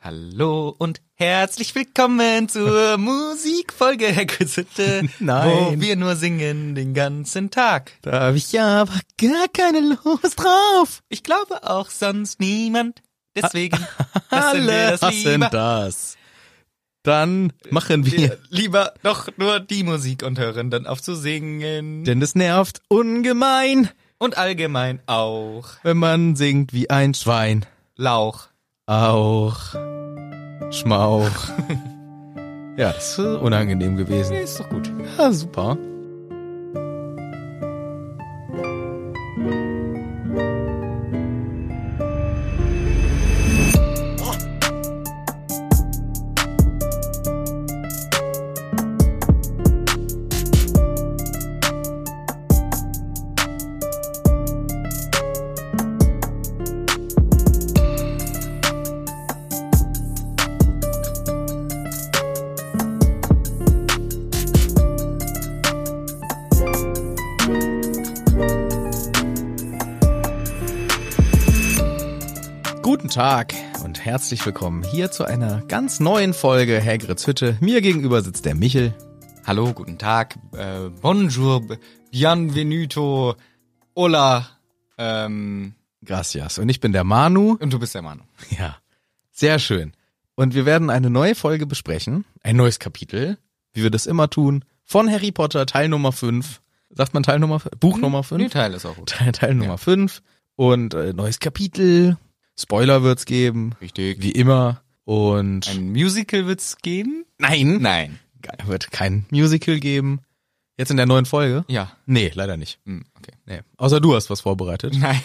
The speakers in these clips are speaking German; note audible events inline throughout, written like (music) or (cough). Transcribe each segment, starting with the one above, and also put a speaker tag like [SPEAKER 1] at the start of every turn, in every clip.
[SPEAKER 1] Hallo und herzlich willkommen
[SPEAKER 2] (laughs)
[SPEAKER 1] zur Musikfolge, Herr Kuzitte,
[SPEAKER 2] Nein.
[SPEAKER 1] wo wir nur singen den ganzen Tag.
[SPEAKER 2] Da habe ich ja aber gar keine Lust drauf.
[SPEAKER 1] Ich glaube auch sonst niemand. Deswegen lassen wir
[SPEAKER 2] Alle
[SPEAKER 1] das
[SPEAKER 2] hassen
[SPEAKER 1] lieber,
[SPEAKER 2] das. Dann machen wir,
[SPEAKER 1] wir lieber doch nur die Musik und hören dann auf zu singen.
[SPEAKER 2] denn das nervt ungemein,
[SPEAKER 1] Und allgemein auch
[SPEAKER 2] wenn man singt wie ein Schwein.
[SPEAKER 1] Lauch.
[SPEAKER 2] Auch Schmauch. (laughs) ja, das ist unangenehm gewesen.
[SPEAKER 1] Ist doch gut.
[SPEAKER 2] Ja, super. Guten Tag und herzlich willkommen hier zu einer ganz neuen Folge Hagrids Hütte. Mir gegenüber sitzt der Michel.
[SPEAKER 1] Hallo, guten Tag, äh, bonjour, b- bienvenuto, hola, ähm,
[SPEAKER 2] Gracias. Und ich bin der Manu.
[SPEAKER 1] und du bist der Manu.
[SPEAKER 2] Ja, sehr schön. Und wir werden eine neue Folge besprechen, ein neues Kapitel, wie wir das immer tun, von Harry Potter Teil Nummer 5. Sagt man Teil Nummer, f- Buch Nummer 5?
[SPEAKER 1] Mhm. Nee, Teil ist auch gut.
[SPEAKER 2] Teil, Teil Nummer 5 und äh, neues Kapitel. Spoiler wird's geben,
[SPEAKER 1] Richtig.
[SPEAKER 2] wie immer. Und
[SPEAKER 1] Ein Musical wird's geben?
[SPEAKER 2] nein,
[SPEAKER 1] Nein.
[SPEAKER 2] wird kein Musical geben. Jetzt in der neuen Folge?
[SPEAKER 1] Ja.
[SPEAKER 2] Nee, leider nicht.
[SPEAKER 1] Hm, okay.
[SPEAKER 2] Nee. Außer du hast was vorbereitet.
[SPEAKER 1] (laughs) Nein.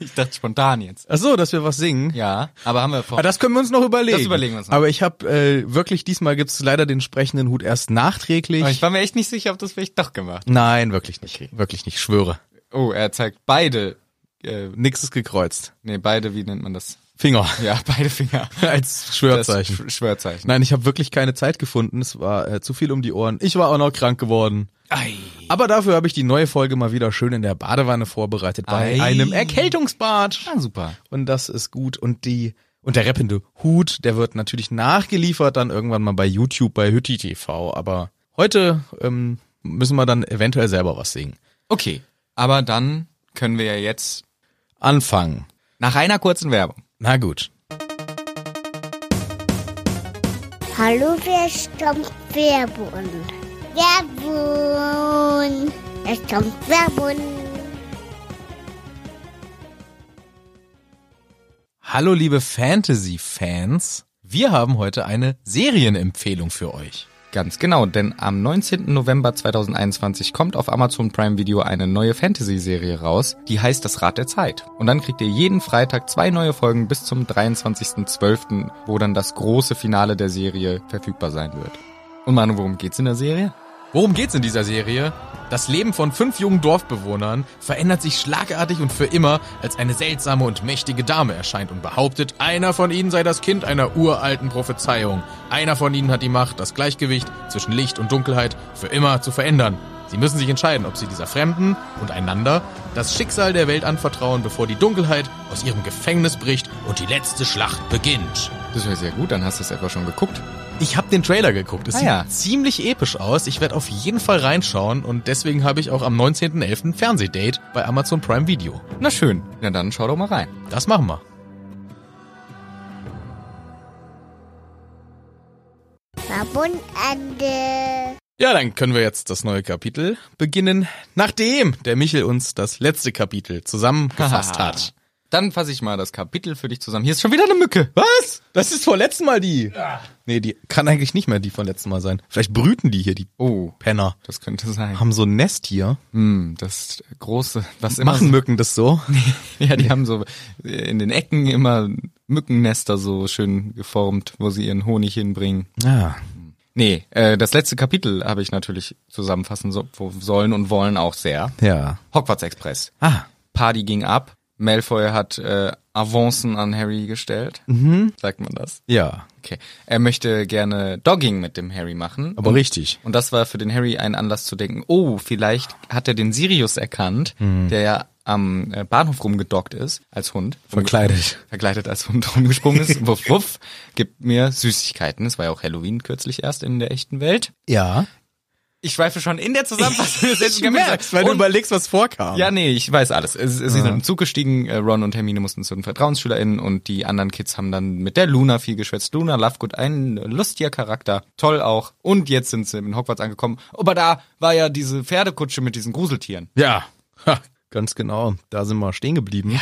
[SPEAKER 1] ich dachte spontan jetzt.
[SPEAKER 2] Ach so, dass wir was singen.
[SPEAKER 1] Ja, aber haben wir vor.
[SPEAKER 2] Ah, das können wir uns noch überlegen.
[SPEAKER 1] Das überlegen wir uns noch.
[SPEAKER 2] Aber ich habe äh, wirklich diesmal gibt's leider den sprechenden Hut erst nachträglich.
[SPEAKER 1] Aber ich war mir echt nicht sicher, ob das vielleicht doch gemacht.
[SPEAKER 2] Nein, wirklich nicht. Wirklich nicht, schwöre.
[SPEAKER 1] Oh, er zeigt beide, äh,
[SPEAKER 2] Nix ist gekreuzt.
[SPEAKER 1] nee, beide, wie nennt man das?
[SPEAKER 2] Finger (laughs)
[SPEAKER 1] Ja, (laughs) beide Finger.
[SPEAKER 2] als
[SPEAKER 1] Das
[SPEAKER 2] Schwörzeichen.
[SPEAKER 1] Sch- Schwörzeichen.
[SPEAKER 2] Nein, ich habe wirklich keine Zeit gefunden. Es war äh, zu viel um die Ohren. Ich war auch noch krank geworden.
[SPEAKER 1] Ei.
[SPEAKER 2] Aber dafür habe ich die neue Folge mal wieder schön in der Badewanne vorbereitet bei
[SPEAKER 1] Ei.
[SPEAKER 2] einem Erkältungsbad.
[SPEAKER 1] Ah, super.
[SPEAKER 2] Und das ist gut. Und die und der rappende Hut, der wird natürlich nachgeliefert dann irgendwann mal bei YouTube, bei Hütti TV. Aber heute ähm, müssen wir dann eventuell selber was singen.
[SPEAKER 1] Okay. Aber dann können wir ja jetzt
[SPEAKER 2] Anfangen.
[SPEAKER 1] nach einer kurzen Werbung.
[SPEAKER 2] Na gut.
[SPEAKER 3] Hallo, wer stammt Werbun? Werbun! Es kommt Werbun!
[SPEAKER 2] Hallo liebe Fantasy-Fans. Wir haben heute eine Serienempfehlung für euch.
[SPEAKER 1] Ganz genau, denn am 19. November 2021 kommt auf Amazon Prime Video eine neue Fantasy-Serie raus, die heißt Das Rad der Zeit. Und dann kriegt ihr jeden Freitag zwei neue Folgen bis zum 23.12., wo dann das große Finale der Serie verfügbar sein wird. Und Manu, worum geht's in der Serie?
[SPEAKER 2] Worum geht's in dieser Serie? Das Leben von fünf jungen Dorfbewohnern verändert sich schlagartig und für immer, als eine seltsame und mächtige Dame erscheint und behauptet, einer von ihnen sei das Kind einer uralten Prophezeiung. Einer von ihnen hat die Macht, das Gleichgewicht zwischen Licht und Dunkelheit für immer zu verändern. Sie müssen sich entscheiden, ob sie dieser Fremden und einander das Schicksal der Welt anvertrauen, bevor die Dunkelheit aus ihrem Gefängnis bricht und die letzte Schlacht beginnt.
[SPEAKER 1] Das wäre sehr gut, dann hast du es etwa schon geguckt.
[SPEAKER 2] Ich habe den Trailer geguckt. Es
[SPEAKER 1] Ah ja.
[SPEAKER 2] sieht ziemlich episch aus. Ich werde auf jeden Fall reinschauen und deswegen habe ich auch am 19.11. ein Fernsehdate bei Amazon Prime Video.
[SPEAKER 1] Na schön, na dann schau doch mal rein.
[SPEAKER 2] Das machen wir.
[SPEAKER 3] Werbun Ende!
[SPEAKER 2] Ja, dann können wir jetzt das neue Kapitel beginnen, nachdem der Michel uns das letzte Kapitel
[SPEAKER 1] (laughs)
[SPEAKER 2] zusammengefasst
[SPEAKER 1] Haha.
[SPEAKER 2] hat.
[SPEAKER 1] Dann fasse ich mal das Kapitel für dich zusammen. Hier ist schon wieder eine Mücke.
[SPEAKER 2] Was? Das ist vom letzten Mal die. Nee, die kann eigentlich nicht mehr die vom letzten Mal sein. Vielleicht brüten die hier, die
[SPEAKER 1] Oh,
[SPEAKER 2] Penner.
[SPEAKER 1] das könnte sein.
[SPEAKER 2] Haben so ein Nest hier.
[SPEAKER 1] Hm, das große, was immer
[SPEAKER 2] Machen Mücken das so?
[SPEAKER 1] (laughs) Ja, die haben so äh, in den Ecken immer Mückennester so schön geformt, wo sie ihren Honig hinbringen.
[SPEAKER 2] Ja.
[SPEAKER 1] Nee, äh, das letzte Kapitel habe ich natürlich zusammenfassen so, wo sollen und wollen auch sehr.
[SPEAKER 2] Ja.
[SPEAKER 1] Hogwarts Express.
[SPEAKER 2] Ah.
[SPEAKER 1] Party ging ab. Malfoy hat äh, Avancen an Harry gestellt.
[SPEAKER 2] Mhm.
[SPEAKER 1] Sagt man das?
[SPEAKER 2] Ja,
[SPEAKER 1] Okay. Er möchte gerne Dogging mit dem Harry machen.
[SPEAKER 2] aber richtig.
[SPEAKER 1] Und das war für den Harry ein Anlass zu denken, oh, vielleicht hat er den Sirius erkannt,
[SPEAKER 2] Mhm.
[SPEAKER 1] der ja am äh, Bahnhof rumgedockt ist, als Hund.
[SPEAKER 2] Verkleidet.
[SPEAKER 1] Verkleidet als Hund (laughs) rumgesprungen ist. wuff, wuff. Gibt mir Süßigkeiten. Es war ja auch Halloween kürzlich erst in der echten Welt.
[SPEAKER 2] Ja.
[SPEAKER 1] Ich schweife schon in der Zusammenfassung des letzten Kapitels.
[SPEAKER 2] weil du
[SPEAKER 1] Und-
[SPEAKER 2] überlegst, was vorkam.
[SPEAKER 1] ja, nee, ich weiß alles. Es, es, sie sind im Zug gestiegen, äh, Ron und Hermine mussten zu den VertrauensschülerInnen und die anderen Kids haben dann mit der Luna viel geschwätzt. Luna Lovegood, ein lustiger Charakter, toll auch. Und jetzt sind sie in Hogwarts angekommen. Aber da war ja diese Pferdekutsche mit diesen Gruseltieren.
[SPEAKER 2] Ja, ha, ganz genau. Da sind wir stehen geblieben.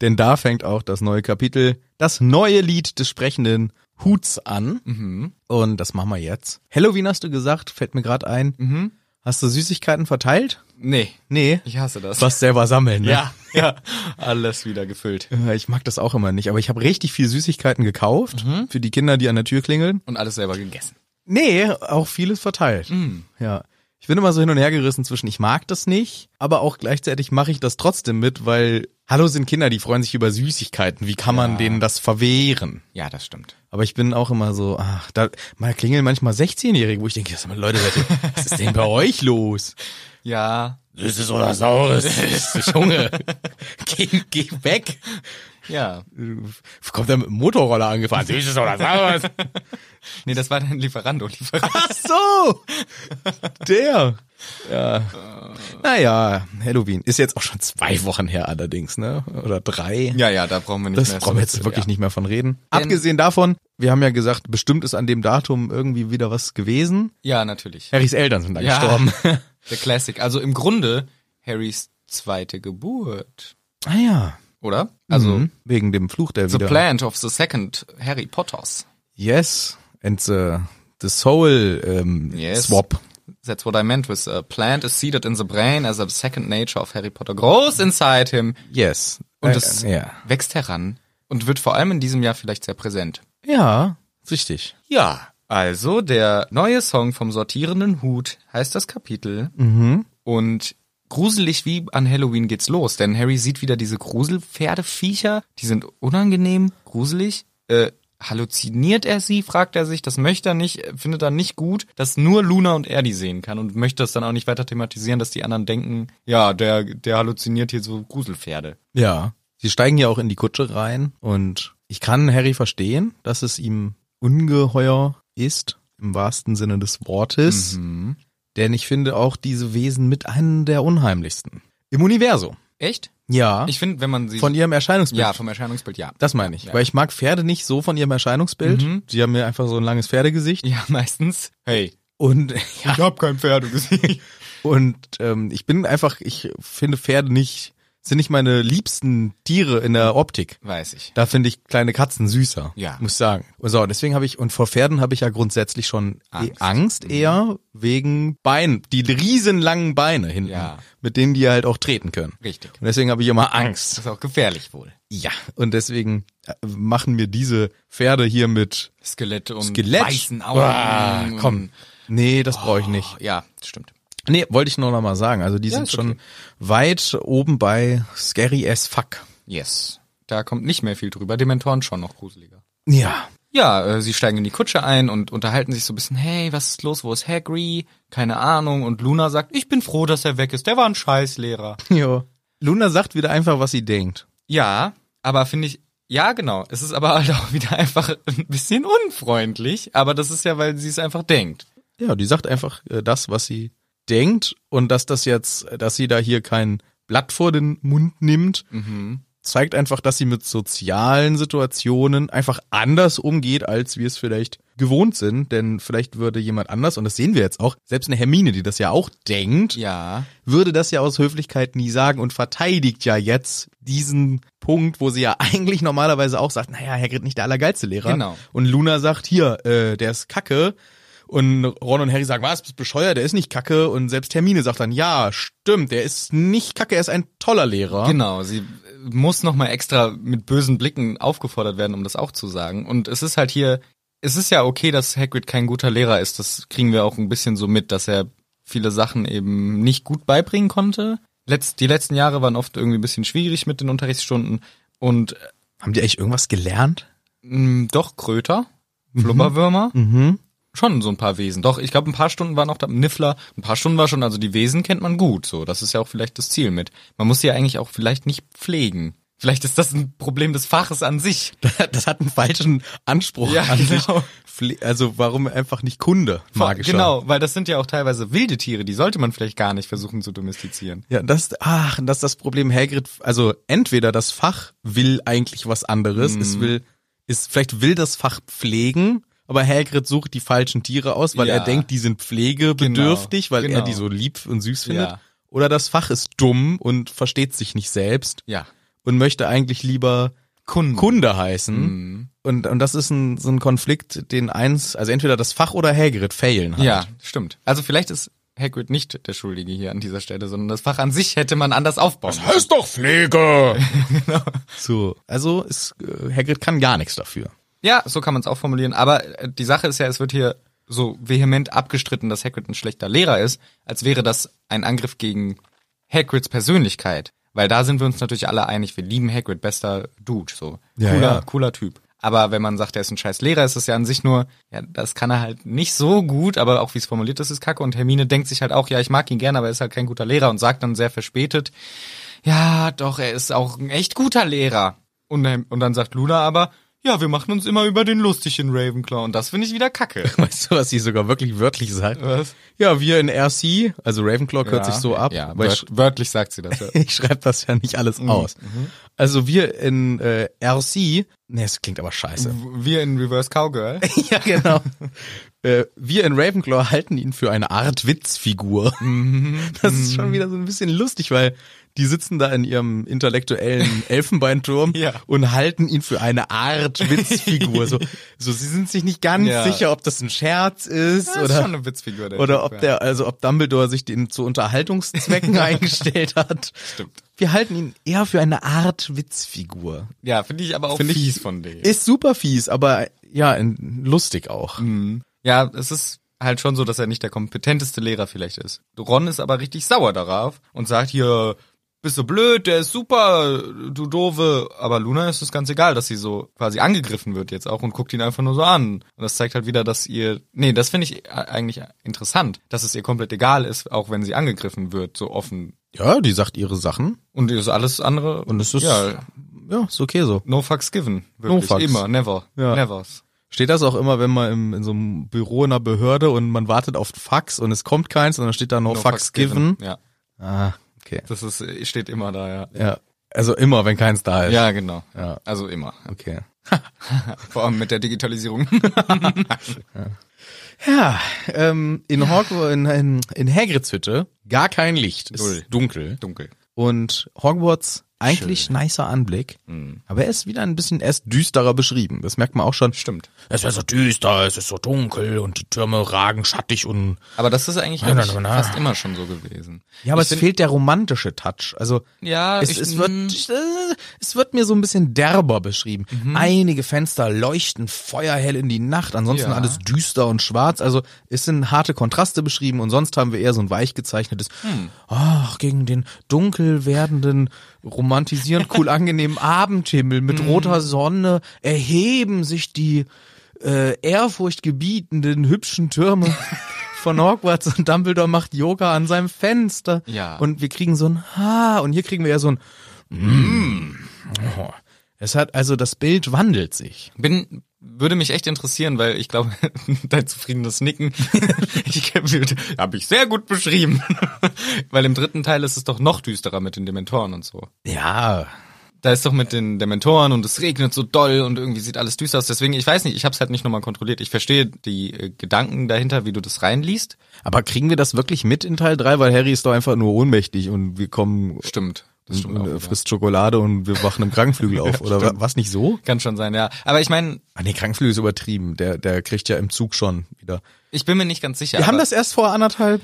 [SPEAKER 2] Denn da fängt auch das neue Kapitel, das neue Lied des sprechenden Huts an.
[SPEAKER 1] Mhm.
[SPEAKER 2] Und das machen wir jetzt. Halloween hast du gesagt, fällt mir gerade ein. Hast du Süßigkeiten verteilt?
[SPEAKER 1] Nee,
[SPEAKER 2] Nee.
[SPEAKER 1] Mhm. ich hasse das.
[SPEAKER 2] Was selber sammeln, ne?
[SPEAKER 1] Ja, (laughs) ja, alles wieder gefüllt.
[SPEAKER 2] Äh, Ich mag das auch immer nicht, aber ich habe richtig viel Süßigkeiten gekauft
[SPEAKER 1] Mhm.
[SPEAKER 2] für die Kinder, die an der Tür klingeln.
[SPEAKER 1] Und alles selber gegessen.
[SPEAKER 2] Nee, auch vieles verteilt. Ja. Ich bin immer so hin und her gerissen zwischen, ich mag das nicht, aber auch gleichzeitig mache ich das trotzdem mit, weil, hallo sind Kinder, die freuen sich über Süßigkeiten. Wie kann man denen das verwehren?
[SPEAKER 1] Ja, das stimmt.
[SPEAKER 2] Aber ich bin auch immer so, ach, da mal klingeln manchmal 16-Jährige, wo ich denke, sag mal, Leute, Leute, was ist denn bei euch los?
[SPEAKER 1] Ja,
[SPEAKER 2] Süßes oder
[SPEAKER 4] (laughs)
[SPEAKER 2] Saures? Junge, geh, geh weg.
[SPEAKER 1] ja.
[SPEAKER 2] Äh, Kommt er mit dem Motorroller angefahren? Süßes oder Saures?
[SPEAKER 1] Nee, das war dein Lieferando, Lieferando.
[SPEAKER 2] Ach so! Der! Ja. Naja, Halloween ist jetzt auch schon zwei Wochen her allerdings, ne? Oder drei.
[SPEAKER 1] Ja, ja, da brauchen wir nicht
[SPEAKER 2] Das
[SPEAKER 1] mehr.
[SPEAKER 2] brauchen wir jetzt wirklich nicht mehr von reden. Abgesehen davon, wir haben ja gesagt, bestimmt ist an dem Datum irgendwie wieder was gewesen.
[SPEAKER 1] Ja, natürlich.
[SPEAKER 2] Harrys Eltern sind da
[SPEAKER 1] Ja.
[SPEAKER 2] gestorben.
[SPEAKER 1] Der Classic. Also im Grunde Harrys zweite Geburt,
[SPEAKER 2] (laughs) Ah ja.
[SPEAKER 1] oder? Also
[SPEAKER 2] Mhm. wegen dem Fluch der
[SPEAKER 1] The
[SPEAKER 2] wieder.
[SPEAKER 1] Plant of the Second Harry Potters.
[SPEAKER 2] Yes. And the, the Soul ähm,
[SPEAKER 1] Yes.
[SPEAKER 2] Swap.
[SPEAKER 1] That's what I meant with a plant is seated in the brain as a second nature of Harry Potter grows inside him.
[SPEAKER 2] Yes.
[SPEAKER 1] Und es
[SPEAKER 2] äh, ja.
[SPEAKER 1] wächst heran und wird vor allem in diesem Jahr vielleicht sehr präsent.
[SPEAKER 2] ja, richtig.
[SPEAKER 1] Ja. Also der neue Song vom sortierenden Hut heißt das Kapitel.
[SPEAKER 2] Mhm.
[SPEAKER 1] Und gruselig wie an Halloween geht's los, denn Harry sieht wieder diese Gruselpferdeviecher, die sind unangenehm, gruselig. Äh, halluziniert er sie, fragt er sich, das möchte er nicht, äh, findet er nicht gut, dass nur Luna und er die sehen kann und möchte das dann auch nicht weiter thematisieren, dass die anderen denken, ja, der, der halluziniert hier so Gruselpferde.
[SPEAKER 2] Ja. Sie steigen ja auch in die Kutsche rein und ich kann Harry verstehen, dass es ihm ungeheuer ist, im wahrsten Sinne des Wortes.
[SPEAKER 1] Mhm.
[SPEAKER 2] Denn ich finde auch diese Wesen mit einem der unheimlichsten. Im Universum.
[SPEAKER 1] Echt?
[SPEAKER 2] Ja.
[SPEAKER 1] Ich finde, wenn man sie...
[SPEAKER 2] von ihrem Erscheinungsbild.
[SPEAKER 1] ja, vom Erscheinungsbild, ja.
[SPEAKER 2] das meine ich.
[SPEAKER 1] Ja. Mhm.
[SPEAKER 2] Weil ich mag Pferde nicht so von ihrem Erscheinungsbild. Sie haben ja einfach so ein langes Pferdegesicht.
[SPEAKER 1] Ja, meistens. Hey,
[SPEAKER 2] Und
[SPEAKER 1] (laughs)
[SPEAKER 2] ja,
[SPEAKER 1] ich hab kein Pferd gesehen.
[SPEAKER 2] Und ähm, ich bin einfach, ich finde Pferde nicht, sind nicht meine liebsten Tiere in der Optik.
[SPEAKER 1] Weiß ich.
[SPEAKER 2] Da finde ich kleine Katzen süßer,
[SPEAKER 1] Ja.
[SPEAKER 2] muss sagen. So, deswegen habe ich, und vor Pferden habe ich ja grundsätzlich schon Angst,
[SPEAKER 1] Angst. Mhm.
[SPEAKER 2] Angst eher wegen Beinen, die riesenlangen Beine hinten,
[SPEAKER 1] Ja.
[SPEAKER 2] mit denen die halt auch treten können.
[SPEAKER 1] Richtig.
[SPEAKER 2] Und deswegen habe ich immer Angst.
[SPEAKER 1] Das ist auch gefährlich wohl.
[SPEAKER 2] Ja. Und deswegen äh, machen mir diese Pferde hier mit
[SPEAKER 1] Skelette und
[SPEAKER 2] Skelett.
[SPEAKER 1] weißen
[SPEAKER 2] Uah,
[SPEAKER 1] Augen.
[SPEAKER 2] komm. Nee, das brauche ich nicht.
[SPEAKER 1] Oh, Ah, ja, stimmt.
[SPEAKER 2] Nee, wollte ich nur noch mal sagen. Also die
[SPEAKER 1] Ja,
[SPEAKER 2] sind
[SPEAKER 1] ist
[SPEAKER 2] schon
[SPEAKER 1] okay.
[SPEAKER 2] weit oben bei Scary as fuck.
[SPEAKER 1] Yes. Da kommt nicht mehr viel drüber. Dementoren schon noch gruseliger.
[SPEAKER 2] Ja.
[SPEAKER 1] Ja, äh, sie steigen in die Kutsche ein und unterhalten sich so ein bisschen, hey, was ist los, wo ist Hagrid? Keine Ahnung. Und Luna sagt, ich bin froh, dass er weg ist. Der war ein Scheißlehrer.
[SPEAKER 2] Jo. Luna sagt wieder einfach, was sie denkt.
[SPEAKER 1] Ja, aber finde ich, ja, genau. Es ist aber halt auch (laughs) wieder einfach ein bisschen unfreundlich. Aber das ist ja, weil sie es einfach denkt.
[SPEAKER 2] Ja, die sagt einfach äh, das, was sie denkt und dass das jetzt, dass sie da hier kein Blatt vor den Mund nimmt, zeigt einfach, dass sie mit sozialen Situationen einfach anders umgeht, als wir es vielleicht gewohnt sind. Denn vielleicht würde jemand anders, und das sehen wir jetzt auch, selbst eine Hermine, die das ja auch denkt,
[SPEAKER 1] Ja.
[SPEAKER 2] würde das ja aus Höflichkeit nie sagen und verteidigt ja jetzt diesen Punkt, wo sie ja eigentlich normalerweise auch sagt, naja, Hagrid nicht der allergeilste Lehrer.
[SPEAKER 1] Genau.
[SPEAKER 2] Und Luna sagt, hier, äh, der ist kacke. Und Ron und Harry sagen, was, bist bescheuert, der ist nicht kacke. Und selbst Hermine sagt dann, ja, stimmt, der ist nicht kacke, er ist ein toller Lehrer.
[SPEAKER 1] Genau, sie äh, muss nochmal extra mit bösen Blicken aufgefordert werden, um das auch zu sagen. Und es ist halt hier, es ist ja okay, dass Hagrid kein guter Lehrer ist. Das kriegen wir auch ein bisschen so mit, dass er viele Sachen eben nicht gut beibringen konnte. Letzt, die letzten Jahre waren oft irgendwie ein bisschen schwierig mit den Unterrichtsstunden. Und
[SPEAKER 2] Haben die eigentlich irgendwas gelernt?
[SPEAKER 1] Mm, Doch, Kröter, Flubberwürmer,
[SPEAKER 2] Mhm.
[SPEAKER 1] schon so ein paar Wesen. Doch, ich glaube, ein paar Stunden waren auch da, Niffler, ein paar Stunden war schon, also die Wesen kennt man gut, so. Das ist ja auch vielleicht das Ziel mit. Man muss sie ja eigentlich auch vielleicht nicht pflegen. Vielleicht ist das ein Problem des Faches an sich.
[SPEAKER 2] (laughs) Das hat einen falschen Anspruch
[SPEAKER 1] Ja,
[SPEAKER 2] an sich.
[SPEAKER 1] genau.
[SPEAKER 2] Fle- Also warum einfach nicht Kunde magischer?
[SPEAKER 1] Genau, weil das sind ja auch teilweise wilde Tiere, die sollte man vielleicht gar nicht versuchen zu domestizieren.
[SPEAKER 2] Ja, das, ach, das ist das Problem. Hagrid, also entweder das Fach will eigentlich was anderes,
[SPEAKER 1] Mhm.
[SPEAKER 2] es will, ist, vielleicht will das Fach pflegen, aber Hagrid sucht die falschen Tiere aus, weil er
[SPEAKER 1] Ja.
[SPEAKER 2] denkt, die sind pflegebedürftig, weil er
[SPEAKER 1] genau.
[SPEAKER 2] die so lieb und süß findet.
[SPEAKER 1] Ja.
[SPEAKER 2] Oder das Fach ist dumm und versteht sich nicht selbst
[SPEAKER 1] Ja.
[SPEAKER 2] und möchte eigentlich lieber
[SPEAKER 1] Kunden.
[SPEAKER 2] Kunde heißen.
[SPEAKER 1] Mhm.
[SPEAKER 2] Und, und das ist ein, so ein Konflikt, den eins, also entweder das Fach oder Hagrid failen halt.
[SPEAKER 1] Ja, stimmt. Also vielleicht ist Hagrid nicht der Schuldige hier an dieser Stelle, sondern das Fach an sich hätte man anders aufbauen. müssen.
[SPEAKER 2] heißt doch Pflege! So. Also ist, äh, Hagrid kann gar nichts dafür.
[SPEAKER 1] Ja, so kann man es auch formulieren. Aber äh, die Sache ist ja, es wird hier so vehement abgestritten, dass Hagrid ein schlechter Lehrer ist, als wäre das ein Angriff gegen Hagrids Persönlichkeit. Weil da sind wir uns natürlich alle einig, wir lieben Hagrid, bester Dude, so.
[SPEAKER 2] Ja,
[SPEAKER 1] cooler,
[SPEAKER 2] ja.
[SPEAKER 1] cooler Typ. Aber wenn man sagt, er ist ein scheiß Lehrer, ist es ja an sich nur, ja, das kann er halt nicht so gut, aber auch wie es formuliert ist, ist kacke. Und Hermine denkt sich halt auch, ja, ich mag ihn gerne, aber er ist halt kein guter Lehrer und sagt dann sehr verspätet, ja, doch, er ist auch ein echt guter Lehrer. Und, dann- und dann sagt Luna aber, ja, wir machen uns immer über den lustigen Ravenclaw und das finde ich wieder
[SPEAKER 2] (laughs)
[SPEAKER 1] kacke.
[SPEAKER 2] Weißt du, was sie sogar wirklich wörtlich sagt?
[SPEAKER 1] Was?
[SPEAKER 2] Ja, wir in RC, also Ravenclaw kürzt sich so ab,
[SPEAKER 1] Ja, Mhm,
[SPEAKER 2] weil
[SPEAKER 1] wört,
[SPEAKER 2] ich,
[SPEAKER 1] wörtlich sagt sie das. Ja.
[SPEAKER 2] (laughs) ich schreibe das ja nicht alles aus. Also wir in äh, RC, ne, es klingt aber scheiße.
[SPEAKER 1] Wir in Reverse Cowgirl.
[SPEAKER 2] (laughs) ja, genau. Äh, wir in Ravenclaw halten ihn für eine Art Witzfigur.
[SPEAKER 1] Mhm.
[SPEAKER 2] Das ist schon wieder so ein bisschen lustig, weil die sitzen da in ihrem
[SPEAKER 1] (laughs)
[SPEAKER 2] intellektuellen Elfenbeinturm
[SPEAKER 1] Ja.
[SPEAKER 2] und halten ihn für eine Art Witzfigur.
[SPEAKER 1] (laughs)
[SPEAKER 2] So, so sie sind sich nicht ganz
[SPEAKER 1] Ja.
[SPEAKER 2] sicher, ob das ein Scherz ist
[SPEAKER 1] Das ist
[SPEAKER 2] oder
[SPEAKER 1] schon eine Witzfigur. Der
[SPEAKER 2] oder
[SPEAKER 1] Typ,
[SPEAKER 2] ob der, also ob Dumbledore sich den zu
[SPEAKER 1] (laughs)
[SPEAKER 2] Unterhaltungszwecken eingestellt hat.
[SPEAKER 1] Stimmt.
[SPEAKER 2] Wir halten ihn eher für eine Art Witzfigur.
[SPEAKER 1] Ja, ja finde ich aber auch
[SPEAKER 2] Finde ich-
[SPEAKER 1] fies von denen.
[SPEAKER 2] Ist super fies, aber ja, in- lustig auch.
[SPEAKER 1] Mhm. Ja, es ist halt schon so, dass er nicht der kompetenteste Lehrer vielleicht ist. Ron ist aber richtig sauer darauf und sagt hier, bist du blöd, der ist super, du doofe. Aber Luna ist es ganz egal, dass sie so quasi angegriffen wird jetzt auch und guckt ihn einfach nur so an. Und das zeigt halt wieder, dass ihr, nee, das finde ich eigentlich interessant, dass es ihr komplett egal ist, auch wenn sie angegriffen wird, so offen.
[SPEAKER 2] Ja, die sagt ihre Sachen
[SPEAKER 1] Und ist alles andere.
[SPEAKER 2] und es ist
[SPEAKER 1] ja,
[SPEAKER 2] ja, ist okay so.
[SPEAKER 1] no fucks given. Wirklich.
[SPEAKER 2] No fucks.
[SPEAKER 1] Immer, never,
[SPEAKER 2] Ja.
[SPEAKER 1] never.
[SPEAKER 2] Steht das auch immer, wenn man im, in so einem Büro in einer Behörde und man wartet auf Fax und es kommt keins und dann steht da no, Fax, given.
[SPEAKER 1] Ja,
[SPEAKER 2] Ah, okay.
[SPEAKER 1] das ist, steht immer da, ja.
[SPEAKER 2] Ja, also immer, wenn keins da ist.
[SPEAKER 1] Ja, genau.
[SPEAKER 2] Ja.
[SPEAKER 1] Also immer.
[SPEAKER 2] Okay.
[SPEAKER 1] (laughs) Vor allem mit der Digitalisierung. (laughs)
[SPEAKER 2] Ja, ähm, in, Hogwarts, in, in, in Hagrids Hütte gar kein Licht, ist
[SPEAKER 1] Null.
[SPEAKER 2] dunkel.
[SPEAKER 1] Dunkel.
[SPEAKER 2] Und Hogwarts eigentlich nicer Anblick,
[SPEAKER 1] Mhm.
[SPEAKER 2] aber er ist wieder ein bisschen erst düsterer beschrieben. Das merkt man auch schon.
[SPEAKER 1] Stimmt.
[SPEAKER 2] Es ist so düster, es ist so dunkel und die Türme ragen schattig und
[SPEAKER 1] Aber das ist eigentlich
[SPEAKER 2] Nein, nein,
[SPEAKER 1] eigentlich
[SPEAKER 2] nein, nein.
[SPEAKER 1] fast immer schon so gewesen.
[SPEAKER 2] Ja, aber
[SPEAKER 1] Ich
[SPEAKER 2] es
[SPEAKER 1] find-
[SPEAKER 2] fehlt der romantische Touch. Also
[SPEAKER 1] Ja,
[SPEAKER 2] es,
[SPEAKER 1] ich-
[SPEAKER 2] es, wird, äh, es wird mir so ein bisschen derber beschrieben.
[SPEAKER 1] Mhm.
[SPEAKER 2] Einige Fenster leuchten feuerhell in die Nacht, ansonsten
[SPEAKER 1] Ja.
[SPEAKER 2] alles düster und schwarz. Also es sind harte Kontraste beschrieben und sonst haben wir eher so ein weich gezeichnetes,
[SPEAKER 1] Hm.
[SPEAKER 2] ach, gegen den dunkel werdenden, romantisierend
[SPEAKER 1] (laughs)
[SPEAKER 2] cool angenehmen Abendhimmel
[SPEAKER 1] Hm.
[SPEAKER 2] mit roter Sonne erheben sich die äh, ehrfurchtgebietenden hübschen
[SPEAKER 1] (laughs)
[SPEAKER 2] Türme von Hogwarts und Dumbledore macht Yoga an seinem Fenster.
[SPEAKER 1] Ja.
[SPEAKER 2] Und wir kriegen so ein Ha und hier kriegen wir ja so ein mm. oh. Es hat also das Bild wandelt sich.
[SPEAKER 1] Bin, würde mich echt interessieren, weil ich glaube, (laughs) dein zufriedenes Nicken, (laughs) ich habe ich sehr gut beschrieben. (laughs) weil im dritten Teil ist es doch noch düsterer mit den Dementoren und so.
[SPEAKER 2] Ja.
[SPEAKER 1] Da ist doch mit den Dementoren und es regnet so doll und irgendwie sieht alles düster aus. Deswegen, ich weiß nicht, ich habe es halt nicht nochmal kontrolliert. Ich verstehe die äh, Gedanken dahinter, wie du das reinliest.
[SPEAKER 2] Aber kriegen wir das wirklich mit in Teil 3, weil Harry ist doch einfach nur ohnmächtig und wir kommen
[SPEAKER 1] Stimmt. Das
[SPEAKER 2] und,
[SPEAKER 1] stimmt
[SPEAKER 2] und,
[SPEAKER 1] auch.
[SPEAKER 2] äh,
[SPEAKER 1] wieder.
[SPEAKER 2] frisst Schokolade und wir wachen im Krankenflügel (laughs) auf oder wa- was nicht so?
[SPEAKER 1] Kann schon sein, ja. Aber ich meine,
[SPEAKER 2] Ah nee, Krankenflügel ist übertrieben, der der kriegt ja im Zug schon wieder.
[SPEAKER 1] ich bin mir nicht ganz sicher.
[SPEAKER 2] Wir haben
[SPEAKER 1] aber-
[SPEAKER 2] das erst vor anderthalb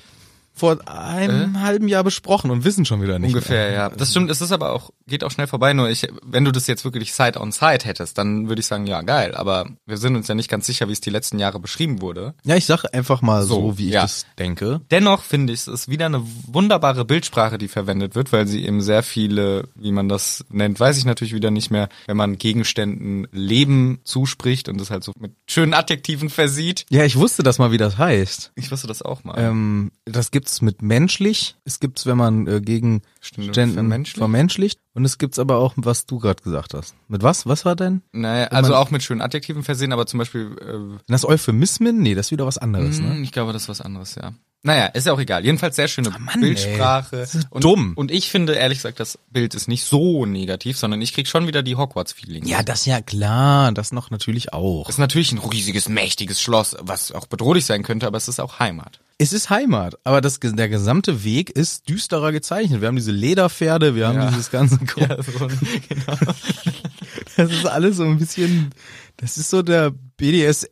[SPEAKER 4] vor einem
[SPEAKER 2] Äh?
[SPEAKER 4] halben Jahr besprochen und wissen schon wieder nicht.
[SPEAKER 1] Ungefähr,
[SPEAKER 4] mehr.
[SPEAKER 1] ja. Das stimmt, es ist aber auch, geht auch schnell vorbei, nur ich, wenn du das jetzt wirklich side on side hättest, dann würde ich sagen, ja, geil, aber wir sind uns ja nicht ganz sicher, wie es die letzten Jahre beschrieben wurde.
[SPEAKER 4] Ja, ich sag einfach mal so,
[SPEAKER 1] So,
[SPEAKER 4] wie ich
[SPEAKER 1] ja.
[SPEAKER 4] das denke.
[SPEAKER 1] Dennoch finde ich, es ist wieder eine wunderbare Bildsprache, die verwendet wird, weil sie eben sehr viele, wie man das nennt, weiß ich natürlich wieder nicht mehr, wenn man Gegenständen Leben zuspricht und das halt so mit schönen Adjektiven versieht.
[SPEAKER 4] Ja, ich wusste das mal, wie das heißt.
[SPEAKER 1] Ich wusste das auch mal.
[SPEAKER 4] Ähm, das gibt's mit menschlich, es gibt's, wenn man äh, gegen
[SPEAKER 1] Stimmt,
[SPEAKER 4] Ständen
[SPEAKER 1] vermenschlicht.
[SPEAKER 4] vermenschlicht und es gibt's aber auch, was du gerade gesagt hast. Mit was? Was war denn?
[SPEAKER 1] naja, also
[SPEAKER 4] man-
[SPEAKER 1] auch mit schönen Adjektiven versehen, aber zum Beispiel äh,
[SPEAKER 4] Sind das Euphemismen? Nee, das ist wieder was anderes, ne?
[SPEAKER 1] Hm, Ich glaube, das ist was anderes, ja. Naja, ist ja auch egal. Jedenfalls sehr schöne
[SPEAKER 4] Ah, Mann, ey.
[SPEAKER 1] Bildsprache.
[SPEAKER 4] Das ist
[SPEAKER 1] und,
[SPEAKER 4] dumm.
[SPEAKER 1] Und ich finde, ehrlich gesagt, das Bild ist nicht so negativ, sondern ich krieg schon wieder die Hogwarts-Feeling.
[SPEAKER 4] Ja, das ja klar, das noch natürlich auch.
[SPEAKER 1] Das ist natürlich ein riesiges, mächtiges Schloss, was auch bedrohlich sein könnte, aber es ist auch
[SPEAKER 4] (laughs)
[SPEAKER 1] Heimat.
[SPEAKER 4] Es ist Heimat, aber das, ge- der gesamte Weg ist düsterer gezeichnet. Wir haben diese Lederpferde, wir
[SPEAKER 1] (laughs)
[SPEAKER 4] haben
[SPEAKER 1] Ja.
[SPEAKER 4] dieses ganze Ko
[SPEAKER 1] so,
[SPEAKER 4] Das ist alles so ein bisschen, das ist so der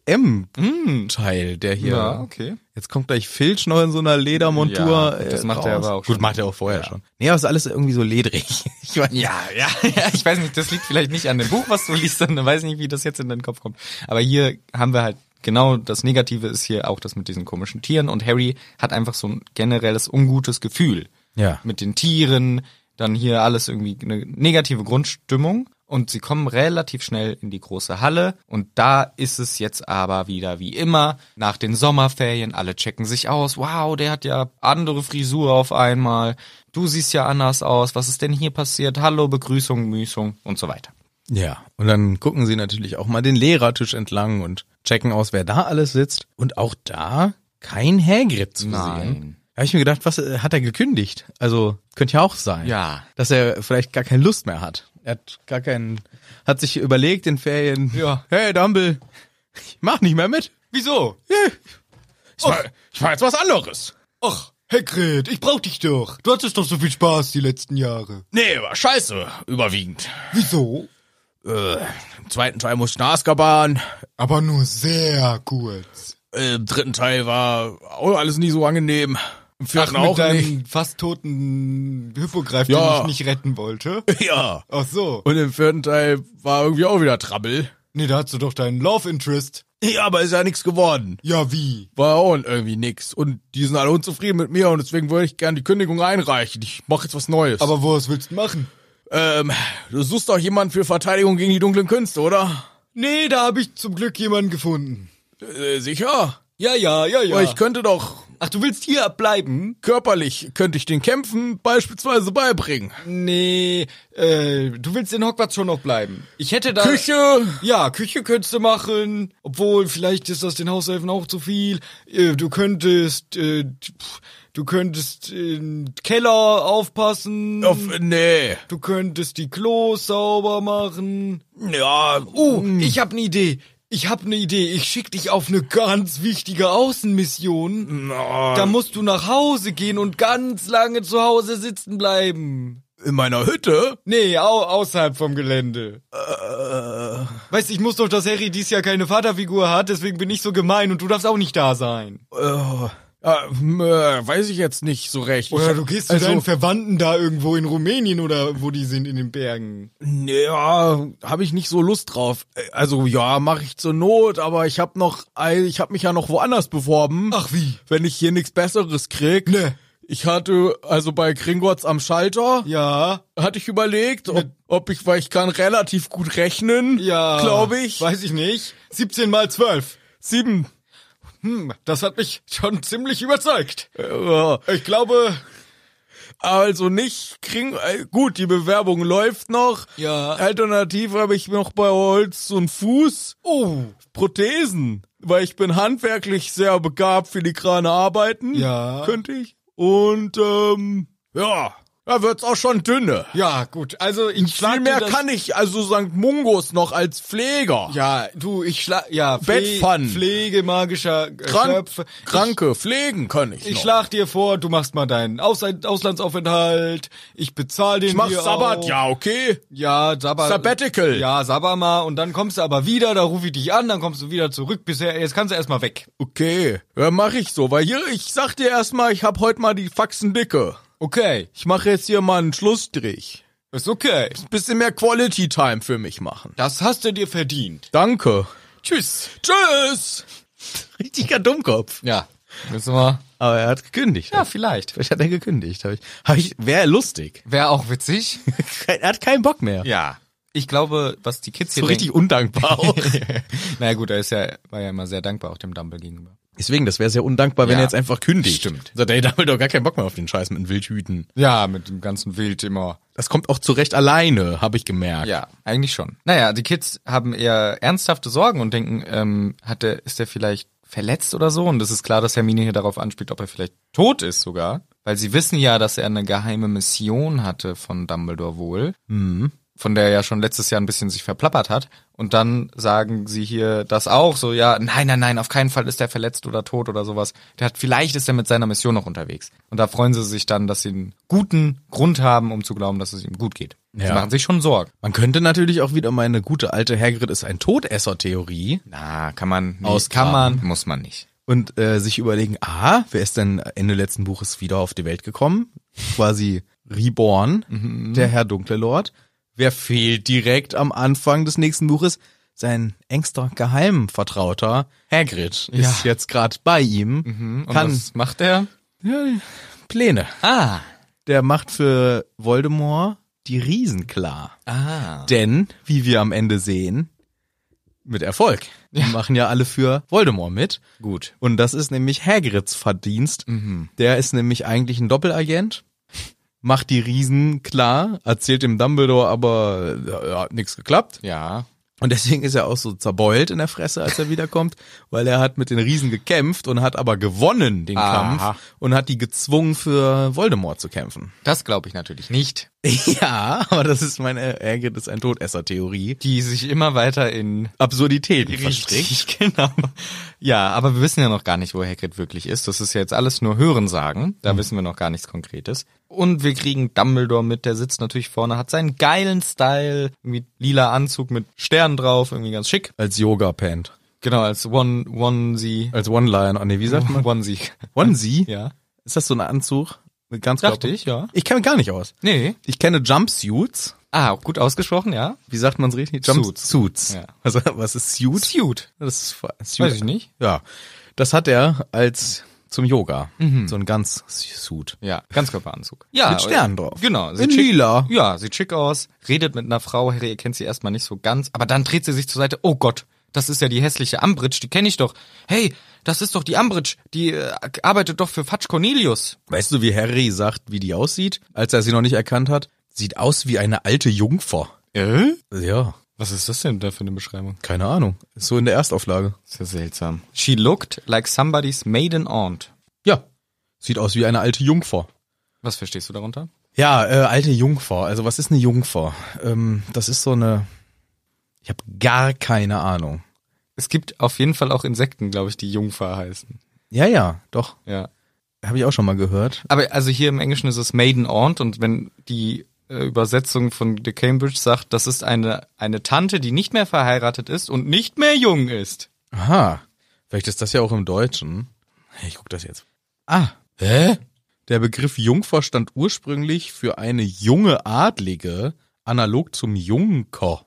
[SPEAKER 4] BDSM-Teil, hm, der hier.
[SPEAKER 1] Ja, okay.
[SPEAKER 4] Jetzt kommt gleich Filch noch in so einer Ledermontur.
[SPEAKER 1] Ja, gut, das
[SPEAKER 4] äh,
[SPEAKER 1] macht er
[SPEAKER 4] raus.
[SPEAKER 1] aber auch
[SPEAKER 4] Gut,
[SPEAKER 1] schon.
[SPEAKER 4] macht er auch vorher
[SPEAKER 1] Ja.
[SPEAKER 4] schon. Nee, aber es ist alles irgendwie so ledrig. (laughs) Ich weiß,
[SPEAKER 1] Ja, ja, (laughs) ja, ich weiß nicht, das liegt vielleicht nicht an dem Buch, was du liest, sondern weiß nicht, wie das jetzt in deinen Kopf kommt. Aber hier haben wir halt genau das Negative ist hier auch das mit diesen komischen Tieren und Harry hat einfach so ein generelles ungutes Gefühl.
[SPEAKER 4] Ja.
[SPEAKER 1] Mit den Tieren, dann hier alles irgendwie eine negative Grundstimmung und sie kommen relativ schnell in die große Halle und da ist es jetzt aber wieder wie immer nach den Sommerferien, alle checken sich aus. Wow, der hat ja andere Frisur auf einmal. Du siehst ja anders aus. Was ist denn hier passiert? Hallo, Begrüßung, Müßung und so weiter.
[SPEAKER 4] Ja, und dann gucken sie natürlich auch mal den Lehrertisch entlang und checken aus, wer da alles sitzt. Und auch da kein Hagrid zu
[SPEAKER 1] Nein.
[SPEAKER 4] sehen. Da habe ich mir gedacht, was äh, hat er gekündigt? Also, könnte ja auch sein.
[SPEAKER 1] Ja.
[SPEAKER 4] Dass er vielleicht gar keine Lust mehr hat. Er hat gar keinen, hat sich überlegt in Ferien.
[SPEAKER 1] Ja.
[SPEAKER 4] Hey, Dumble, ich mach nicht mehr mit.
[SPEAKER 1] Wieso?
[SPEAKER 4] Ich mach, ich mach jetzt was anderes.
[SPEAKER 5] Ach, Hagrid, ich brauch dich doch. Du hattest doch so viel Spaß die letzten Jahre.
[SPEAKER 4] Nee, war scheiße. Überwiegend.
[SPEAKER 5] Wieso?
[SPEAKER 4] Äh, Im zweiten Teil musste ich nach Azkaban.
[SPEAKER 5] Aber nur sehr kurz.
[SPEAKER 4] Äh, Im dritten Teil war auch alles nie so angenehm. Im
[SPEAKER 5] Ach,
[SPEAKER 4] vierten
[SPEAKER 5] mit
[SPEAKER 4] auch nicht.
[SPEAKER 5] deinem fast toten Hippogreif,
[SPEAKER 4] Ja.
[SPEAKER 5] den ich nicht retten wollte.
[SPEAKER 4] (laughs) Ja.
[SPEAKER 5] Ach so.
[SPEAKER 4] Und im vierten Teil war irgendwie auch wieder Trouble.
[SPEAKER 5] Nee, da hast du doch deinen Love Interest.
[SPEAKER 4] Ja, aber ist ja nichts geworden.
[SPEAKER 5] Ja, wie?
[SPEAKER 4] War auch irgendwie nix. Und die sind alle unzufrieden mit mir und deswegen würde ich gerne die Kündigung einreichen. Ich mache jetzt was Neues.
[SPEAKER 5] Aber was willst du machen?
[SPEAKER 4] ähm, du suchst doch jemanden für Verteidigung gegen die dunklen Künste, oder?
[SPEAKER 5] Nee, da habe ich zum Glück jemanden gefunden.
[SPEAKER 4] Äh, sicher.
[SPEAKER 5] Ja, ja, ja, ja.
[SPEAKER 4] Aber Oh, ich könnte doch
[SPEAKER 5] Ach, du willst hier bleiben?
[SPEAKER 4] körperlich, könnte ich den Kämpfen beispielsweise beibringen.
[SPEAKER 5] Nee, äh, du willst in Hogwarts schon noch bleiben. Ich hätte da...
[SPEAKER 4] Küche.
[SPEAKER 5] Ja, Küche könntest du machen, obwohl vielleicht ist das den Hauselfen auch zu viel. Äh, Du könntest, äh, pf, du könntest im Keller aufpassen.
[SPEAKER 4] Auf, nee.
[SPEAKER 5] Du könntest die Klos sauber machen.
[SPEAKER 4] Ja. uh,
[SPEAKER 5] Oh,
[SPEAKER 4] Hm.
[SPEAKER 5] ich hab ne Idee. Ich hab ne Idee. Ich schick dich auf eine ganz wichtige Außenmission. Da
[SPEAKER 4] Na,
[SPEAKER 5] musst du nach Hause gehen und ganz lange zu Hause sitzen bleiben.
[SPEAKER 4] in meiner Hütte?
[SPEAKER 5] Nee, au außerhalb vom Gelände.
[SPEAKER 4] Äh,
[SPEAKER 5] Weißt, ich muss doch, dass Harry dies Jahr keine Vaterfigur hat, deswegen bin ich so gemein und du darfst auch nicht da sein.
[SPEAKER 4] Oh, äh, m, äh, weiß ich jetzt nicht so recht. Ich hab- also,
[SPEAKER 5] Verwandten da irgendwo in Rumänien oder wo die sind in den Bergen.
[SPEAKER 4] nee, Ja, habe ich nicht so Lust drauf. Äh, Also ja, mache ich zur Not, aber ich habe noch, äh, ich habe mich ja noch woanders beworben.
[SPEAKER 5] Ach wie?
[SPEAKER 4] Wenn ich hier nichts Besseres krieg.
[SPEAKER 5] Ne.
[SPEAKER 4] Ich hatte also bei Kringotts am Schalter
[SPEAKER 5] Ja,
[SPEAKER 4] hatte ich überlegt, ob, ob ich, weil ich kann relativ gut rechnen,
[SPEAKER 5] ja.
[SPEAKER 4] glaube ich.
[SPEAKER 5] Weiß ich nicht. 17 mal 12.
[SPEAKER 4] Sieben.
[SPEAKER 5] Hm, das hat mich schon ziemlich überzeugt.
[SPEAKER 4] Äh,
[SPEAKER 5] Ich glaube,
[SPEAKER 4] Also nicht Kring. äh, Gut, die Bewerbung läuft noch.
[SPEAKER 5] Ja.
[SPEAKER 4] Alternativ habe ich noch bei Holz und Fuß.
[SPEAKER 5] oh.
[SPEAKER 4] Prothesen, weil ich bin handwerklich sehr begabt, filigrane Arbeiten.
[SPEAKER 5] Ja.
[SPEAKER 4] Könnte ich. Und, ähm, ja, Da wird's auch schon dünne.
[SPEAKER 5] Ja, gut. Also ich
[SPEAKER 4] Viel
[SPEAKER 5] schlag
[SPEAKER 4] mehr
[SPEAKER 5] dir das,
[SPEAKER 4] kann ich, also St. Mungos noch als Pfleger.
[SPEAKER 5] Ja, du, ich schlag ja
[SPEAKER 4] Bettpfannen.
[SPEAKER 5] Pflege magischer äh,
[SPEAKER 4] Krank,
[SPEAKER 5] Köpfe.
[SPEAKER 4] Kranke pflegen kann ich,
[SPEAKER 5] Ich, ich
[SPEAKER 4] noch.
[SPEAKER 5] schlag dir vor, du machst mal deinen Ausland Auslandsaufenthalt. Ich bezahle den
[SPEAKER 4] ich mach
[SPEAKER 5] dir
[SPEAKER 4] Sabbat,
[SPEAKER 5] auch.
[SPEAKER 4] ja, okay.
[SPEAKER 5] Ja, Sabbat.
[SPEAKER 4] Sabbatical.
[SPEAKER 5] Ja, Sabbat mal. Und dann kommst du aber wieder, da rufe ich dich an, dann kommst du wieder zurück. Bisher, jetzt kannst du erstmal weg.
[SPEAKER 4] Okay, ja, mach ich so, weil hier, ich sag dir erstmal, ich hab heute mal die Faxen dicke.
[SPEAKER 5] Okay,
[SPEAKER 4] Ich mache jetzt hier mal einen Schlussstrich.
[SPEAKER 5] ist okay.
[SPEAKER 4] Bisschen mehr Quality Time für mich machen.
[SPEAKER 5] Das hast du dir verdient.
[SPEAKER 4] Danke.
[SPEAKER 5] Tschüss.
[SPEAKER 4] Tschüss! Richtiger Dummkopf.
[SPEAKER 5] Ja, müssen wir.
[SPEAKER 4] Aber er hat gekündigt.
[SPEAKER 5] Ja, vielleicht.
[SPEAKER 4] Vielleicht hat er gekündigt. Hab ich, hab ich, Wäre lustig.
[SPEAKER 1] Wäre auch witzig.
[SPEAKER 4] er hat keinen Bock mehr.
[SPEAKER 1] Ja. Ich glaube, was die Kids hier
[SPEAKER 4] So richtig undankbar
[SPEAKER 2] (laughs)
[SPEAKER 4] auch.
[SPEAKER 1] denken. Naja gut, er ist ja, war ja immer sehr dankbar auch dem Dumble gegenüber.
[SPEAKER 4] Deswegen, das wäre sehr undankbar, wenn
[SPEAKER 1] Ja.
[SPEAKER 4] er jetzt einfach kündigt.
[SPEAKER 1] Stimmt.
[SPEAKER 4] So, der hat doch gar keinen Bock mehr auf den Scheiß mit den Wildhüten.
[SPEAKER 1] Ja, mit dem ganzen Wild immer.
[SPEAKER 4] Das kommt auch zurecht alleine, habe ich gemerkt.
[SPEAKER 1] Ja, eigentlich schon. Naja, die Kids haben eher ernsthafte Sorgen und denken, ähm, hat der, ist der vielleicht verletzt oder so? Und es ist klar, dass Hermine hier darauf anspielt, ob er vielleicht tot ist sogar. Weil sie wissen ja, dass er eine geheime Mission hatte von Dumbledore wohl. Von der er ja schon letztes Jahr ein bisschen sich verplappert hat. Und dann sagen sie hier das auch so, ja, nein, nein, nein, auf keinen Fall ist er verletzt oder tot oder sowas. Der hat, vielleicht ist er mit seiner Mission noch unterwegs. Und da freuen sie sich dann, dass sie einen guten Grund haben, um zu glauben, dass es ihm gut geht. Sie
[SPEAKER 4] Ja.
[SPEAKER 1] machen sich schon Sorgen.
[SPEAKER 4] (laughs) Man könnte natürlich auch wieder meine gute alte Hagrid ist ein Todesser-Theorie
[SPEAKER 1] Na, kann man nicht. Kann
[SPEAKER 4] Ausgraben.
[SPEAKER 1] man, muss man nicht.
[SPEAKER 4] und äh, sich überlegen, ah, wer ist denn Ende letzten Buches wieder auf die Welt gekommen? Quasi reborn, der Herr Dunkle Lord. Wer fehlt direkt am Anfang des nächsten Buches? Sein engster Geheimvertrauter Hagrid ist jetzt gerade bei ihm.
[SPEAKER 1] Und
[SPEAKER 4] Kann
[SPEAKER 1] was macht er?
[SPEAKER 4] Pläne.
[SPEAKER 1] Ah.
[SPEAKER 4] Der macht für Voldemort die Riesen klar.
[SPEAKER 1] Ah.
[SPEAKER 4] Denn, wie wir am Ende sehen, mit Erfolg. Die machen ja alle für Voldemort mit.
[SPEAKER 1] Gut.
[SPEAKER 4] Und das ist nämlich Hagrids Verdienst. Der ist nämlich eigentlich ein Doppelagent, macht die Riesen klar, erzählt dem Dumbledore aber, ja, hat nichts geklappt.
[SPEAKER 1] Ja.
[SPEAKER 4] Und deswegen ist er auch so zerbeult in der Fresse, als er (laughs) wiederkommt, weil er hat mit den Riesen gekämpft und hat aber gewonnen den
[SPEAKER 1] Aha.
[SPEAKER 4] Kampf und hat die gezwungen, für Voldemort zu kämpfen.
[SPEAKER 1] Das glaube ich natürlich nicht.
[SPEAKER 4] (laughs) Ja, aber das ist meine, Hagrid ist ein Todesser-Theorie.
[SPEAKER 1] Die sich immer weiter in
[SPEAKER 4] Absurditäten
[SPEAKER 1] (laughs)
[SPEAKER 4] verstrickt.
[SPEAKER 1] genau. Ja, aber wir wissen ja noch gar nicht, wo Hagrid wirklich ist. Das ist ja jetzt alles nur Hörensagen.
[SPEAKER 4] Mhm.
[SPEAKER 1] Da wissen wir noch gar nichts Konkretes. Und wir kriegen Dumbledore mit, der sitzt natürlich vorne, hat seinen geilen Style, irgendwie lila Anzug mit Sternen drauf, irgendwie ganz schick.
[SPEAKER 4] Als Yoga-Pant.
[SPEAKER 1] Genau, als One, One Sie.
[SPEAKER 4] Als One-Liner. Oh, nee, wie sagt man?
[SPEAKER 1] One Sie.
[SPEAKER 4] Onesie?
[SPEAKER 1] (laughs) Ja.
[SPEAKER 4] Ist das so ein Anzug? Mit ganz
[SPEAKER 1] Dachte ich, ja.
[SPEAKER 4] Ich kenne mich gar nicht aus.
[SPEAKER 1] Nee.
[SPEAKER 4] Ich kenne Jumpsuits.
[SPEAKER 1] Ah, gut ausgesprochen, ja.
[SPEAKER 4] Wie sagt man's richtig?
[SPEAKER 1] Suits.
[SPEAKER 4] Suits.
[SPEAKER 1] Ja.
[SPEAKER 4] Also, was ist Suit?
[SPEAKER 1] Cute.
[SPEAKER 4] Das ist Fa- Suit.
[SPEAKER 1] Weiß ich nicht.
[SPEAKER 4] Ja. Das hat er als zum Yoga. So ein ganz Suit.
[SPEAKER 1] Mhm. Ja, Ganzkörperanzug. Ja,
[SPEAKER 4] Mit Sternen drauf.
[SPEAKER 1] Genau.
[SPEAKER 4] In lila.
[SPEAKER 1] Ja, sieht schick aus, redet mit einer Frau, Harry erkennt sie erstmal nicht so ganz, aber dann dreht sie sich zur Seite, oh Gott, das ist ja die hässliche Ambridge, die kenne ich doch. Hey, das ist doch die Ambridge, die äh, arbeitet doch für Fatsch Cornelius.
[SPEAKER 4] Weißt du, wie Harry sagt, wie die aussieht, als er sie noch nicht erkannt hat? Sieht aus wie eine alte Jungfer.
[SPEAKER 1] Äh?
[SPEAKER 4] Ja,
[SPEAKER 1] Was ist das denn da für eine Beschreibung?
[SPEAKER 4] keine Ahnung. Ist so in der Erstauflage.
[SPEAKER 1] Ist ja seltsam. She looked like somebody's maiden aunt.
[SPEAKER 4] Ja. Sieht aus wie eine alte Jungfer.
[SPEAKER 1] Was verstehst du darunter?
[SPEAKER 4] Ja, äh, alte Jungfer. Also was ist eine Jungfer? Ähm, das ist so eine. Ich habe gar keine Ahnung.
[SPEAKER 1] Es gibt auf jeden Fall auch Insekten, glaube ich, die Jungfer heißen.
[SPEAKER 4] Ja, ja, doch.
[SPEAKER 1] Ja.
[SPEAKER 4] Habe ich auch schon mal gehört.
[SPEAKER 1] Aber also hier im Englischen ist es Maiden Aunt und wenn die äh, Übersetzung von The Cambridge sagt, das ist eine, eine Tante, die nicht mehr verheiratet ist und nicht mehr jung ist.
[SPEAKER 4] Aha. Vielleicht ist das ja auch im Deutschen. Hey, Ich guck das jetzt. Ah. Hä? Der Begriff Jungfer stand ursprünglich für eine junge Adlige, analog zum Junker.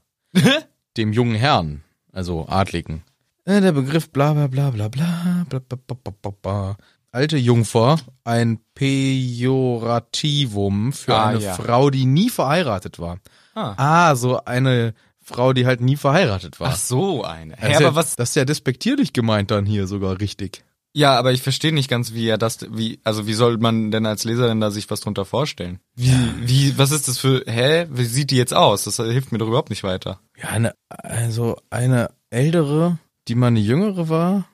[SPEAKER 4] dem jungen Herrn, also Adligen. Äh, Der Begriff bla bla bla bla bla bla bla bla bla bla bla. Alte Jungfer, ein Pejorativum für
[SPEAKER 1] Ah,
[SPEAKER 4] eine
[SPEAKER 1] ja.
[SPEAKER 4] Frau, die nie verheiratet war.
[SPEAKER 1] Ah.
[SPEAKER 4] ah, so eine Frau, die halt nie verheiratet war.
[SPEAKER 1] Ach so, eine.
[SPEAKER 4] Das
[SPEAKER 1] Hä,
[SPEAKER 2] Also
[SPEAKER 4] ist ja,
[SPEAKER 1] aber was?
[SPEAKER 4] Das ist ja despektierlich gemeint dann hier sogar richtig.
[SPEAKER 1] Ja, aber ich verstehe nicht ganz, wie er das, wie, also wie soll man denn als Leser denn da sich was drunter vorstellen? Wie, wie, was ist das für, hä? Wie sieht die jetzt aus? Das hilft mir doch überhaupt nicht weiter.
[SPEAKER 4] (laughs) Ja, eine, also eine ältere, die mal eine jüngere war.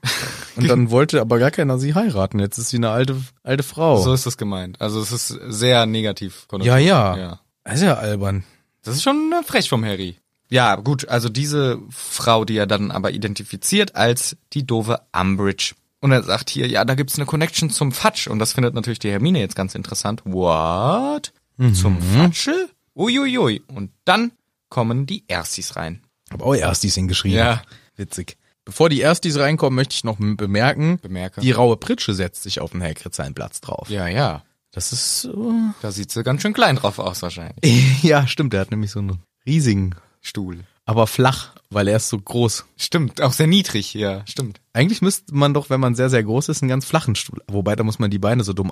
[SPEAKER 2] Und dann wollte aber gar keiner sie heiraten. Jetzt ist sie eine alte, alte Frau.
[SPEAKER 1] So ist das gemeint. Also es ist sehr negativ
[SPEAKER 2] ja,
[SPEAKER 1] konnotiert.
[SPEAKER 2] ja, Das ist ja albern.
[SPEAKER 1] Das ist schon äh, frech vom Harry. Ja, gut, also diese Frau, die er dann aber identifiziert als die doofe Umbridge. Und er sagt hier, ja, da gibt's eine Connection zum Fatsch. Und das findet natürlich die Hermine jetzt ganz interessant. What? Zum Fatsche? Uiuiui. Und dann kommen die Erstis rein.
[SPEAKER 2] Hab auch Erstis hingeschrieben.
[SPEAKER 1] Ja.
[SPEAKER 2] Witzig. Bevor die Erstis reinkommen, möchte ich noch m- bemerken,
[SPEAKER 1] Bemerke.
[SPEAKER 2] die raue Pritsche setzt sich auf den Hagrid seinen Platz drauf.
[SPEAKER 1] Ja, ja.
[SPEAKER 2] Das ist, äh,
[SPEAKER 1] Da sieht sie ganz schön klein drauf aus wahrscheinlich.
[SPEAKER 2] (laughs) ja, stimmt, der hat nämlich so einen riesigen,
[SPEAKER 1] Stuhl.
[SPEAKER 2] aber flach, weil er ist so groß.
[SPEAKER 1] Stimmt, auch sehr niedrig, ja, stimmt.
[SPEAKER 2] Eigentlich müsste man doch, wenn man sehr, sehr groß ist, einen ganz flachen Stuhl. Wobei, da muss man die Beine so dumm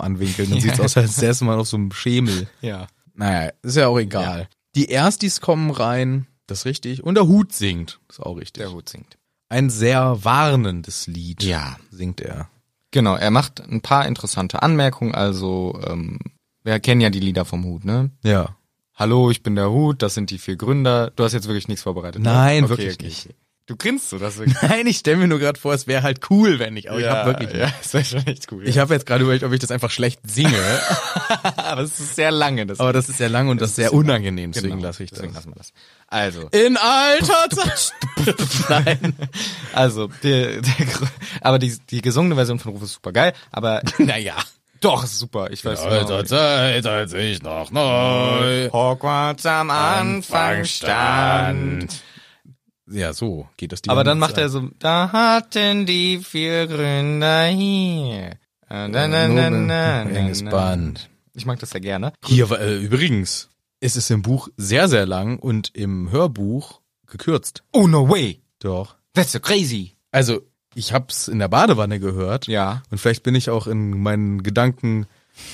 [SPEAKER 1] (laughs)
[SPEAKER 2] anwinkeln. Dann sieht's aus, als säße man auf so einem Schemel.
[SPEAKER 1] Ja.
[SPEAKER 2] Naja, ist ja auch egal. Die Erstis kommen rein, das ist richtig. Und der Hut singt, ist auch richtig.
[SPEAKER 1] Der Hut singt.
[SPEAKER 2] Ein sehr warnendes Lied
[SPEAKER 1] Ja.
[SPEAKER 2] singt er.
[SPEAKER 1] Genau, er macht ein paar interessante Anmerkungen. Also, ähm, wir kennen ja die Lieder vom Hut, ne?
[SPEAKER 2] Ja. (laughs)
[SPEAKER 1] Hallo, ich bin der Hut, das sind die vier Gründer. Du hast jetzt wirklich nichts vorbereitet. ne?
[SPEAKER 2] Nein, wirklich nicht.
[SPEAKER 1] Du grinst so, das ist wirklich.
[SPEAKER 2] Nein, ich stelle mir nur gerade vor, es wäre halt cool, wenn (laughs) ich, aber ich habe wirklich.
[SPEAKER 1] Ja, das wäre schon echt cool.
[SPEAKER 2] Ich habe jetzt gerade überlegt, ob ich das einfach schlecht singe,
[SPEAKER 1] aber es ist sehr lange. Das Genau,
[SPEAKER 2] aber das ist sehr lang und das ist sehr unangenehm, deswegen lasse ich das.
[SPEAKER 1] Deswegen lassen wir das. Also,
[SPEAKER 2] In alter Zeit. (laughs) Nein.
[SPEAKER 1] (laughs) also, der, der, Gr- aber die, die gesungene Version von Ruf ist super geil, aber
[SPEAKER 2] (laughs) Naja.
[SPEAKER 1] doch, ist super. Ich weiß genau.
[SPEAKER 2] Alter Zeit, als ich noch neu
[SPEAKER 1] Hogwarts am Anfang stand.
[SPEAKER 2] Ja, so geht das. Die
[SPEAKER 1] Aber dann macht er so, da hatten die vier Gründer hier. Na, na, na, na, na,
[SPEAKER 2] enges
[SPEAKER 1] na.
[SPEAKER 2] Band.
[SPEAKER 1] Ich mag das sehr gerne.
[SPEAKER 2] Hier war, äh, übrigens, ist es im Buch sehr, sehr lang und im Hörbuch gekürzt.
[SPEAKER 1] Oh no way,
[SPEAKER 2] Doch.
[SPEAKER 1] that's so crazy.
[SPEAKER 2] Also, ich hab's in der Badewanne gehört.
[SPEAKER 1] Ja.
[SPEAKER 2] Und vielleicht bin ich auch in meinen Gedanken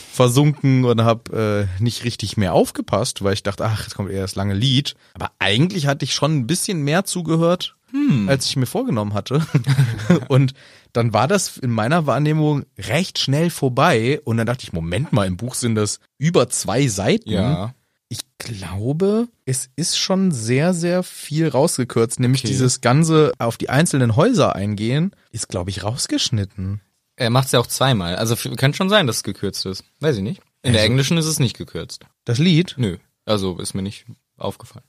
[SPEAKER 2] versunken und habe äh, nicht richtig mehr aufgepasst, weil ich dachte, ach, jetzt kommt eher das lange Lied. Aber eigentlich hatte ich schon ein bisschen mehr zugehört,
[SPEAKER 1] Hm.
[SPEAKER 2] als ich mir vorgenommen hatte. (laughs) und dann war das in meiner Wahrnehmung recht schnell vorbei. Und dann dachte ich, Moment mal, im Buch sind das über zwei Seiten.
[SPEAKER 1] Ja.
[SPEAKER 2] Ich glaube, es ist schon sehr, sehr viel rausgekürzt. Nämlich
[SPEAKER 1] Okay.
[SPEAKER 2] dieses ganze auf die einzelnen Häuser eingehen, ist, glaube ich, rausgeschnitten.
[SPEAKER 1] Er macht's ja auch zweimal. Also f- kann schon sein, dass es gekürzt ist. Weiß ich nicht. In
[SPEAKER 2] Also
[SPEAKER 1] der englischen ist es nicht gekürzt.
[SPEAKER 2] Das Lied?
[SPEAKER 1] Nö. Also ist mir nicht aufgefallen.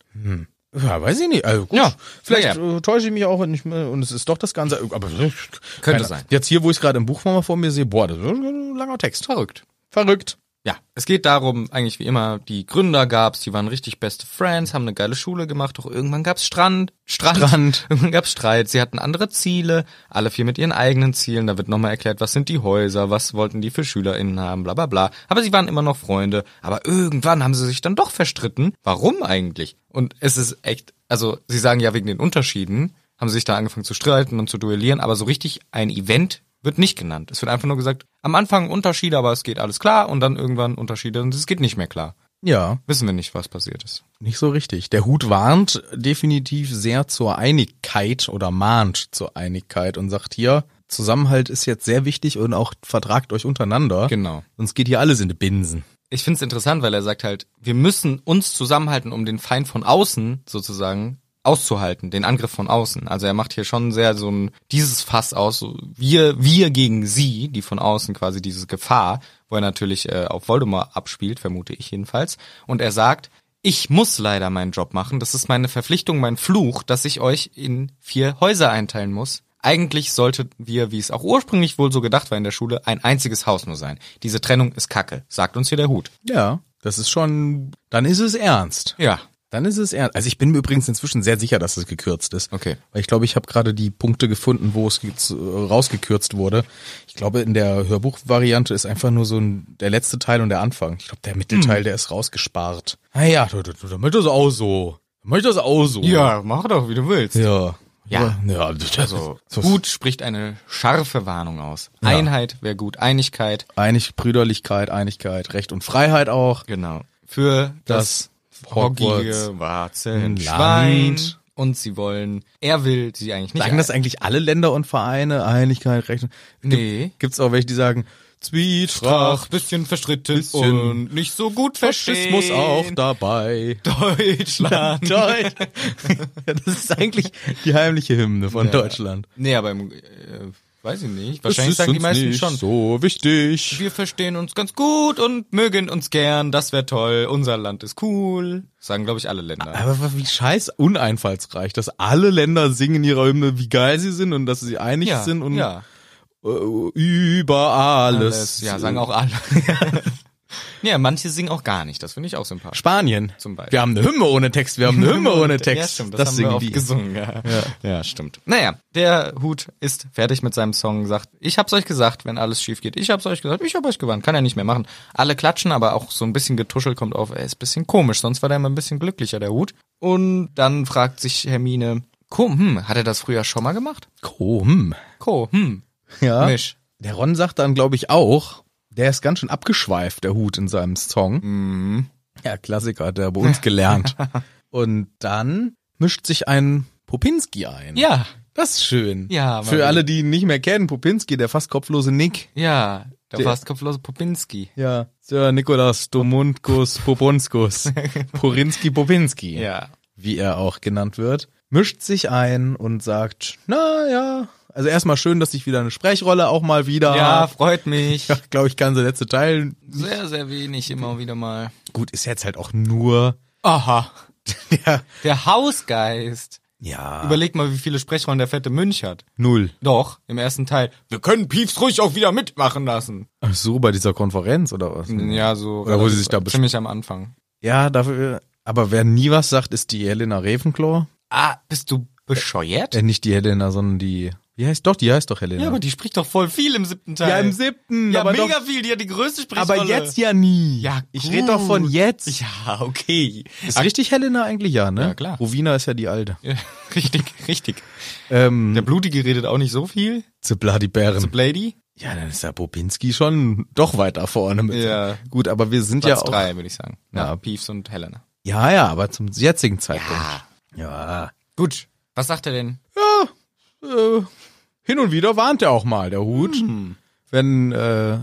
[SPEAKER 2] Ja, weiß ich nicht. Also gut.
[SPEAKER 1] Ja,
[SPEAKER 2] vielleicht
[SPEAKER 1] ja,
[SPEAKER 2] Äh, täusche ich mich auch nicht mehr und es ist doch das Ganze. Aber könnte
[SPEAKER 1] Könnte sein.
[SPEAKER 2] Jetzt hier, wo ich es gerade im Buch vor mir- vor mir sehe, boah, das ist ein langer Text.
[SPEAKER 1] Verrückt.
[SPEAKER 2] Verrückt.
[SPEAKER 1] Ja, es geht darum, eigentlich wie immer, die Gründer gab's, die waren richtig beste Friends, haben eine geile Schule gemacht, doch irgendwann gab's Strand, Strand,
[SPEAKER 2] Strand.
[SPEAKER 1] (laughs) irgendwann gab's Streit, sie hatten andere Ziele, alle vier mit ihren eigenen Zielen, da wird nochmal erklärt, was sind die Häuser, was wollten die für SchülerInnen haben, bla bla bla, aber sie waren immer noch Freunde, aber irgendwann haben sie sich dann doch verstritten, warum eigentlich? Und es ist echt, also sie sagen ja wegen den Unterschieden, haben sie sich da angefangen zu streiten und zu duellieren, aber so richtig ein Event wird nicht genannt. Es wird einfach nur gesagt, am Anfang Unterschiede, aber es geht alles klar und dann irgendwann Unterschiede und es geht nicht mehr klar.
[SPEAKER 2] Ja,
[SPEAKER 1] Wissen wir nicht, was passiert ist.
[SPEAKER 2] nicht so richtig. Der Hut warnt definitiv sehr zur Einigkeit oder mahnt zur Einigkeit und sagt hier, Zusammenhalt ist jetzt sehr wichtig und auch vertragt euch untereinander.
[SPEAKER 1] Genau.
[SPEAKER 2] Sonst geht hier alles in die Binsen.
[SPEAKER 1] Ich finde es interessant, weil er sagt halt, wir müssen uns zusammenhalten, um den Feind von außen sozusagen auszuhalten, den Angriff von außen. Also er macht hier schon sehr so ein dieses Fass aus, so wir wir gegen sie, die von außen quasi diese Gefahr, wo er natürlich äh, auf Voldemort abspielt, vermute ich jedenfalls. Und er sagt, ich muss leider meinen Job machen. Das ist meine Verpflichtung, mein Fluch, dass ich euch in vier Häuser einteilen muss. Eigentlich sollten wir, wie es auch ursprünglich wohl so gedacht war in der Schule, ein einziges Haus nur sein. Diese Trennung ist Kacke, sagt uns hier der Hut.
[SPEAKER 2] Ja, das ist schon, dann ist es ernst.
[SPEAKER 1] Ja.
[SPEAKER 2] Dann ist es ernst. Also ich bin mir übrigens inzwischen sehr sicher, dass es gekürzt ist.
[SPEAKER 1] Okay.
[SPEAKER 2] Weil ich glaube, ich habe gerade die Punkte gefunden, wo es jetzt, äh, rausgekürzt wurde. Ich glaube, in der Hörbuchvariante ist einfach nur so ein, der letzte Teil und der Anfang. Ich glaube, der Mittelteil, der ist rausgespart. Naja, du, du, du, dann möchtest du auch so. Dann möchtest du auch so.
[SPEAKER 1] mach doch, wie du willst.
[SPEAKER 2] Ja.
[SPEAKER 1] Ja.
[SPEAKER 2] ja das,
[SPEAKER 1] Also, gut spricht eine scharfe Warnung aus. Einheit wäre gut, Einigkeit,
[SPEAKER 2] Einig, Brüderlichkeit, Einigkeit, Recht und Freiheit auch.
[SPEAKER 1] genau. Für das,
[SPEAKER 2] Das
[SPEAKER 1] das
[SPEAKER 2] Hogwarts-
[SPEAKER 1] hockige Warzenschwein.
[SPEAKER 2] Land.
[SPEAKER 1] Und sie wollen, er will sie eigentlich nicht.
[SPEAKER 2] Sagen das eigentlich alle Länder und Vereine? Einigkeit, Recht und...
[SPEAKER 1] Nee.
[SPEAKER 2] Gibt's auch welche, die sagen, Zwietracht,
[SPEAKER 1] bisschen verstritten
[SPEAKER 2] bisschen
[SPEAKER 1] nicht so gut
[SPEAKER 2] Faschismus auch dabei. (laughs)
[SPEAKER 1] Deutschland.
[SPEAKER 2] Deutsch. das ist eigentlich die heimliche Hymne von Deutschland.
[SPEAKER 1] Nee, aber im, äh, Weiß ich nicht.
[SPEAKER 2] Das
[SPEAKER 1] Wahrscheinlich
[SPEAKER 2] ist
[SPEAKER 1] sagen die
[SPEAKER 2] uns
[SPEAKER 1] meisten
[SPEAKER 2] nicht
[SPEAKER 1] schon.
[SPEAKER 2] so wichtig.
[SPEAKER 1] Wir verstehen uns ganz gut und mögen uns gern. Das wäre toll. Unser Land ist cool. Sagen, glaube ich, alle Länder.
[SPEAKER 2] Aber wie scheiß uneinfallsreich, dass alle Länder singen in ihrer Hymne, wie geil sie sind und dass sie einig sind und
[SPEAKER 1] ja,
[SPEAKER 2] äh, über alles.
[SPEAKER 1] alles. Ja, sagen auch
[SPEAKER 2] (laughs)
[SPEAKER 1] alle. ja, manche singen auch gar nicht. Das finde ich auch sympathisch.
[SPEAKER 2] Spanien.
[SPEAKER 1] Zum Beispiel.
[SPEAKER 2] Wir haben eine Hymne ohne Text, wir haben eine Hymne ohne Text.
[SPEAKER 1] (laughs) Ja, stimmt. Das, haben wir oft gesungen. Ja. Ja. stimmt. Naja, der Hut ist fertig mit seinem Song, sagt, ich hab's euch gesagt, wenn alles schief geht. Ich hab's euch gesagt, ich hab euch gewarnt. Kann er nicht mehr machen. Alle klatschen, aber auch so ein bisschen getuschelt kommt auf, er ist ein bisschen komisch, sonst war der immer ein bisschen glücklicher, der Hut. Und dann fragt sich Hermine, Ko, hm, hat er das früher schon mal gemacht?
[SPEAKER 2] Komm.
[SPEAKER 1] Ko, hm,
[SPEAKER 2] Ja.
[SPEAKER 1] Misch.
[SPEAKER 2] Der Ron sagt dann, glaube ich, auch, der ist ganz schön abgeschweift, der Hut in seinem Song. Ja, Klassiker hat er bei
[SPEAKER 1] (laughs)
[SPEAKER 2] uns gelernt. Und dann mischt sich ein Popinski ein.
[SPEAKER 1] Ja,
[SPEAKER 2] Das ist schön.
[SPEAKER 1] Ja, mal
[SPEAKER 2] Für
[SPEAKER 1] wieder.
[SPEAKER 2] alle, die ihn nicht mehr kennen, Popinski, der fast kopflose Nick.
[SPEAKER 1] ja, der
[SPEAKER 2] Der-
[SPEAKER 1] fast kopflose Popinski.
[SPEAKER 2] Ja. Sir Nikolaus Domundkus
[SPEAKER 1] (laughs)
[SPEAKER 2] Poponskus. Porinski Popinski.
[SPEAKER 1] Ja.
[SPEAKER 2] Wie er auch genannt wird. Mischt sich ein und sagt, na ja. Also erstmal schön, dass ich wieder eine Sprechrolle auch mal wieder
[SPEAKER 1] Ja,
[SPEAKER 2] hab.
[SPEAKER 1] freut mich.
[SPEAKER 2] Ah. Ja, glaube ich, kann der letzte Teil.
[SPEAKER 1] Sehr, sehr wenig immer wieder mal.
[SPEAKER 2] Gut, ist jetzt halt auch nur (laughs)
[SPEAKER 1] Aha.
[SPEAKER 2] der.
[SPEAKER 1] Der Hausgeist.
[SPEAKER 2] Ja.
[SPEAKER 1] Überleg mal, wie viele Sprechrollen der fette Münch hat.
[SPEAKER 2] null.
[SPEAKER 1] Doch, im ersten Teil. Wir können Piefs ruhig auch wieder mitmachen lassen.
[SPEAKER 2] Ach so, bei dieser Konferenz oder was?
[SPEAKER 1] Ja, so. äh,
[SPEAKER 2] Oder wo sie sich da besch-
[SPEAKER 1] Ziemlich am Anfang.
[SPEAKER 2] Ja, dafür. Aber wer nie was sagt, ist die Helena Ravenclaw.
[SPEAKER 1] Ah, bist du bescheuert?
[SPEAKER 2] Äh, nicht die Helena, sondern die. Wie heißt doch? Die heißt doch Helena.
[SPEAKER 1] ja, aber die spricht doch voll viel im siebten Teil.
[SPEAKER 2] Ja, im siebten.
[SPEAKER 1] Ja,
[SPEAKER 2] aber
[SPEAKER 1] mega
[SPEAKER 2] doch,
[SPEAKER 1] viel. Die hat die größte Sprechrolle.
[SPEAKER 2] Aber jetzt ja nie.
[SPEAKER 1] Ja,
[SPEAKER 2] ich rede doch von
[SPEAKER 1] gut.
[SPEAKER 2] jetzt.
[SPEAKER 1] Ja, okay.
[SPEAKER 2] ist richtig Helena eigentlich ja, ne?
[SPEAKER 1] Ja, klar.
[SPEAKER 2] Rowena ist ja die alte.
[SPEAKER 1] Ja, (laughs) richtig, richtig.
[SPEAKER 2] Ähm,
[SPEAKER 1] Der Blutige redet auch nicht so viel.
[SPEAKER 2] The Bloody Baron.
[SPEAKER 1] The Lady.
[SPEAKER 2] ja, dann ist der Bobinski schon doch weiter vorne mit.
[SPEAKER 1] Ja.
[SPEAKER 2] Gut, aber wir sind
[SPEAKER 1] Hm. Platz
[SPEAKER 2] ja auch.
[SPEAKER 1] drei, würde ich sagen.
[SPEAKER 2] Ja.
[SPEAKER 1] Nach Piefs und Helena.
[SPEAKER 2] Ja, ja, aber zum jetzigen Zeitpunkt. Ja.
[SPEAKER 1] Gut. Was sagt er denn?
[SPEAKER 2] Äh, hin und wieder warnt er auch mal, der Hut,
[SPEAKER 1] Mhm.
[SPEAKER 2] wenn äh,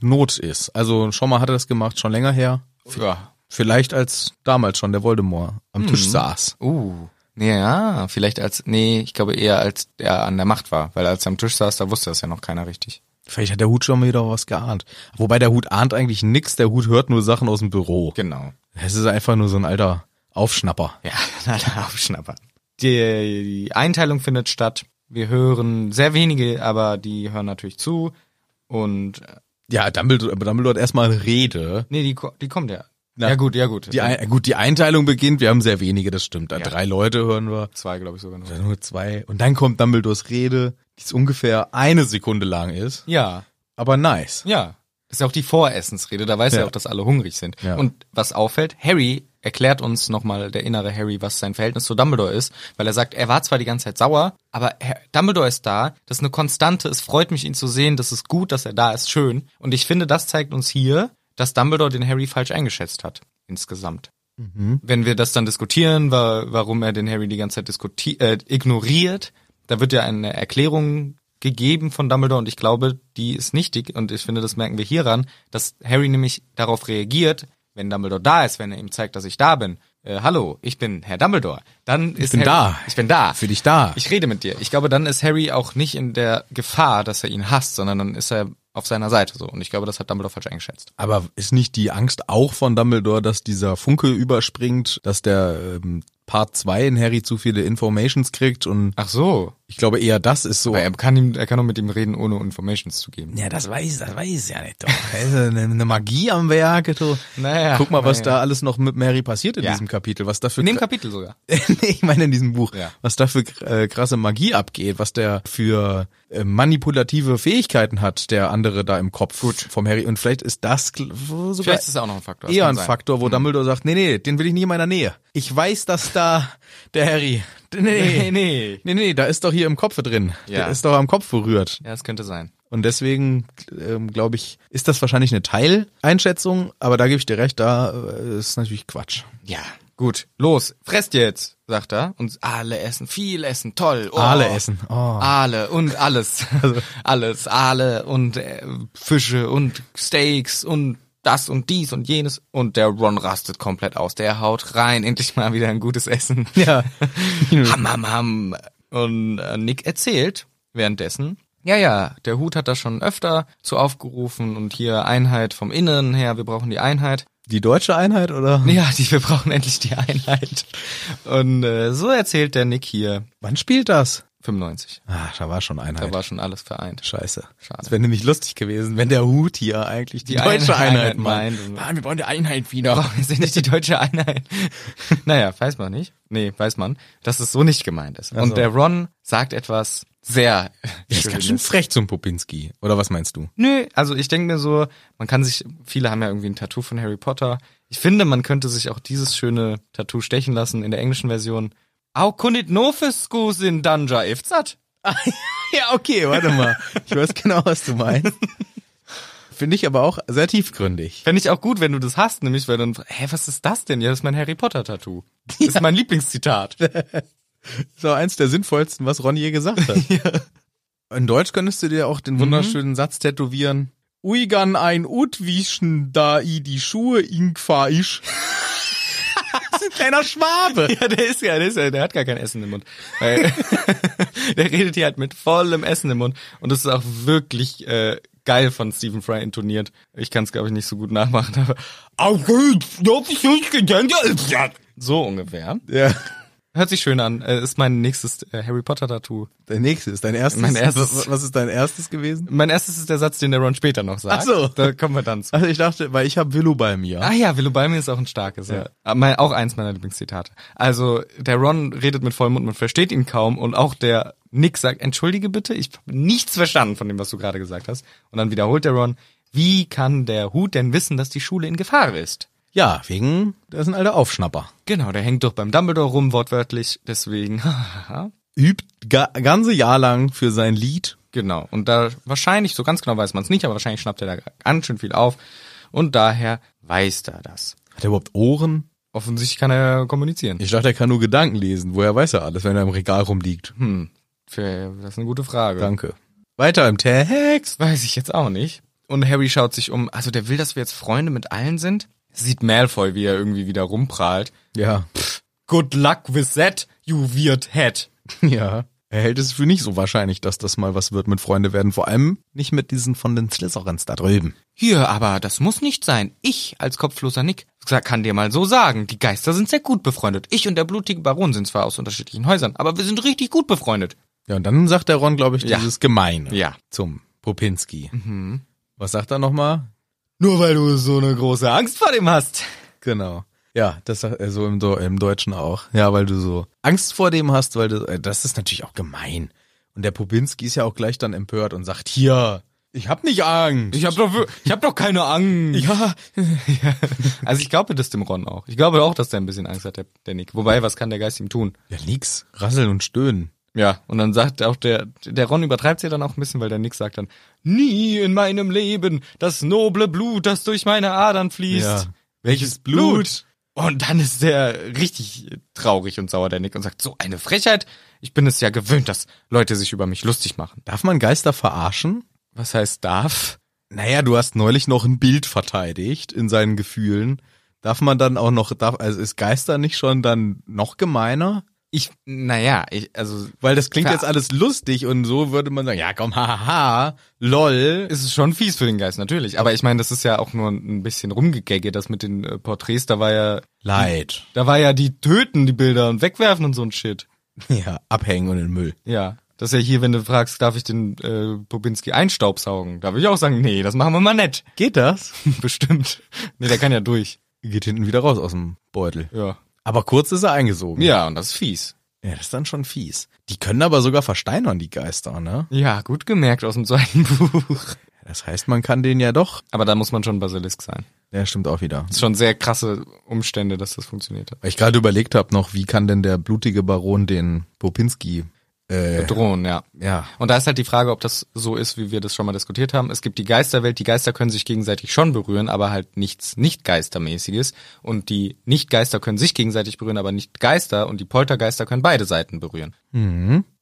[SPEAKER 2] Not ist. Also schon mal hat er das gemacht, schon länger her.
[SPEAKER 1] Ja.
[SPEAKER 2] Vielleicht als damals schon der Voldemort am
[SPEAKER 1] Mhm.
[SPEAKER 2] Tisch saß.
[SPEAKER 1] Uh. Ja, vielleicht als, nee, ich glaube eher als er an der Macht war, weil als er am Tisch saß, da wusste das ja noch keiner richtig.
[SPEAKER 2] Vielleicht hat der Hut schon mal wieder was geahnt. Wobei der Hut ahnt eigentlich nix, der Hut hört nur Sachen aus dem Büro.
[SPEAKER 1] Genau.
[SPEAKER 2] Es ist einfach nur so ein alter Aufschnapper.
[SPEAKER 1] Ja, (laughs) alle Aufschnapper. Die, die Einteilung findet statt. Wir hören sehr wenige, aber die hören natürlich zu. Und, äh,
[SPEAKER 2] Ja, Dumbledore, aber Dumbledore hat erstmal eine Rede.
[SPEAKER 1] nee, die, ko- die kommt ja.
[SPEAKER 2] Na,
[SPEAKER 1] ja gut, ja gut.
[SPEAKER 2] Die ein, gut, die Einteilung beginnt, wir haben sehr wenige, das stimmt. Drei Leute hören wir.
[SPEAKER 1] Zwei, glaube ich sogar noch.
[SPEAKER 2] Oder nur zwei. Und dann kommt Dumbledores Rede, die ist ungefähr eine Sekunde lang ist,
[SPEAKER 1] Ja,
[SPEAKER 2] aber nice.
[SPEAKER 1] ja. Das ist ja auch die Voressensrede, da weiß ja.
[SPEAKER 2] Ja.
[SPEAKER 1] auch, dass alle hungrig sind.
[SPEAKER 2] Ja.
[SPEAKER 1] Und was auffällt, Harry erklärt uns nochmal, der innere Harry, was sein Verhältnis zu Dumbledore ist, weil er sagt, er war zwar die ganze Zeit sauer, aber Herr Dumbledore ist da, das ist eine Konstante, es freut mich, ihn zu sehen, das ist gut, dass er da ist, schön. Und ich finde, das zeigt uns hier, dass Dumbledore den Harry falsch eingeschätzt hat, insgesamt. Wenn wir das dann diskutieren, wa warum er den Harry die ganze Zeit diskuti- äh, ignoriert, da wird ja eine Erklärung gegeben von Dumbledore und ich glaube, die ist nichtig und ich finde, das merken wir hieran, dass Harry nämlich darauf reagiert, wenn Dumbledore da ist, wenn er ihm zeigt, dass ich da bin. Äh, hallo, ich bin Herr Dumbledore. Dann ist
[SPEAKER 2] bin
[SPEAKER 1] Harry,
[SPEAKER 2] da.
[SPEAKER 1] Ich bin da.
[SPEAKER 2] Für dich da.
[SPEAKER 1] Ich rede mit dir. Ich glaube, dann ist Harry auch nicht in der Gefahr, dass er ihn hasst, sondern dann ist er auf seiner Seite so. Und ich glaube, das hat Dumbledore falsch eingeschätzt.
[SPEAKER 2] Aber ist nicht die Angst auch von Dumbledore, dass dieser Funke überspringt, dass der ähm, Part 2 in Harry zu viele Informations kriegt und
[SPEAKER 1] Ach so.
[SPEAKER 2] ich glaube eher das ist so.
[SPEAKER 1] Aber er kann ihm, er kann auch mit ihm reden, ohne Informations zu geben.
[SPEAKER 2] Ja, das weiß, das weiß ja nicht doch. Da ist eine, eine Magie am Werk. Du.
[SPEAKER 1] Naja,
[SPEAKER 2] Guck mal, was
[SPEAKER 1] naja.
[SPEAKER 2] da alles noch mit Mary passiert in
[SPEAKER 1] Ja.
[SPEAKER 2] diesem Kapitel, was dafür
[SPEAKER 1] In dem Kapitel sogar.
[SPEAKER 2] (laughs) nee, ich meine in diesem Buch,
[SPEAKER 1] Ja.
[SPEAKER 2] was da für äh, krasse Magie abgeht, was der für äh, manipulative Fähigkeiten hat, der andere da im Kopf Gut. vom Harry. Und vielleicht ist das gl- sogar
[SPEAKER 1] Vielleicht ist das auch noch ein Faktor. Das
[SPEAKER 2] eher
[SPEAKER 1] kann
[SPEAKER 2] ein
[SPEAKER 1] sein.
[SPEAKER 2] Faktor, wo Dumbledore sagt, nee, nee, den will ich nie in meiner Nähe. Ich weiß, dass da der Harry, nee, nee, nee,
[SPEAKER 1] nee.
[SPEAKER 2] nee, nee da ist doch hier im Kopf drin.
[SPEAKER 1] Ja.
[SPEAKER 2] Der ist doch am Kopf berührt.
[SPEAKER 1] Ja, das könnte sein.
[SPEAKER 2] Und deswegen, ähm, glaube ich, ist das wahrscheinlich eine Teileinschätzung, aber da gebe ich dir recht, da äh, ist natürlich (laughs) Quatsch.
[SPEAKER 1] Ja. Gut, los, fresst jetzt, sagt er. Und alle essen, viel essen, toll. Oh. Also.
[SPEAKER 2] Aale essen, oh.
[SPEAKER 1] Aale und alles. (laughs) alles, Aale und äh, Fische und Steaks und das und dies und jenes. Und der Ron rastet komplett aus. Der haut rein, endlich mal wieder ein gutes Essen.
[SPEAKER 2] Ja.
[SPEAKER 1] Ham, ham, ham. Und äh, Nick erzählt währenddessen, Ja, ja, der Hut hat das schon öfter zu aufgerufen und hier Einheit vom Inneren her, wir brauchen die Einheit. (laughs)
[SPEAKER 2] Die deutsche Einheit oder?
[SPEAKER 1] Ja, die, wir brauchen endlich die Einheit. Und äh, so erzählt der Nick hier
[SPEAKER 2] Wann spielt das?
[SPEAKER 1] 95.
[SPEAKER 2] Ah, da war schon Einheit.
[SPEAKER 1] Da war schon alles vereint. (laughs)
[SPEAKER 2] Scheiße.
[SPEAKER 1] Schade.
[SPEAKER 2] Das wäre nämlich lustig gewesen, wenn der Hut hier eigentlich die, deutsche Einheit, meint. Ah,
[SPEAKER 4] Mann, wir brauchen die Einheit wieder.
[SPEAKER 1] Warum ist denn nicht die deutsche Einheit? (laughs) naja, weiß man nicht. Nee, weiß man, dass es so nicht gemeint ist.
[SPEAKER 2] Ach so.
[SPEAKER 1] Und der Ron sagt etwas sehr
[SPEAKER 2] Der ist ganz schön frech zum Popinski. Oder was meinst du?
[SPEAKER 1] Nö, also ich denke mir so, man kann sich, viele haben ja irgendwie ein Tattoo von Harry Potter. Ich finde, man könnte sich auch dieses schöne Tattoo stechen lassen in der englischen Version. Au kunit nofeskus in danja ifzat.
[SPEAKER 2] Ja, okay, warte mal. Ich weiß genau, was du (laughs) meinst. Finde ich aber auch sehr tiefgründig.
[SPEAKER 1] Fände ich auch gut, wenn du das hast, nämlich, weil dann, hä, was ist das denn? Ja, das ist mein Harry Potter Tattoo. Das ist mein Lieblingszitat.
[SPEAKER 2] Das war eins der sinnvollsten, was Ron je gesagt (laughs) hat. In Deutsch könntest du dir auch den wunderschönen Satz tätowieren. Uigan ein Utwischen, da i die Schuhe ingfa isch. (laughs) Das ist ein kleiner Schwabe.
[SPEAKER 1] Ja, der ist ja, der ist ja, der hat gar kein Essen im Mund. Weil- (laughs) der redet hier halt mit vollem Essen im Mund. Und das ist auch wirklich äh, geil von Stephen Fry intoniert. Ich kann es, glaube ich, nicht so gut nachmachen, aber
[SPEAKER 5] Auch gut, das ist nicht gedacht.
[SPEAKER 1] so ungefähr.
[SPEAKER 2] Ja.
[SPEAKER 1] Hört sich schön an. Äh, ist mein nächstes äh, Harry Potter Tattoo.
[SPEAKER 2] Dein nächstes, dein erstes.
[SPEAKER 1] Mein erstes.
[SPEAKER 2] Was- Was ist dein erstes gewesen?
[SPEAKER 1] Mein erstes ist der Satz, den der Ron später noch sagt.
[SPEAKER 2] Ach so.
[SPEAKER 1] Da kommen wir dann zu.
[SPEAKER 2] Also ich dachte, weil ich habe Willow bei mir.
[SPEAKER 1] Ah ja, Willow bei mir ist auch ein starkes. Ja. Ah, Mein, auch eins meiner Lieblingszitate. Also der Ron redet mit vollem Mund, man versteht ihn kaum und auch der Nick sagt, entschuldige bitte, ich habe nichts verstanden von dem, was du gerade gesagt hast. Und dann wiederholt der Ron, wie kann der Hut denn wissen, dass die Schule in Gefahr ist?
[SPEAKER 2] Ja, wegen, das ist ein alter Aufschnapper.
[SPEAKER 1] Genau, der hängt doch beim Dumbledore rum, wortwörtlich. Deswegen, (laughs) hahaha.
[SPEAKER 2] Übt ga ganze Jahr lang für sein Lied.
[SPEAKER 1] genau. Und da wahrscheinlich, so ganz genau weiß man es nicht, aber wahrscheinlich schnappt er da ganz schön viel auf. Und daher weiß er das.
[SPEAKER 2] Hat er überhaupt Ohren?
[SPEAKER 1] Offensichtlich kann er kommunizieren.
[SPEAKER 2] Ich dachte, er kann nur Gedanken lesen. Woher weiß er alles, wenn er im Regal rumliegt? Hm,
[SPEAKER 1] Für, das ist eine gute Frage.
[SPEAKER 2] Danke. Weiter im Text.
[SPEAKER 1] Weiß ich jetzt auch nicht. Und Harry schaut sich um. Also der will, dass wir jetzt Freunde mit allen sind? Sieht Malfoy, wie er irgendwie wieder rumprahlt.
[SPEAKER 2] Ja. (laughs)
[SPEAKER 1] Good luck with that, you weird head.
[SPEAKER 2] Ja. Er hält es für nicht so wahrscheinlich, dass das mal was wird mit Freunde werden. Vor allem nicht mit diesen von den Slytherins da drüben.
[SPEAKER 1] Hier, aber das muss nicht sein. Ich, als kopfloser Nick, sa- kann dir mal so sagen, die Geister sind sehr gut befreundet. Ich und der blutige Baron sind zwar aus unterschiedlichen Häusern, aber wir sind richtig gut befreundet.
[SPEAKER 2] Ja, und dann sagt der Ron, glaube ich,
[SPEAKER 1] Ja.
[SPEAKER 2] dieses Gemeine.
[SPEAKER 1] Ja.
[SPEAKER 2] Zum Popinski. Was sagt er nochmal?
[SPEAKER 1] Mhm. Nur weil du so eine große Angst vor dem hast.
[SPEAKER 2] Genau. Ja, das sagt er so im, Do im Deutschen auch. Ja, weil du so Angst vor dem hast, weil du, äh, das ist natürlich auch gemein. Und der Popinski ist ja auch gleich dann empört und sagt, hier, ich hab nicht Angst.
[SPEAKER 1] Ich hab doch, wir- ich hab doch keine Angst. (laughs) Ja. Also ich glaube das dem Ron auch. Ich glaube auch, dass der ein bisschen Angst hat, der, der Nick. Wobei, was kann der Geist ihm tun?
[SPEAKER 2] Ja, nix. Rasseln und stöhnen.
[SPEAKER 1] Ja, und dann sagt auch der, der Ron übertreibt sie dann auch ein bisschen, weil der Nick sagt dann, nie in meinem Leben das noble Blut, das durch meine Adern fließt.
[SPEAKER 2] Ja.
[SPEAKER 1] Welches Blut? Und dann ist der richtig traurig und sauer, der Nick, und sagt, so eine Frechheit. Ich bin es ja gewöhnt, dass Leute sich über mich lustig machen.
[SPEAKER 2] Darf man Geister verarschen?
[SPEAKER 1] Was heißt darf?
[SPEAKER 2] Naja, du hast neulich noch ein Bild verteidigt in seinen Gefühlen. Darf man dann auch noch, darf, also ist Geister nicht schon dann noch gemeiner?
[SPEAKER 1] Ich, naja, ich, also,
[SPEAKER 2] Weil das klingt
[SPEAKER 1] Ver-
[SPEAKER 2] jetzt alles lustig und so würde man sagen, ja komm, haha, lol.
[SPEAKER 1] es ist schon fies für den Geist, natürlich. Aber ich meine, das ist ja auch nur ein bisschen rumgegagge, das mit den äh, Porträts, da war ja,
[SPEAKER 2] Leid.
[SPEAKER 1] da war ja die töten, die Bilder und wegwerfen und so ein Shit.
[SPEAKER 2] (laughs) Ja, abhängen und in den Müll.
[SPEAKER 1] Ja. Das ist ja hier, wenn du fragst, darf ich den äh, Bobinski einstaubsaugen? Da würde ich auch sagen, nee, das machen wir mal nett.
[SPEAKER 2] Geht das?
[SPEAKER 1] (laughs) Bestimmt. Nee, der kann ja durch.
[SPEAKER 2] Geht hinten wieder raus aus dem Beutel.
[SPEAKER 1] Ja.
[SPEAKER 2] Aber kurz ist er eingesogen.
[SPEAKER 1] Ja, und das ist fies.
[SPEAKER 2] Ja, das ist dann schon fies. Die können aber sogar versteinern, die Geister, ne?
[SPEAKER 1] Ja, gut gemerkt aus dem zweiten (laughs) Buch.
[SPEAKER 2] Das heißt, man kann den ja doch.
[SPEAKER 1] Aber da muss man schon Basilisk sein.
[SPEAKER 2] Ja, stimmt auch wieder.
[SPEAKER 1] Das ist schon sehr krasse Umstände, dass das funktioniert hat.
[SPEAKER 2] Weil ich gerade überlegt habe noch, wie kann denn der blutige Baron den Popinski äh,
[SPEAKER 1] Drohen, ja.
[SPEAKER 2] ja.
[SPEAKER 1] Und da ist halt die Frage, ob das so ist, wie wir das schon mal diskutiert haben. Es gibt die Geisterwelt, die Geister können sich gegenseitig schon berühren, aber halt nichts Nicht-Geistermäßiges. Und die Nicht-Geister können sich gegenseitig berühren, aber nicht Geister. Und die Poltergeister können beide Seiten berühren.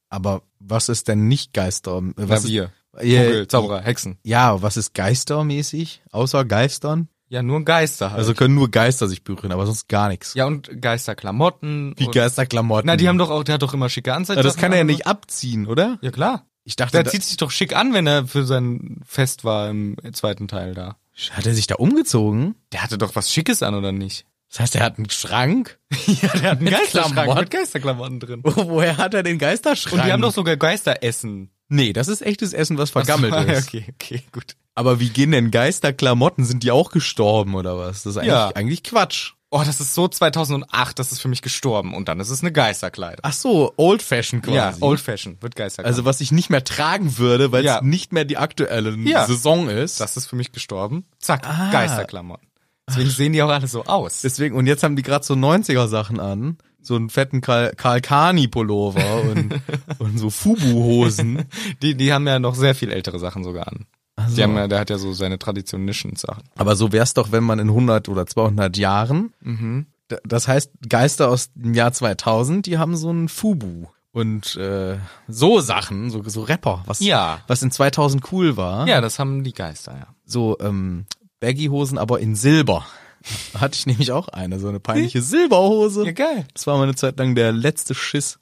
[SPEAKER 2] Aber was ist denn nicht Geister? äh, Was
[SPEAKER 1] Klavier,
[SPEAKER 2] Ist, äh,
[SPEAKER 1] Vogel, Zauberer, Hexen.
[SPEAKER 2] Ja, was ist geistermäßig? Außer Geistern?
[SPEAKER 1] Ja, nur Geister halt.
[SPEAKER 2] Also können nur Geister sich berühren, aber sonst gar nichts.
[SPEAKER 1] ja, und Geisterklamotten.
[SPEAKER 2] Wie
[SPEAKER 1] und-
[SPEAKER 2] Geisterklamotten.
[SPEAKER 1] Na, die haben doch auch, der hat doch immer schicke Anzeichen.
[SPEAKER 2] Aber das kann er ja nicht abziehen, oder?
[SPEAKER 1] Ja, klar.
[SPEAKER 2] Ich dachte,
[SPEAKER 1] Der
[SPEAKER 2] da,
[SPEAKER 1] zieht sich doch schick an, wenn er für sein Fest war im zweiten Teil da.
[SPEAKER 2] hat er sich da umgezogen?
[SPEAKER 1] Der hatte doch was Schickes an, oder nicht?
[SPEAKER 2] Das heißt, er hat einen Schrank? (laughs)
[SPEAKER 1] Ja, (laughs) der hat einen
[SPEAKER 2] Mit Klamotten?
[SPEAKER 1] mit Geisterklamotten drin.
[SPEAKER 2] Wo- Woher hat er den Geisterschrank?
[SPEAKER 1] Und die haben doch sogar Geisteressen.
[SPEAKER 2] nee, das ist echtes Essen, was vergammelt (laughs)
[SPEAKER 1] Ach so, (laughs)
[SPEAKER 2] ist.
[SPEAKER 1] Okay, okay, gut.
[SPEAKER 2] Aber wie gehen denn Geisterklamotten? Sind die auch gestorben oder was? Das ist eigentlich,
[SPEAKER 1] Ja.
[SPEAKER 2] eigentlich Quatsch.
[SPEAKER 1] Oh, das ist so 2008, das ist für mich gestorben. Und dann ist es eine Geisterkleidung.
[SPEAKER 2] Ach so, Old Fashioned quasi.
[SPEAKER 1] Ja, Old Fashioned wird Geisterkleidung.
[SPEAKER 2] also was ich nicht mehr tragen würde, weil es
[SPEAKER 1] Ja.
[SPEAKER 2] nicht mehr die aktuelle
[SPEAKER 1] Ja.
[SPEAKER 2] Saison ist.
[SPEAKER 1] das ist für mich gestorben. Zack,
[SPEAKER 2] Ah.
[SPEAKER 1] Geisterklamotten. Deswegen sehen die auch alle so aus.
[SPEAKER 2] Deswegen, und jetzt haben die gerade so 90er Sachen an. So einen fetten Karl, Karl Kani Pullover (laughs) und, und so Fubu-Hosen.
[SPEAKER 1] Die, die haben ja noch sehr viel ältere Sachen sogar an.
[SPEAKER 2] so.
[SPEAKER 1] Die haben ja, der hat ja so seine traditionischen Sachen.
[SPEAKER 2] Aber so wär's doch, wenn man in 100 oder 200 Jahren,
[SPEAKER 1] Mhm.
[SPEAKER 2] D- das heißt Geister aus dem Jahr 2000, die haben so einen Fubu und äh, so Sachen, so, so Rapper, was,
[SPEAKER 1] Ja.
[SPEAKER 2] was in 2000 cool war.
[SPEAKER 1] Ja, das haben die Geister, ja.
[SPEAKER 2] So ähm, Baggy-Hosen, aber in Silber. (laughs) Hatte ich nämlich auch eine, so eine peinliche Silberhose.
[SPEAKER 1] geil.
[SPEAKER 2] Das war mal eine Zeit lang der letzte Schiss.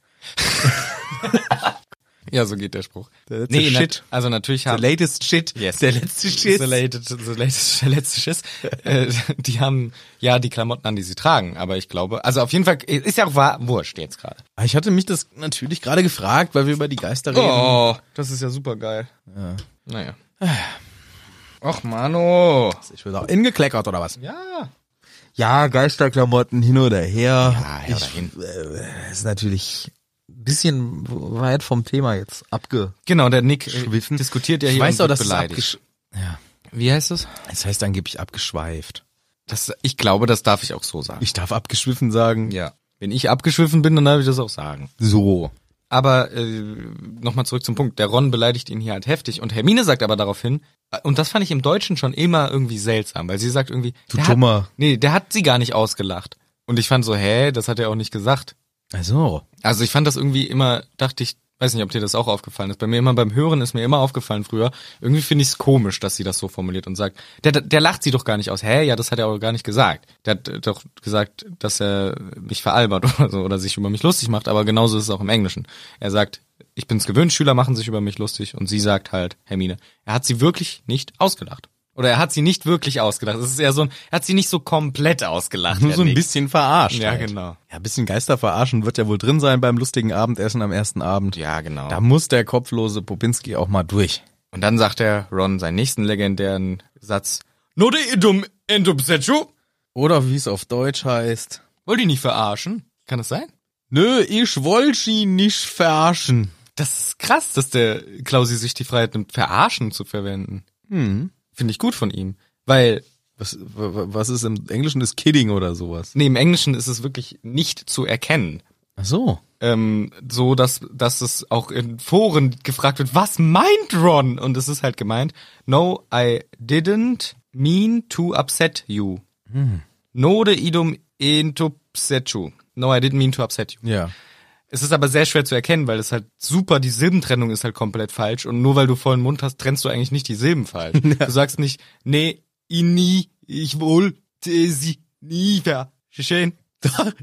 [SPEAKER 1] Ja, so geht der Spruch.
[SPEAKER 2] Der letzte Shit.
[SPEAKER 1] Na, also natürlich
[SPEAKER 2] The
[SPEAKER 1] haben
[SPEAKER 2] latest shit.
[SPEAKER 1] Yes.
[SPEAKER 2] Der letzte Schiss.
[SPEAKER 1] The latest, the (laughs) latest, der letzte Schiss. Äh, die haben ja die Klamotten an, die sie tragen, aber ich glaube, also auf jeden Fall ist ja auch wahr, wurscht jetzt gerade.
[SPEAKER 2] Ah, Ich hatte mich das natürlich gerade gefragt, weil wir über die Geister
[SPEAKER 1] Oh.
[SPEAKER 2] reden.
[SPEAKER 1] das ist ja super geil. (sighs) Naja. Och Mano.
[SPEAKER 2] Ich bin auch ingekleckert oder was?
[SPEAKER 1] Ja.
[SPEAKER 2] Ja, Geisterklamotten hin oder her.
[SPEAKER 1] Ja, her oder hin.
[SPEAKER 2] Äh, ist natürlich ein bisschen weit vom Thema jetzt abge.
[SPEAKER 1] Genau, der Nick äh,
[SPEAKER 2] Schwiffen.
[SPEAKER 1] diskutiert ja hier
[SPEAKER 2] ich weiß
[SPEAKER 1] und
[SPEAKER 2] auch,
[SPEAKER 1] wird
[SPEAKER 2] dass
[SPEAKER 1] beleidigt.
[SPEAKER 2] es abgesch- ja.
[SPEAKER 1] Wie heißt es?
[SPEAKER 2] Es heißt angeblich abgeschweift.
[SPEAKER 1] Das, ich glaube, das darf ich auch so sagen.
[SPEAKER 2] Ich darf abgeschwiffen sagen.
[SPEAKER 1] ja. Wenn ich abgeschwiffen bin, dann darf ich das auch sagen.
[SPEAKER 2] So.
[SPEAKER 1] Aber äh, nochmal zurück zum Punkt. Der Ron beleidigt ihn hier halt heftig und Hermine sagt aber daraufhin, äh, und das fand ich im Deutschen schon immer irgendwie seltsam, weil sie sagt irgendwie,
[SPEAKER 2] Du
[SPEAKER 1] der
[SPEAKER 2] Dummer.
[SPEAKER 1] Hat, nee, der hat sie gar nicht ausgelacht. Und ich fand so, hä, das hat er auch nicht gesagt.
[SPEAKER 2] Also.
[SPEAKER 1] Also ich fand das irgendwie immer, dachte ich, weiß nicht, ob dir das auch aufgefallen ist. Bei mir immer beim Hören ist mir immer aufgefallen früher. Irgendwie finde ich es komisch, dass sie das so formuliert und sagt, der, der, der lacht sie doch gar nicht aus. Hä, ja, das hat er auch gar nicht gesagt. Der hat äh, doch gesagt, dass er mich veralbert (laughs) oder so oder sich über mich lustig macht. Aber genauso ist es auch im Englischen. Er sagt, ich bin's gewöhnt, Schüler machen sich über mich lustig und sie sagt halt, Hermine, er hat sie wirklich nicht ausgelacht. Oder er hat sie nicht wirklich ausgelacht. Es ist eher so ein, er hat sie nicht so komplett ausgelacht.
[SPEAKER 2] Nur
[SPEAKER 1] der
[SPEAKER 2] so ein
[SPEAKER 1] Nick.
[SPEAKER 2] bisschen verarscht.
[SPEAKER 1] Ja,
[SPEAKER 2] halt.
[SPEAKER 1] genau.
[SPEAKER 2] Ja, ein bisschen Geister verarschen wird ja wohl drin sein beim lustigen Abendessen am ersten Abend.
[SPEAKER 1] Ja, genau.
[SPEAKER 2] Da muss der kopflose Popinski auch mal durch.
[SPEAKER 1] Und dann sagt er Ron seinen nächsten legendären Satz. Node idum endum setu.
[SPEAKER 2] Oder wie es auf Deutsch heißt.
[SPEAKER 1] Wollt ihr nicht verarschen? Kann das sein?
[SPEAKER 2] Nö, ich wollt sie nicht verarschen.
[SPEAKER 1] Das ist krass, dass der Klausi sich die Freiheit nimmt, verarschen zu verwenden.
[SPEAKER 2] Hm.
[SPEAKER 1] Finde ich gut von ihm. Weil,
[SPEAKER 2] Was, wa- wa- was ist im Englischen das Kidding oder sowas?
[SPEAKER 1] nee, im Englischen ist es wirklich nicht zu erkennen.
[SPEAKER 2] Ach so.
[SPEAKER 1] Ähm, so, dass, dass es auch in Foren gefragt wird, was meint Ron? Und es ist halt gemeint, no, I didn't mean to upset you.
[SPEAKER 2] Hm.
[SPEAKER 1] Node idum endum setu. No, I didn't mean to upset you.
[SPEAKER 2] Ja.
[SPEAKER 1] Es ist aber sehr schwer zu erkennen, weil es halt super, die Silbentrennung ist halt komplett falsch. Und nur weil du vollen Mund hast, trennst du eigentlich nicht die Silben
[SPEAKER 2] (laughs)
[SPEAKER 1] falsch. Du sagst nicht, nee, ini, ich wohl, te, sie, nie, ver, schön.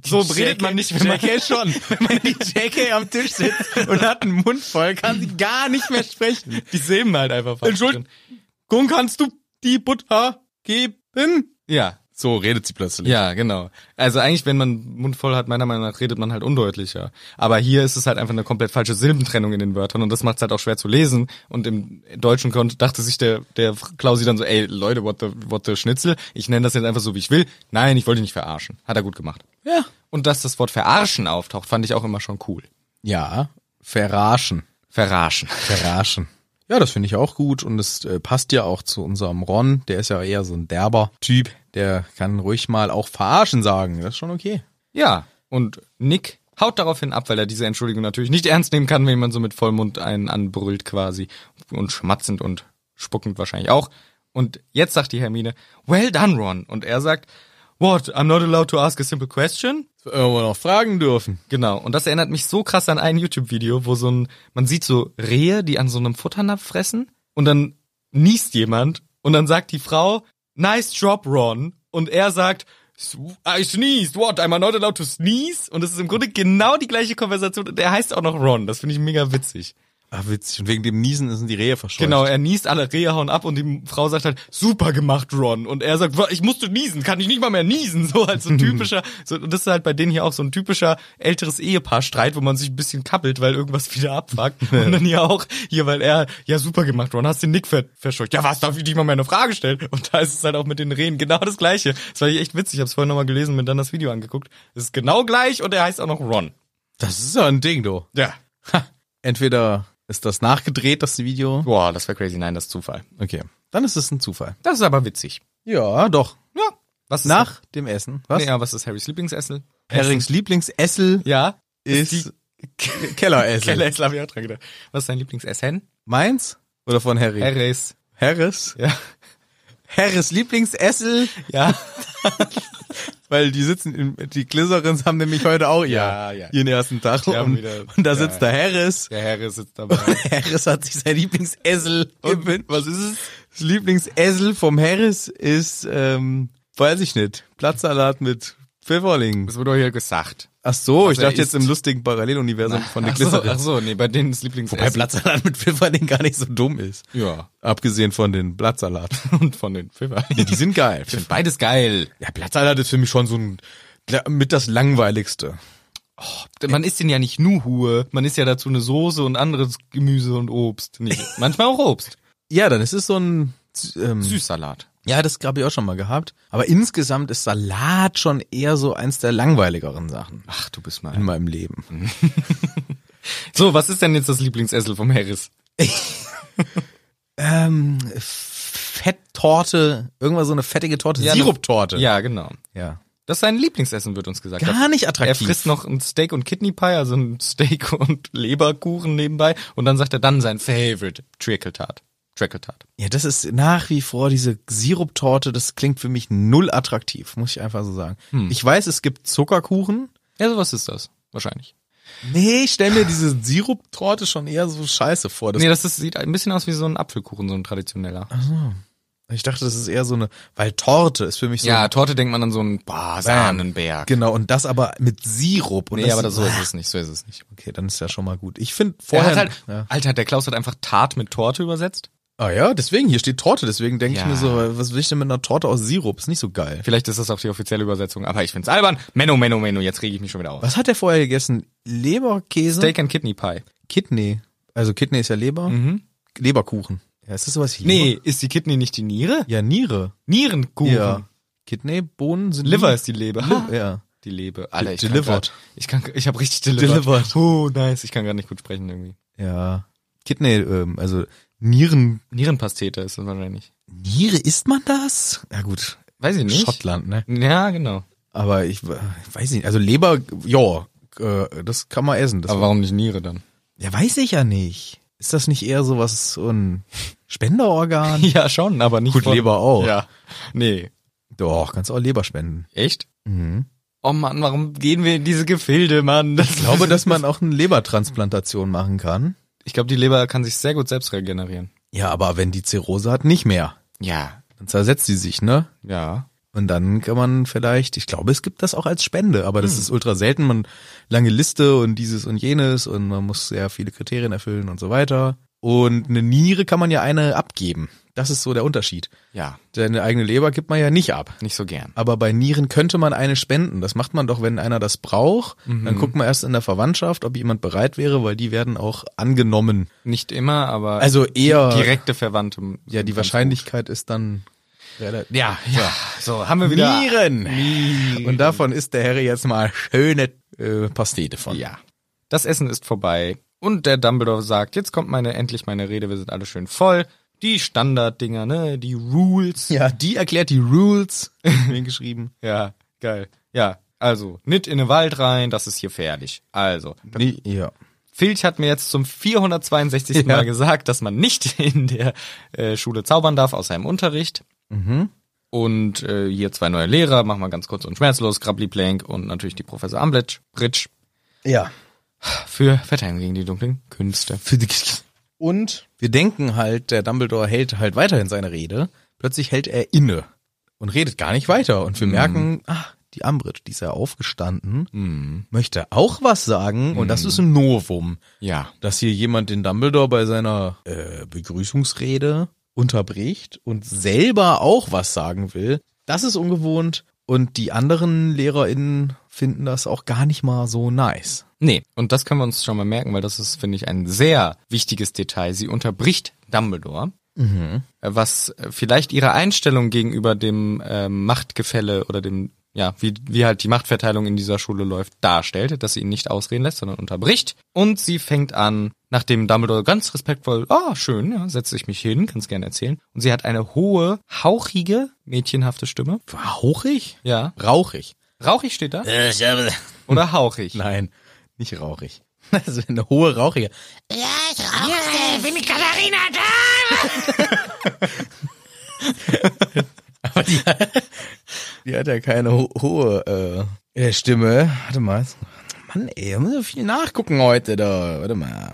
[SPEAKER 1] So redet man nicht, wenn man, (laughs)
[SPEAKER 2] JK (laughs) schon. Wenn man die JK am Tisch sitzt und hat einen Mund voll, kann sie gar nicht mehr sprechen.
[SPEAKER 1] die Silben halt einfach falsch
[SPEAKER 2] Entschuldigung.
[SPEAKER 1] drin.
[SPEAKER 2] Gun, kannst du die Butter geben?
[SPEAKER 1] Ja,
[SPEAKER 2] So redet sie plötzlich.
[SPEAKER 1] ja, genau. Also eigentlich, wenn man Mund voll hat, meiner Meinung nach, redet man halt undeutlicher. Aber hier ist es halt einfach eine komplett falsche Silbentrennung in den Wörtern und das macht es halt auch schwer zu lesen. Und im deutschen Grund dachte sich der, der Klausi dann so, ey Leute, what the, what the Schnitzel? Ich nenne das jetzt einfach so, wie ich will. Nein, ich wollte dich nicht verarschen. Hat er gut gemacht.
[SPEAKER 2] Ja.
[SPEAKER 1] Und dass das Wort verarschen auftaucht, fand ich auch immer schon cool.
[SPEAKER 2] Ja. Verarschen.
[SPEAKER 1] Verarschen.
[SPEAKER 2] Verarschen. Ja, das finde ich auch gut und es äh, passt ja auch zu unserem Ron. Der ist ja eher so ein derber Typ. Der kann ruhig mal auch verarschen sagen. Das ist schon okay.
[SPEAKER 1] Ja, und Nick haut daraufhin ab, weil er diese Entschuldigung natürlich nicht ernst nehmen kann, wenn man so mit Vollmund einen anbrüllt quasi und schmatzend und spuckend wahrscheinlich auch. Und jetzt sagt die Hermine, well done, Ron. Und er sagt, what, I'm not allowed to ask a simple question?
[SPEAKER 2] Irgendwo noch fragen dürfen.
[SPEAKER 1] Genau, und das erinnert mich so krass an ein YouTube-Video, wo so ein, man sieht so Rehe, die an so einem Futternapf fressen und dann niest jemand und dann sagt die Frau, nice job, Ron. Und er sagt, I sneezed, what, am I not allowed to sneeze? Und das ist im Grunde genau die gleiche Konversation und er heißt auch noch Ron. Das finde ich mega witzig.
[SPEAKER 2] Ah, witzig. Und wegen dem Niesen sind die Rehe verscheucht.
[SPEAKER 1] Genau, er niest, alle Rehe hauen ab und die Frau sagt halt, super gemacht, Ron. Und er sagt, "Wa- ich musste niesen, kann ich nicht mal mehr niesen. (laughs) So als so ein typischer, so, und das ist halt bei denen hier auch so ein typischer älteres Ehepaarstreit, wo man sich ein bisschen kappelt, weil irgendwas (laughs) wieder abfuckt. Und dann hier auch, hier, weil er, ja super gemacht, Ron, hast den Nick ver verscheucht. Ja, was, darf ich nicht mal mehr eine Frage stellen? Und da ist es halt auch mit den Rehen genau das Gleiche. Das war echt witzig, ich hab's vorhin nochmal gelesen und mir dann das Video angeguckt. Es ist genau gleich und er heißt auch noch Ron.
[SPEAKER 2] Das ist ja ein Ding, du.
[SPEAKER 1] Ja.
[SPEAKER 2] Entweder ist das nachgedreht, das Video.
[SPEAKER 1] Boah, das wäre crazy. Nein, das ist Zufall.
[SPEAKER 2] Okay. Dann ist es ein Zufall.
[SPEAKER 1] Das ist aber witzig.
[SPEAKER 2] Ja, doch.
[SPEAKER 1] Ja. Was ist
[SPEAKER 2] Nach dem Essen. Was?
[SPEAKER 1] Naja, was ist Harrys Lieblingsessen?
[SPEAKER 2] Herrings Lieblingsessel
[SPEAKER 1] (laughs) Ja.
[SPEAKER 2] ist Kelleressel.
[SPEAKER 1] Kelleressel habe ich auch dran gedacht. Was ist dein Lieblingsessen?
[SPEAKER 2] Meins? Oder von Harry?
[SPEAKER 1] Harrys.
[SPEAKER 2] Harris?
[SPEAKER 1] Ja. (laughs)
[SPEAKER 2] Harris Lieblingsessel?
[SPEAKER 1] Ja.
[SPEAKER 2] Weil die sitzen, in, die Glisserins haben nämlich heute auch ihr,
[SPEAKER 1] Ja, ja.
[SPEAKER 2] ihren ersten Tag.
[SPEAKER 1] Die haben
[SPEAKER 2] Und,
[SPEAKER 1] wieder-
[SPEAKER 2] und da
[SPEAKER 1] ja,
[SPEAKER 2] sitzt der Harris.
[SPEAKER 1] Der Harris sitzt dabei.
[SPEAKER 2] (laughs) Harris hat sich sein Lieblingsessel
[SPEAKER 1] Und
[SPEAKER 2] gewünscht.
[SPEAKER 1] was ist es?
[SPEAKER 2] Das Lieblingsessel vom Harris ist, ähm, weiß ich nicht, Blattsalat mit Pfifferlingen.
[SPEAKER 1] Das wurde hier gesagt.
[SPEAKER 2] Ach so, ich
[SPEAKER 1] er
[SPEAKER 2] dachte jetzt
[SPEAKER 1] isst.
[SPEAKER 2] im lustigen Paralleluniversum von der
[SPEAKER 1] Ach so,
[SPEAKER 2] Glisserin.
[SPEAKER 1] ach so, nee, bei denen ist
[SPEAKER 2] Wobei
[SPEAKER 1] Lieblingsessen.
[SPEAKER 2] Blattsalat mit Pfifferlingen gar nicht so dumm ist.
[SPEAKER 1] ja.
[SPEAKER 2] Abgesehen von den Blattsalat.
[SPEAKER 1] (laughs) Und von den Pfeffer.
[SPEAKER 2] Die sind geil.
[SPEAKER 1] Beides geil.
[SPEAKER 2] Ja, Blattsalat ist für mich schon so ein, mit das langweiligste.
[SPEAKER 1] Man isst den ja nicht nur Hue, man isst ja dazu eine Soße und anderes Gemüse und Obst. (laughs) Nee, manchmal auch Obst.
[SPEAKER 2] Ja, dann ist es so ein, ähm,
[SPEAKER 1] Süßsalat.
[SPEAKER 2] Ja, das habe ich auch schon mal gehabt. Aber insgesamt ist Salat schon eher so eins der langweiligeren Sachen
[SPEAKER 1] Ach, du bist
[SPEAKER 2] in
[SPEAKER 1] mal.
[SPEAKER 2] meinem Leben.
[SPEAKER 1] So, was ist denn jetzt das Lieblingsessen vom Harris?
[SPEAKER 2] Ähm, Fetttorte, irgendwas so eine fettige Torte,
[SPEAKER 1] Ja,
[SPEAKER 2] Siruptorte.
[SPEAKER 1] Ja, genau.
[SPEAKER 2] ja.
[SPEAKER 1] Das ist sein Lieblingsessen, wird uns gesagt.
[SPEAKER 2] Gar nicht
[SPEAKER 1] Er
[SPEAKER 2] attraktiv.
[SPEAKER 1] frisst noch ein Steak und Kidney Pie, also ein Steak (laughs) und Leberkuchen nebenbei. Und dann sagt er dann sein Favorite, Trickle Tart. Trickle Tart.
[SPEAKER 2] ja, das ist nach wie vor diese Siruptorte, das klingt für mich null attraktiv, muss ich einfach so sagen.
[SPEAKER 1] Hm.
[SPEAKER 2] Ich weiß, es gibt Zuckerkuchen.
[SPEAKER 1] Ja, sowas ist das. Wahrscheinlich.
[SPEAKER 2] Nee, ich stell mir diese Siruptorte schon eher so scheiße vor. Das
[SPEAKER 1] nee, das ist, sieht ein bisschen aus wie so ein Apfelkuchen, so ein traditioneller.
[SPEAKER 2] Ich dachte, das ist eher so eine, weil Torte ist für mich so.
[SPEAKER 1] ja, Torte denkt man an so einen bah, Sahnenberg.
[SPEAKER 2] Genau, und das aber mit Sirup. Und
[SPEAKER 1] Nee,
[SPEAKER 2] das
[SPEAKER 1] aber das, so ist es nicht, so ist es nicht.
[SPEAKER 2] Okay, dann ist ja schon mal gut. Ich finde
[SPEAKER 1] Er
[SPEAKER 2] vorher.
[SPEAKER 1] hat halt,
[SPEAKER 2] ja.
[SPEAKER 1] Alter, der Klaus hat einfach Tart mit Torte übersetzt.
[SPEAKER 2] Ah ja, deswegen, hier steht Torte, deswegen denke
[SPEAKER 1] Ja.
[SPEAKER 2] ich mir so, was will ich denn mit einer Torte aus Sirup? Ist nicht so geil.
[SPEAKER 1] Vielleicht ist das auch die offizielle Übersetzung, aber ich find's albern. Menno, Menno, Menno, jetzt reg ich mich schon wieder auf.
[SPEAKER 2] Was hat er vorher gegessen? Leberkäse?
[SPEAKER 1] Steak and Kidney Pie.
[SPEAKER 2] Kidney. Also Kidney ist ja Leber. Leberkuchen. Ja, ist das sowas wie
[SPEAKER 1] Mhm. Nee,
[SPEAKER 2] Leber?
[SPEAKER 1] ist die Kidney nicht die Niere?
[SPEAKER 2] Ja, Niere.
[SPEAKER 1] Nierenkuchen.
[SPEAKER 2] Hm? Ja. Kidney, Bohnen sind
[SPEAKER 1] Liver
[SPEAKER 2] Nieren.
[SPEAKER 1] ist die Leber.
[SPEAKER 2] Li- Ja.
[SPEAKER 1] Die Lebe. Alter, ich
[SPEAKER 2] Delivered.
[SPEAKER 1] Kann grad, ich kann, ich habe richtig delivered.
[SPEAKER 2] Delivered.
[SPEAKER 1] Oh, nice. Ich kann gerade nicht gut sprechen irgendwie.
[SPEAKER 2] Ja. Kidney, ähm, also Nieren.
[SPEAKER 1] Nierenpastete ist das wahrscheinlich.
[SPEAKER 2] Niere isst man das? Ja gut.
[SPEAKER 1] Weiß ich nicht.
[SPEAKER 2] Schottland, ne?
[SPEAKER 1] Ja, genau.
[SPEAKER 2] Aber ich äh, weiß nicht. Also Leber, ja, äh, das kann man essen. Das
[SPEAKER 1] Aber warum nicht Niere dann?
[SPEAKER 2] Ja, weiß ich ja nicht. Ist das nicht eher sowas, so ein Spenderorgan?
[SPEAKER 1] (laughs) Ja, schon, aber nicht
[SPEAKER 2] (laughs) Gut,
[SPEAKER 1] von-
[SPEAKER 2] Leber auch.
[SPEAKER 1] Ja. Nee.
[SPEAKER 2] Doch, kannst auch Leber spenden.
[SPEAKER 1] Echt?
[SPEAKER 2] Mhm.
[SPEAKER 1] Oh Mann, warum gehen wir in diese Gefilde, Mann? Das
[SPEAKER 2] Ich glaube, dass man auch eine Lebertransplantation machen kann.
[SPEAKER 1] ich glaube, die Leber kann sich sehr gut selbst regenerieren.
[SPEAKER 2] Ja, aber wenn die Zirrhose hat, nicht mehr.
[SPEAKER 1] Ja.
[SPEAKER 2] Dann zersetzt sie sich, ne?
[SPEAKER 1] Ja.
[SPEAKER 2] Und dann kann man vielleicht, ich glaube, es gibt das auch als Spende, aber das ist ultra selten. Man lange Liste und dieses und jenes und man muss sehr viele Kriterien erfüllen und so weiter. Und eine Niere kann man ja eine abgeben. Das ist so der Unterschied.
[SPEAKER 1] Ja.
[SPEAKER 2] Deine eigene Leber gibt man ja nicht ab.
[SPEAKER 1] Nicht so gern.
[SPEAKER 2] Aber bei Nieren könnte man eine spenden. Das macht man doch, wenn einer das braucht. Dann guckt man erst in der Verwandtschaft, ob jemand bereit wäre, weil die werden auch angenommen.
[SPEAKER 1] Nicht immer, aber
[SPEAKER 2] Also eher.
[SPEAKER 1] direkte Verwandte.
[SPEAKER 2] ja, die Wahrscheinlichkeit ist dann relativ.
[SPEAKER 1] Ja, ja. So, haben wir wieder. Nieren.
[SPEAKER 2] Und davon ist der Herr jetzt mal schöne äh, Pastete von.
[SPEAKER 1] Ja. Das Essen ist vorbei und der Dumbledore sagt, jetzt kommt meine endlich meine Rede, wir sind alle schön voll. Die Standarddinger, ne, die Rules.
[SPEAKER 2] ja, die erklärt die (laughs) Rules. geschrieben.
[SPEAKER 1] Ja, geil. Ja, also, nicht in den Wald rein, das ist hier fertig. Also,
[SPEAKER 2] Nee, ja.
[SPEAKER 1] Filch hat mir jetzt zum 462.
[SPEAKER 2] Ja.
[SPEAKER 1] Mal gesagt, dass man nicht (laughs) in der äh, Schule zaubern darf, außer im Unterricht.
[SPEAKER 2] Mhm.
[SPEAKER 1] Und äh, hier zwei neue Lehrer, machen wir ganz kurz und schmerzlos, Grabbly Plank und natürlich die Professor Ambledge, Bridge,
[SPEAKER 2] Ja.
[SPEAKER 1] für Verteidigung gegen die dunklen Künste.
[SPEAKER 2] Und wir denken halt, der Dumbledore hält halt weiterhin seine Rede. Plötzlich hält er inne und redet gar nicht weiter. Und wir merken, ah, die Ambrit, die ist ja aufgestanden,
[SPEAKER 1] Mhm.
[SPEAKER 2] möchte auch was sagen und das ist ein Novum,
[SPEAKER 4] Ja.
[SPEAKER 2] dass hier jemand den Dumbledore bei seiner äh, Begrüßungsrede unterbricht und selber auch was sagen will. Das ist ungewohnt und die anderen LehrerInnen finden das auch gar nicht mal so nice.
[SPEAKER 1] Nee, und das können wir uns schon mal merken, weil das ist, finde ich, ein sehr wichtiges Detail. Sie unterbricht Dumbledore, äh, was äh, vielleicht ihre Einstellung gegenüber dem ähm, Machtgefälle oder dem, ja, wie, wie halt die Machtverteilung in dieser Schule läuft, darstellt, dass sie ihn nicht ausreden lässt, sondern unterbricht. Und sie fängt an, nachdem Dumbledore ganz respektvoll, ah, schön, ja, setze ich mich hin, kann's gerne erzählen. Und sie hat eine hohe, hauchige, mädchenhafte Stimme.
[SPEAKER 2] Rauchig?
[SPEAKER 1] Ja.
[SPEAKER 2] Rauchig.
[SPEAKER 1] Rauchig steht da? Oder hauchig?
[SPEAKER 2] Nein, nicht rauchig. (laughs) Das ist eine hohe Rauchige. Ja, ich bin die Katharina da! Aber die, die hat ja keine ho hohe äh, äh, Stimme. Warte mal. Mann, ey, wir müssen so viel nachgucken heute da. Warte mal.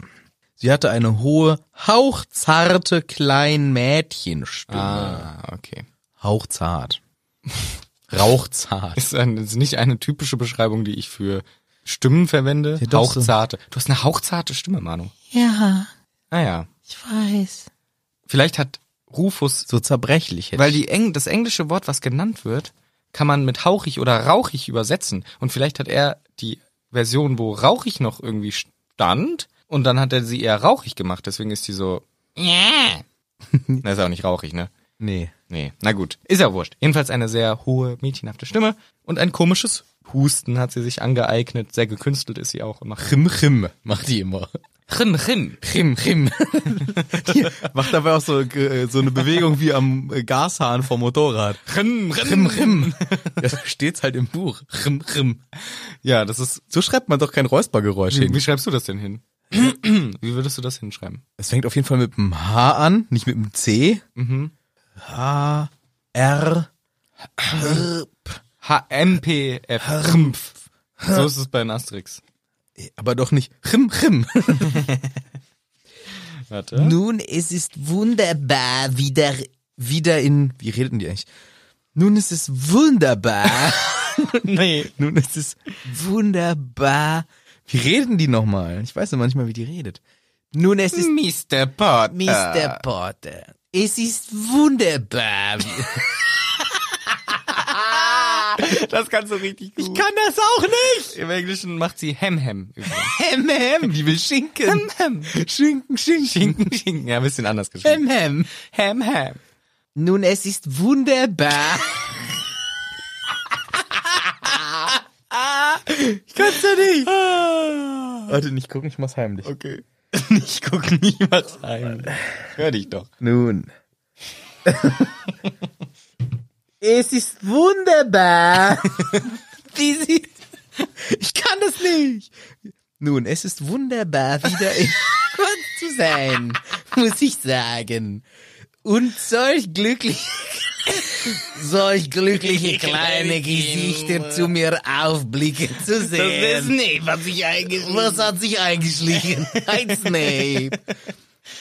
[SPEAKER 2] Sie hatte eine hohe, hauchzarte Kleinmädchenstimme.
[SPEAKER 1] Ah, okay.
[SPEAKER 2] Hauchzart. (laughs) Rauchzart.
[SPEAKER 1] ist, ein, ist nicht eine typische Beschreibung, die ich für Stimmen verwende.
[SPEAKER 2] doch so.
[SPEAKER 1] hauchzarte. Du hast eine hauchzarte Stimme, Manu.
[SPEAKER 2] Ja,
[SPEAKER 1] Ah ja.
[SPEAKER 2] ich weiß.
[SPEAKER 1] Vielleicht hat Rufus,
[SPEAKER 2] So zerbrechlich hätte
[SPEAKER 1] weil die Eng, das englische Wort, was genannt wird, kann man mit hauchig oder rauchig übersetzen. Und vielleicht hat er die Version, wo rauchig noch irgendwie stand, und dann hat er sie eher rauchig gemacht. Deswegen ist die so. (laughs) Na, ist auch nicht rauchig, ne?
[SPEAKER 2] Nee.
[SPEAKER 1] Nee, na gut, ist ja wurscht. Jedenfalls eine sehr hohe, mädchenhafte Stimme und ein komisches Husten hat sie sich angeeignet. Sehr gekünstelt ist sie auch immer.
[SPEAKER 2] Chim Chim macht die immer.
[SPEAKER 1] Chim, chim.
[SPEAKER 2] Chim (laughs) Chim. die macht dabei auch so, äh, so eine Bewegung wie am äh, Gashahn vom Motorrad.
[SPEAKER 1] Chim,
[SPEAKER 2] Chim Chim. (laughs) Ja, so steht's halt im Buch. Chim Chim.
[SPEAKER 1] Ja, das ist...
[SPEAKER 2] So schreibt man doch kein Räuspergeräusch
[SPEAKER 1] Wie, wie
[SPEAKER 2] hin.
[SPEAKER 1] schreibst du das denn hin? (clears throat) wie würdest du das hinschreiben?
[SPEAKER 2] Es fängt auf jeden Fall mit dem H an, nicht mit dem C. H R
[SPEAKER 1] HMPF. Rmpf. So ist es bei den Asterix.
[SPEAKER 2] aber doch nicht Chim Chim.
[SPEAKER 1] Warte.
[SPEAKER 2] Nun, es ist wunderbar, wieder, wieder in, wie redeten die eigentlich? Nun, es ist (laughs) wunderbar.
[SPEAKER 1] Nee.
[SPEAKER 2] Nun, es ist wunderbar. Wie reden die nochmal? Ich weiß ja manchmal, wie die redet. Nun, es ist
[SPEAKER 1] Mr. Potter.
[SPEAKER 2] Mr. Potter. Es ist wunderbar.
[SPEAKER 1] Das kannst du richtig gut.
[SPEAKER 2] Kann das auch nicht?
[SPEAKER 1] Im Englischen macht sie Hem-Hem übrigens.
[SPEAKER 2] Hem, hem. Die will schinken.
[SPEAKER 1] Hem-Hem.
[SPEAKER 2] Schinken, schinken.
[SPEAKER 1] Schinken, Schinken. Ja, ein bisschen anders geschrieben.
[SPEAKER 2] Hem, hem.
[SPEAKER 1] Hem-Hem.
[SPEAKER 2] Nun, es ist wunderbar. ich kann's ja nicht. Warte, nicht gucken, ich mach's heimlich. (laughs)
[SPEAKER 1] Okay. Ich guck niemals ein. Hör dich doch.
[SPEAKER 2] Nun. (laughs) es ist wunderbar. Wie sie ich kann das nicht. Nun, es ist wunderbar, wieder (laughs) in Gott zu sein, muss ich sagen. Und solch glücklich, solch glückliche kleine Gesichter zu mir aufblicken zu sehen.
[SPEAKER 1] nicht, was ich eigentlich.
[SPEAKER 2] Was hat sich eingeschlichen? (laughs) Ein Snape.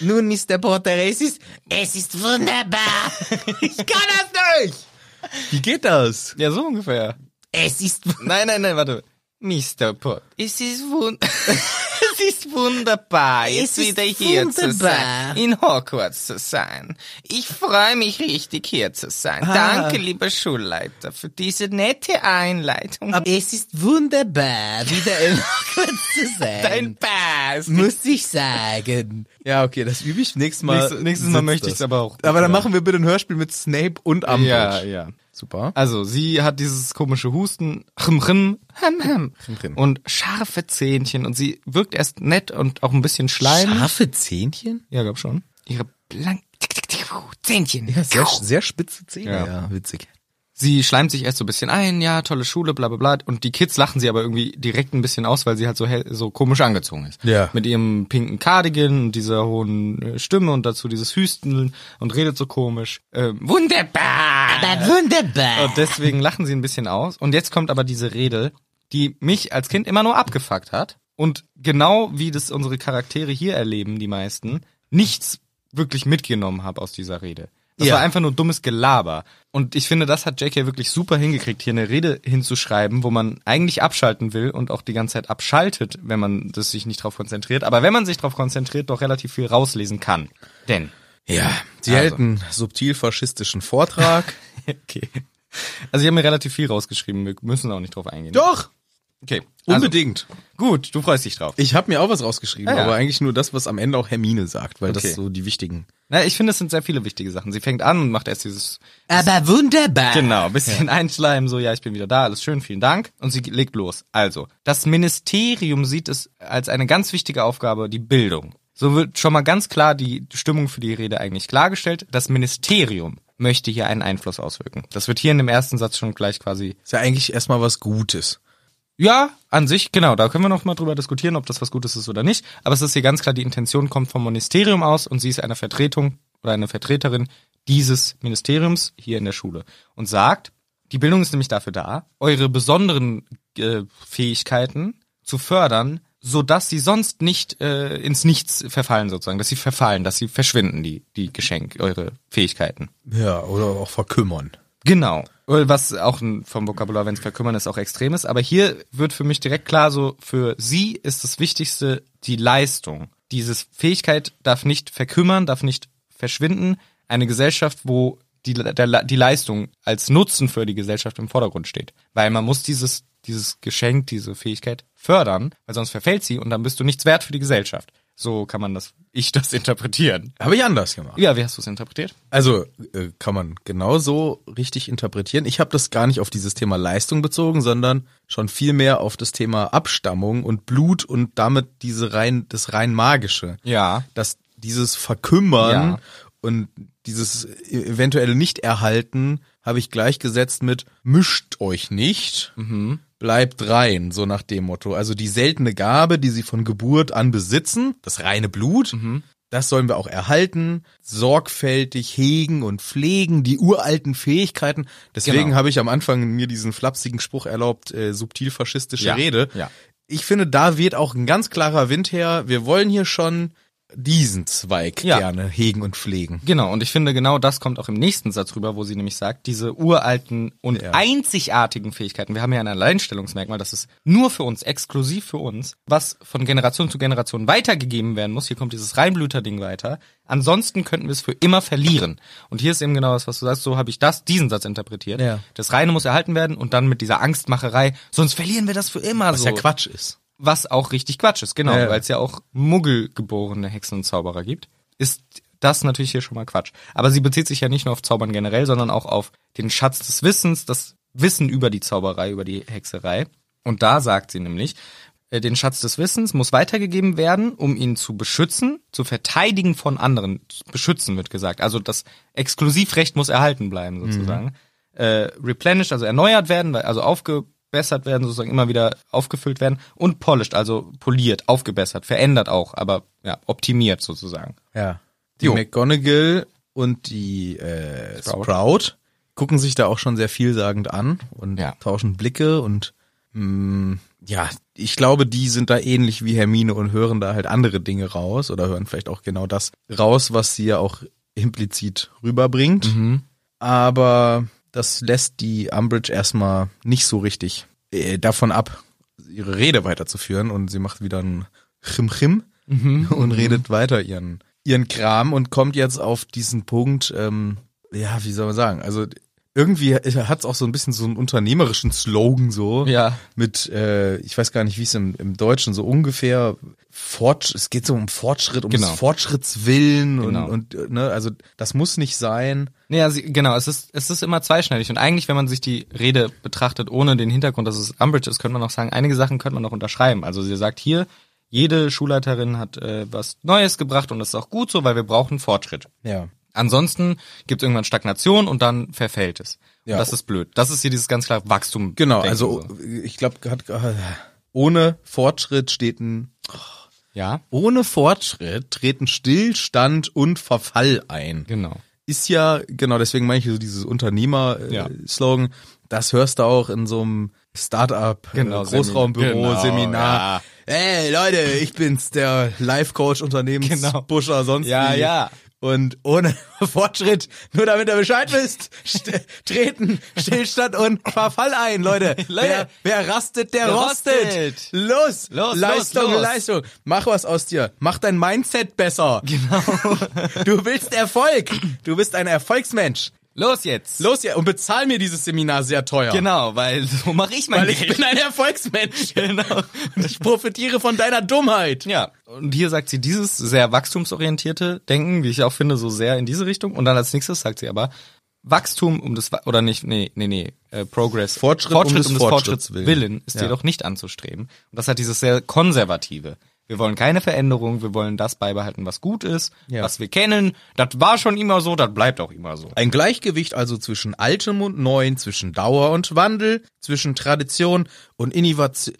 [SPEAKER 2] Nun, Mr. Potter, es ist, es ist (laughs) wunderbar. Ich kann das nicht. Wie geht das?
[SPEAKER 1] Ja, so ungefähr.
[SPEAKER 2] Es ist,
[SPEAKER 1] Nein, nein, nein, warte. Mr. Pot. Es ist, wund (laughs) es ist wunderbar, jetzt
[SPEAKER 2] Es ist
[SPEAKER 1] wieder hier zu
[SPEAKER 2] wunderbar.
[SPEAKER 1] sein. In Hogwarts zu sein. Ich freue mich richtig, hier zu sein.
[SPEAKER 2] Ah.
[SPEAKER 1] Danke, lieber Schulleiter, für diese nette Einleitung.
[SPEAKER 2] es ist wunderbar, wieder im Hogwarts zu sein.
[SPEAKER 1] Dein Pass.
[SPEAKER 2] muss ich sagen. Ja, okay, das übe ich nächstes Mal.
[SPEAKER 1] Nächstes- nächstes Mal
[SPEAKER 2] sitzt
[SPEAKER 1] möchte
[SPEAKER 2] das.
[SPEAKER 1] ich's aber auch-
[SPEAKER 2] Aber dann machen wir bitte ein Hörspiel mit Snape und Umbridge.
[SPEAKER 1] ja.
[SPEAKER 2] Super.
[SPEAKER 1] Also, sie hat dieses komische Husten, chim, chim, hem, hem,
[SPEAKER 2] chim.
[SPEAKER 1] und scharfe Zähnchen und sie wirkt erst nett und auch ein bisschen schleim.
[SPEAKER 2] Scharfe Zähnchen?
[SPEAKER 1] Ja, glaub schon. Ihre blank tick, tick, tick, puh, Zähnchen.
[SPEAKER 2] Ja, sehr, sehr spitze Zähne.
[SPEAKER 1] Ja.
[SPEAKER 2] ja witzig.
[SPEAKER 1] Sie schleimt sich erst so ein bisschen ein, ja, tolle Schule, bla bla bla. Und die Kids lachen sie aber irgendwie direkt ein bisschen aus, weil sie halt so, hell, so komisch angezogen ist.
[SPEAKER 2] Ja.
[SPEAKER 1] Mit ihrem pinken Cardigan und dieser hohen äh, Stimme und dazu dieses Hüsteln und redet so komisch. Ähm, wunderbar!
[SPEAKER 2] wunderbar.
[SPEAKER 1] Und Äh, deswegen lachen sie ein bisschen aus. Und jetzt kommt aber diese Rede, die mich als Kind immer nur abgefuckt hat. Und genau wie das unsere Charaktere hier erleben, die meisten, nichts wirklich mitgenommen habe aus dieser Rede. Das
[SPEAKER 2] Ja.
[SPEAKER 1] war einfach nur dummes Gelaber. Und ich finde, das hat JK wirklich super hingekriegt, hier eine Rede hinzuschreiben, wo man eigentlich abschalten will und auch die ganze Zeit abschaltet, wenn man das sich nicht drauf konzentriert. Aber wenn man sich drauf konzentriert, doch relativ viel rauslesen kann. Denn
[SPEAKER 2] Ja, also. sie hält einen subtil faschistischen Vortrag.
[SPEAKER 1] (laughs) Okay. Also ich habe mir relativ viel rausgeschrieben, wir müssen auch nicht drauf eingehen.
[SPEAKER 2] Doch,
[SPEAKER 1] Okay. Also,
[SPEAKER 2] unbedingt.
[SPEAKER 1] gut, du freust dich drauf.
[SPEAKER 2] (laughs) ich habe mir auch was rausgeschrieben,
[SPEAKER 1] Ja, ja.
[SPEAKER 2] aber eigentlich nur das, was am Ende auch Hermine sagt, weil
[SPEAKER 1] Okay.
[SPEAKER 2] das so die wichtigen.
[SPEAKER 1] Na, ich finde, es sind sehr viele wichtige Sachen. Sie fängt an und macht erst dieses,
[SPEAKER 2] Aber wunderbar.
[SPEAKER 1] genau, ein bisschen einschleimen, so, ja, ich bin wieder da, alles schön, vielen Dank. Und sie legt los. Also, das Ministerium sieht es als eine ganz wichtige Aufgabe, die Bildung. So wird schon mal ganz klar die Stimmung für die Rede eigentlich klargestellt. Das Ministerium möchte hier einen Einfluss auswirken. Das wird hier in dem ersten Satz schon gleich quasi
[SPEAKER 2] Ist ja eigentlich erstmal was Gutes.
[SPEAKER 1] Ja, an sich, genau. Da können wir noch mal drüber diskutieren, ob das was Gutes ist oder nicht. Aber es ist hier ganz klar, die Intention kommt vom Ministerium aus und sie ist eine Vertretung oder eine Vertreterin dieses Ministeriums hier in der Schule und sagt, die Bildung ist nämlich dafür da, eure besonderen äh, Fähigkeiten zu fördern, sodass sie sonst nicht äh, ins Nichts verfallen sozusagen, dass sie verfallen, dass sie verschwinden, die, die Geschenk, eure Fähigkeiten.
[SPEAKER 2] Ja, oder auch verkümmern.
[SPEAKER 1] Genau. Was auch ein- vom Vokabular, wenn es verkümmern ist, auch extrem ist. Aber hier wird für mich direkt klar, so für sie ist das Wichtigste die Leistung. Diese Fähigkeit darf nicht verkümmern, darf nicht verschwinden. Eine Gesellschaft, wo die, der, Le- die Leistung als Nutzen für die Gesellschaft im Vordergrund steht. Weil man muss dieses, dieses Geschenk, diese Fähigkeit fördern, weil sonst verfällt sie und dann bist du nichts wert für die Gesellschaft. So kann man das, ich das (laughs) interpretieren.
[SPEAKER 2] Habe ich anders gemacht.
[SPEAKER 1] Ja, wie hast du es interpretiert?
[SPEAKER 2] Also äh, kann man genauso richtig interpretieren. Ich habe das gar nicht auf dieses Thema Leistung bezogen, sondern schon viel mehr auf das Thema Abstammung und Blut und damit diese rein das rein magische.
[SPEAKER 1] Ja.
[SPEAKER 2] Dass dieses Verkümmern
[SPEAKER 1] Ja.
[SPEAKER 2] und dieses e-, eventuelle Nichterhalten habe ich gleichgesetzt mit mischt euch nicht, bleibt rein, so nach dem Motto. Also die seltene Gabe, die sie von Geburt an besitzen, das reine Blut, das sollen wir auch erhalten, sorgfältig hegen und pflegen, die uralten Fähigkeiten. Deswegen
[SPEAKER 1] Genau.
[SPEAKER 2] habe ich am Anfang mir diesen flapsigen Spruch erlaubt, äh, subtil faschistische
[SPEAKER 1] Ja,
[SPEAKER 2] Rede.
[SPEAKER 1] ja.
[SPEAKER 2] Ich finde, da weht auch ein ganz klarer Wind her. Wir wollen hier schon diesen Zweig
[SPEAKER 1] Ja.
[SPEAKER 2] gerne hegen und pflegen.
[SPEAKER 1] Genau, und ich finde, genau das kommt auch im nächsten Satz rüber, wo sie nämlich sagt, diese uralten und einzigartigen Fähigkeiten, wir haben ja ein Alleinstellungsmerkmal, das ist nur für uns, exklusiv für uns, was von Generation zu Generation weitergegeben werden muss. Hier kommt dieses Reinblüterding weiter. Ansonsten könnten wir es für immer verlieren. Und hier ist eben genau das, was du sagst, so habe ich das, diesen Satz interpretiert.
[SPEAKER 2] Ja.
[SPEAKER 1] Das Reine muss erhalten werden und dann mit dieser Angstmacherei, sonst verlieren wir das für immer.
[SPEAKER 2] Was
[SPEAKER 1] so
[SPEAKER 2] ja Quatsch ist.
[SPEAKER 1] was auch richtig Quatsch ist, genau,
[SPEAKER 2] Ja.
[SPEAKER 1] weil es ja auch muggelgeborene Hexen und Zauberer gibt, ist das natürlich hier schon mal Quatsch. Aber sie bezieht sich ja nicht nur auf Zaubern generell, sondern auch auf den Schatz des Wissens, das Wissen über die Zauberei, über die Hexerei. Und da sagt sie nämlich, äh, den Schatz des Wissens muss weitergegeben werden, um ihn zu beschützen, zu verteidigen von anderen. Beschützen wird gesagt. Also das Exklusivrecht muss erhalten bleiben sozusagen
[SPEAKER 2] Mhm.
[SPEAKER 1] äh, replenished, also erneuert werden, weil- also aufgebessert werden, sozusagen immer wieder aufgefüllt werden und polished, also poliert, aufgebessert, verändert auch, aber ja, optimiert sozusagen.
[SPEAKER 2] Ja. Die
[SPEAKER 1] Jo.
[SPEAKER 2] McGonagall und die äh, Sprout.
[SPEAKER 1] Sprout.
[SPEAKER 2] gucken sich da auch schon sehr vielsagend an und
[SPEAKER 1] Ja.
[SPEAKER 2] tauschen Blicke und mh, ja, ich glaube, die sind da ähnlich wie Hermine und hören da halt andere Dinge raus oder hören vielleicht auch genau das raus, was sie ja auch implizit rüberbringt. Aber das lässt die Umbridge erstmal nicht so richtig äh, davon ab, ihre Rede weiterzuführen und sie macht wieder ein Chim-Chim und redet weiter ihren, ihren Kram und kommt jetzt auf diesen Punkt, ähm, ja, wie soll man sagen, also irgendwie hat es auch so ein bisschen so einen unternehmerischen Slogan so.
[SPEAKER 1] Ja.
[SPEAKER 2] Mit, äh, ich weiß gar nicht, wie es im, im Deutschen so ungefähr, Fortsch es geht so um Fortschritt, um
[SPEAKER 1] Genau.
[SPEAKER 2] Fortschrittswillen
[SPEAKER 1] Genau.
[SPEAKER 2] und, und, ne, also das muss nicht sein.
[SPEAKER 1] Naja, sie, genau, es ist, es ist immer zweischneidig. Und eigentlich, wenn man sich die Rede betrachtet, ohne den Hintergrund, dass es Umbridge ist, könnte man auch sagen, einige Sachen könnte man noch unterschreiben. Also sie sagt hier, jede Schulleiterin hat äh, was Neues gebracht und das ist auch gut so, weil wir brauchen Fortschritt.
[SPEAKER 2] Ja.
[SPEAKER 1] Ansonsten gibt es irgendwann Stagnation und dann verfällt es.
[SPEAKER 2] Ja.
[SPEAKER 1] Und das ist blöd. Das ist hier dieses ganz klare Wachstum.
[SPEAKER 2] Genau,
[SPEAKER 1] Denken
[SPEAKER 2] also
[SPEAKER 1] so.
[SPEAKER 2] ich glaube, ohne Fortschritt steht ein
[SPEAKER 1] ja,
[SPEAKER 2] ohne Fortschritt treten Stillstand und Verfall ein.
[SPEAKER 1] genau.
[SPEAKER 2] Ist ja, genau, deswegen meine ich so dieses
[SPEAKER 1] Ja.
[SPEAKER 2] Unternehmer-Slogan, das hörst du auch in so einem Start-up, äh,
[SPEAKER 1] Genau, Seminar.
[SPEAKER 2] Großraumbüro,
[SPEAKER 1] Genau,
[SPEAKER 2] Seminar. Ey, Leute, ich bin's, der Life-Coach, Unternehmensbuscher, sonst
[SPEAKER 1] Genau. Ja,
[SPEAKER 2] wie.
[SPEAKER 1] ja.
[SPEAKER 2] Und ohne (laughs) Fortschritt, nur damit ihr Bescheid wisst, st treten Stillstand und Verfall ein, Leute.
[SPEAKER 1] (laughs)
[SPEAKER 2] Wer, wer rastet, der,
[SPEAKER 1] Der
[SPEAKER 2] rostet.
[SPEAKER 1] rostet.
[SPEAKER 2] Los,
[SPEAKER 1] Los,
[SPEAKER 2] Leistung,
[SPEAKER 1] los, los.
[SPEAKER 2] Leistung. Mach was aus dir. Mach dein
[SPEAKER 1] (laughs)
[SPEAKER 2] Mindset besser. Genau. Du willst Erfolg. Du bist ein Erfolgsmensch.
[SPEAKER 1] Los jetzt.
[SPEAKER 2] Los, ja, und bezahl mir dieses Seminar sehr teuer.
[SPEAKER 1] Genau, weil so mache ich mein
[SPEAKER 2] Weil ich
[SPEAKER 1] Geld.
[SPEAKER 2] bin ein
[SPEAKER 1] (laughs)
[SPEAKER 2] Erfolgsmensch.
[SPEAKER 1] Genau.
[SPEAKER 2] (laughs) Und ich profitiere von deiner Dummheit.
[SPEAKER 1] Ja, und hier sagt sie dieses sehr wachstumsorientierte Denken, wie ich auch finde, so sehr in diese Richtung. Und dann als nächstes sagt sie aber Wachstum um des Wa- oder nicht, nee, nee, nee, äh, Progress.
[SPEAKER 2] Fortschritt um des Fortschritts willen.
[SPEAKER 1] Willen ist
[SPEAKER 2] Ja.
[SPEAKER 1] jedoch nicht anzustreben. Und das hat dieses sehr konservative. Wir wollen keine Veränderung, wir wollen das beibehalten, was gut ist,
[SPEAKER 2] Ja.
[SPEAKER 1] was wir kennen. Das war schon immer so, das bleibt auch immer so.
[SPEAKER 2] Ein Gleichgewicht also zwischen Altem und Neuem, zwischen Dauer und Wandel, zwischen Tradition und Innovation.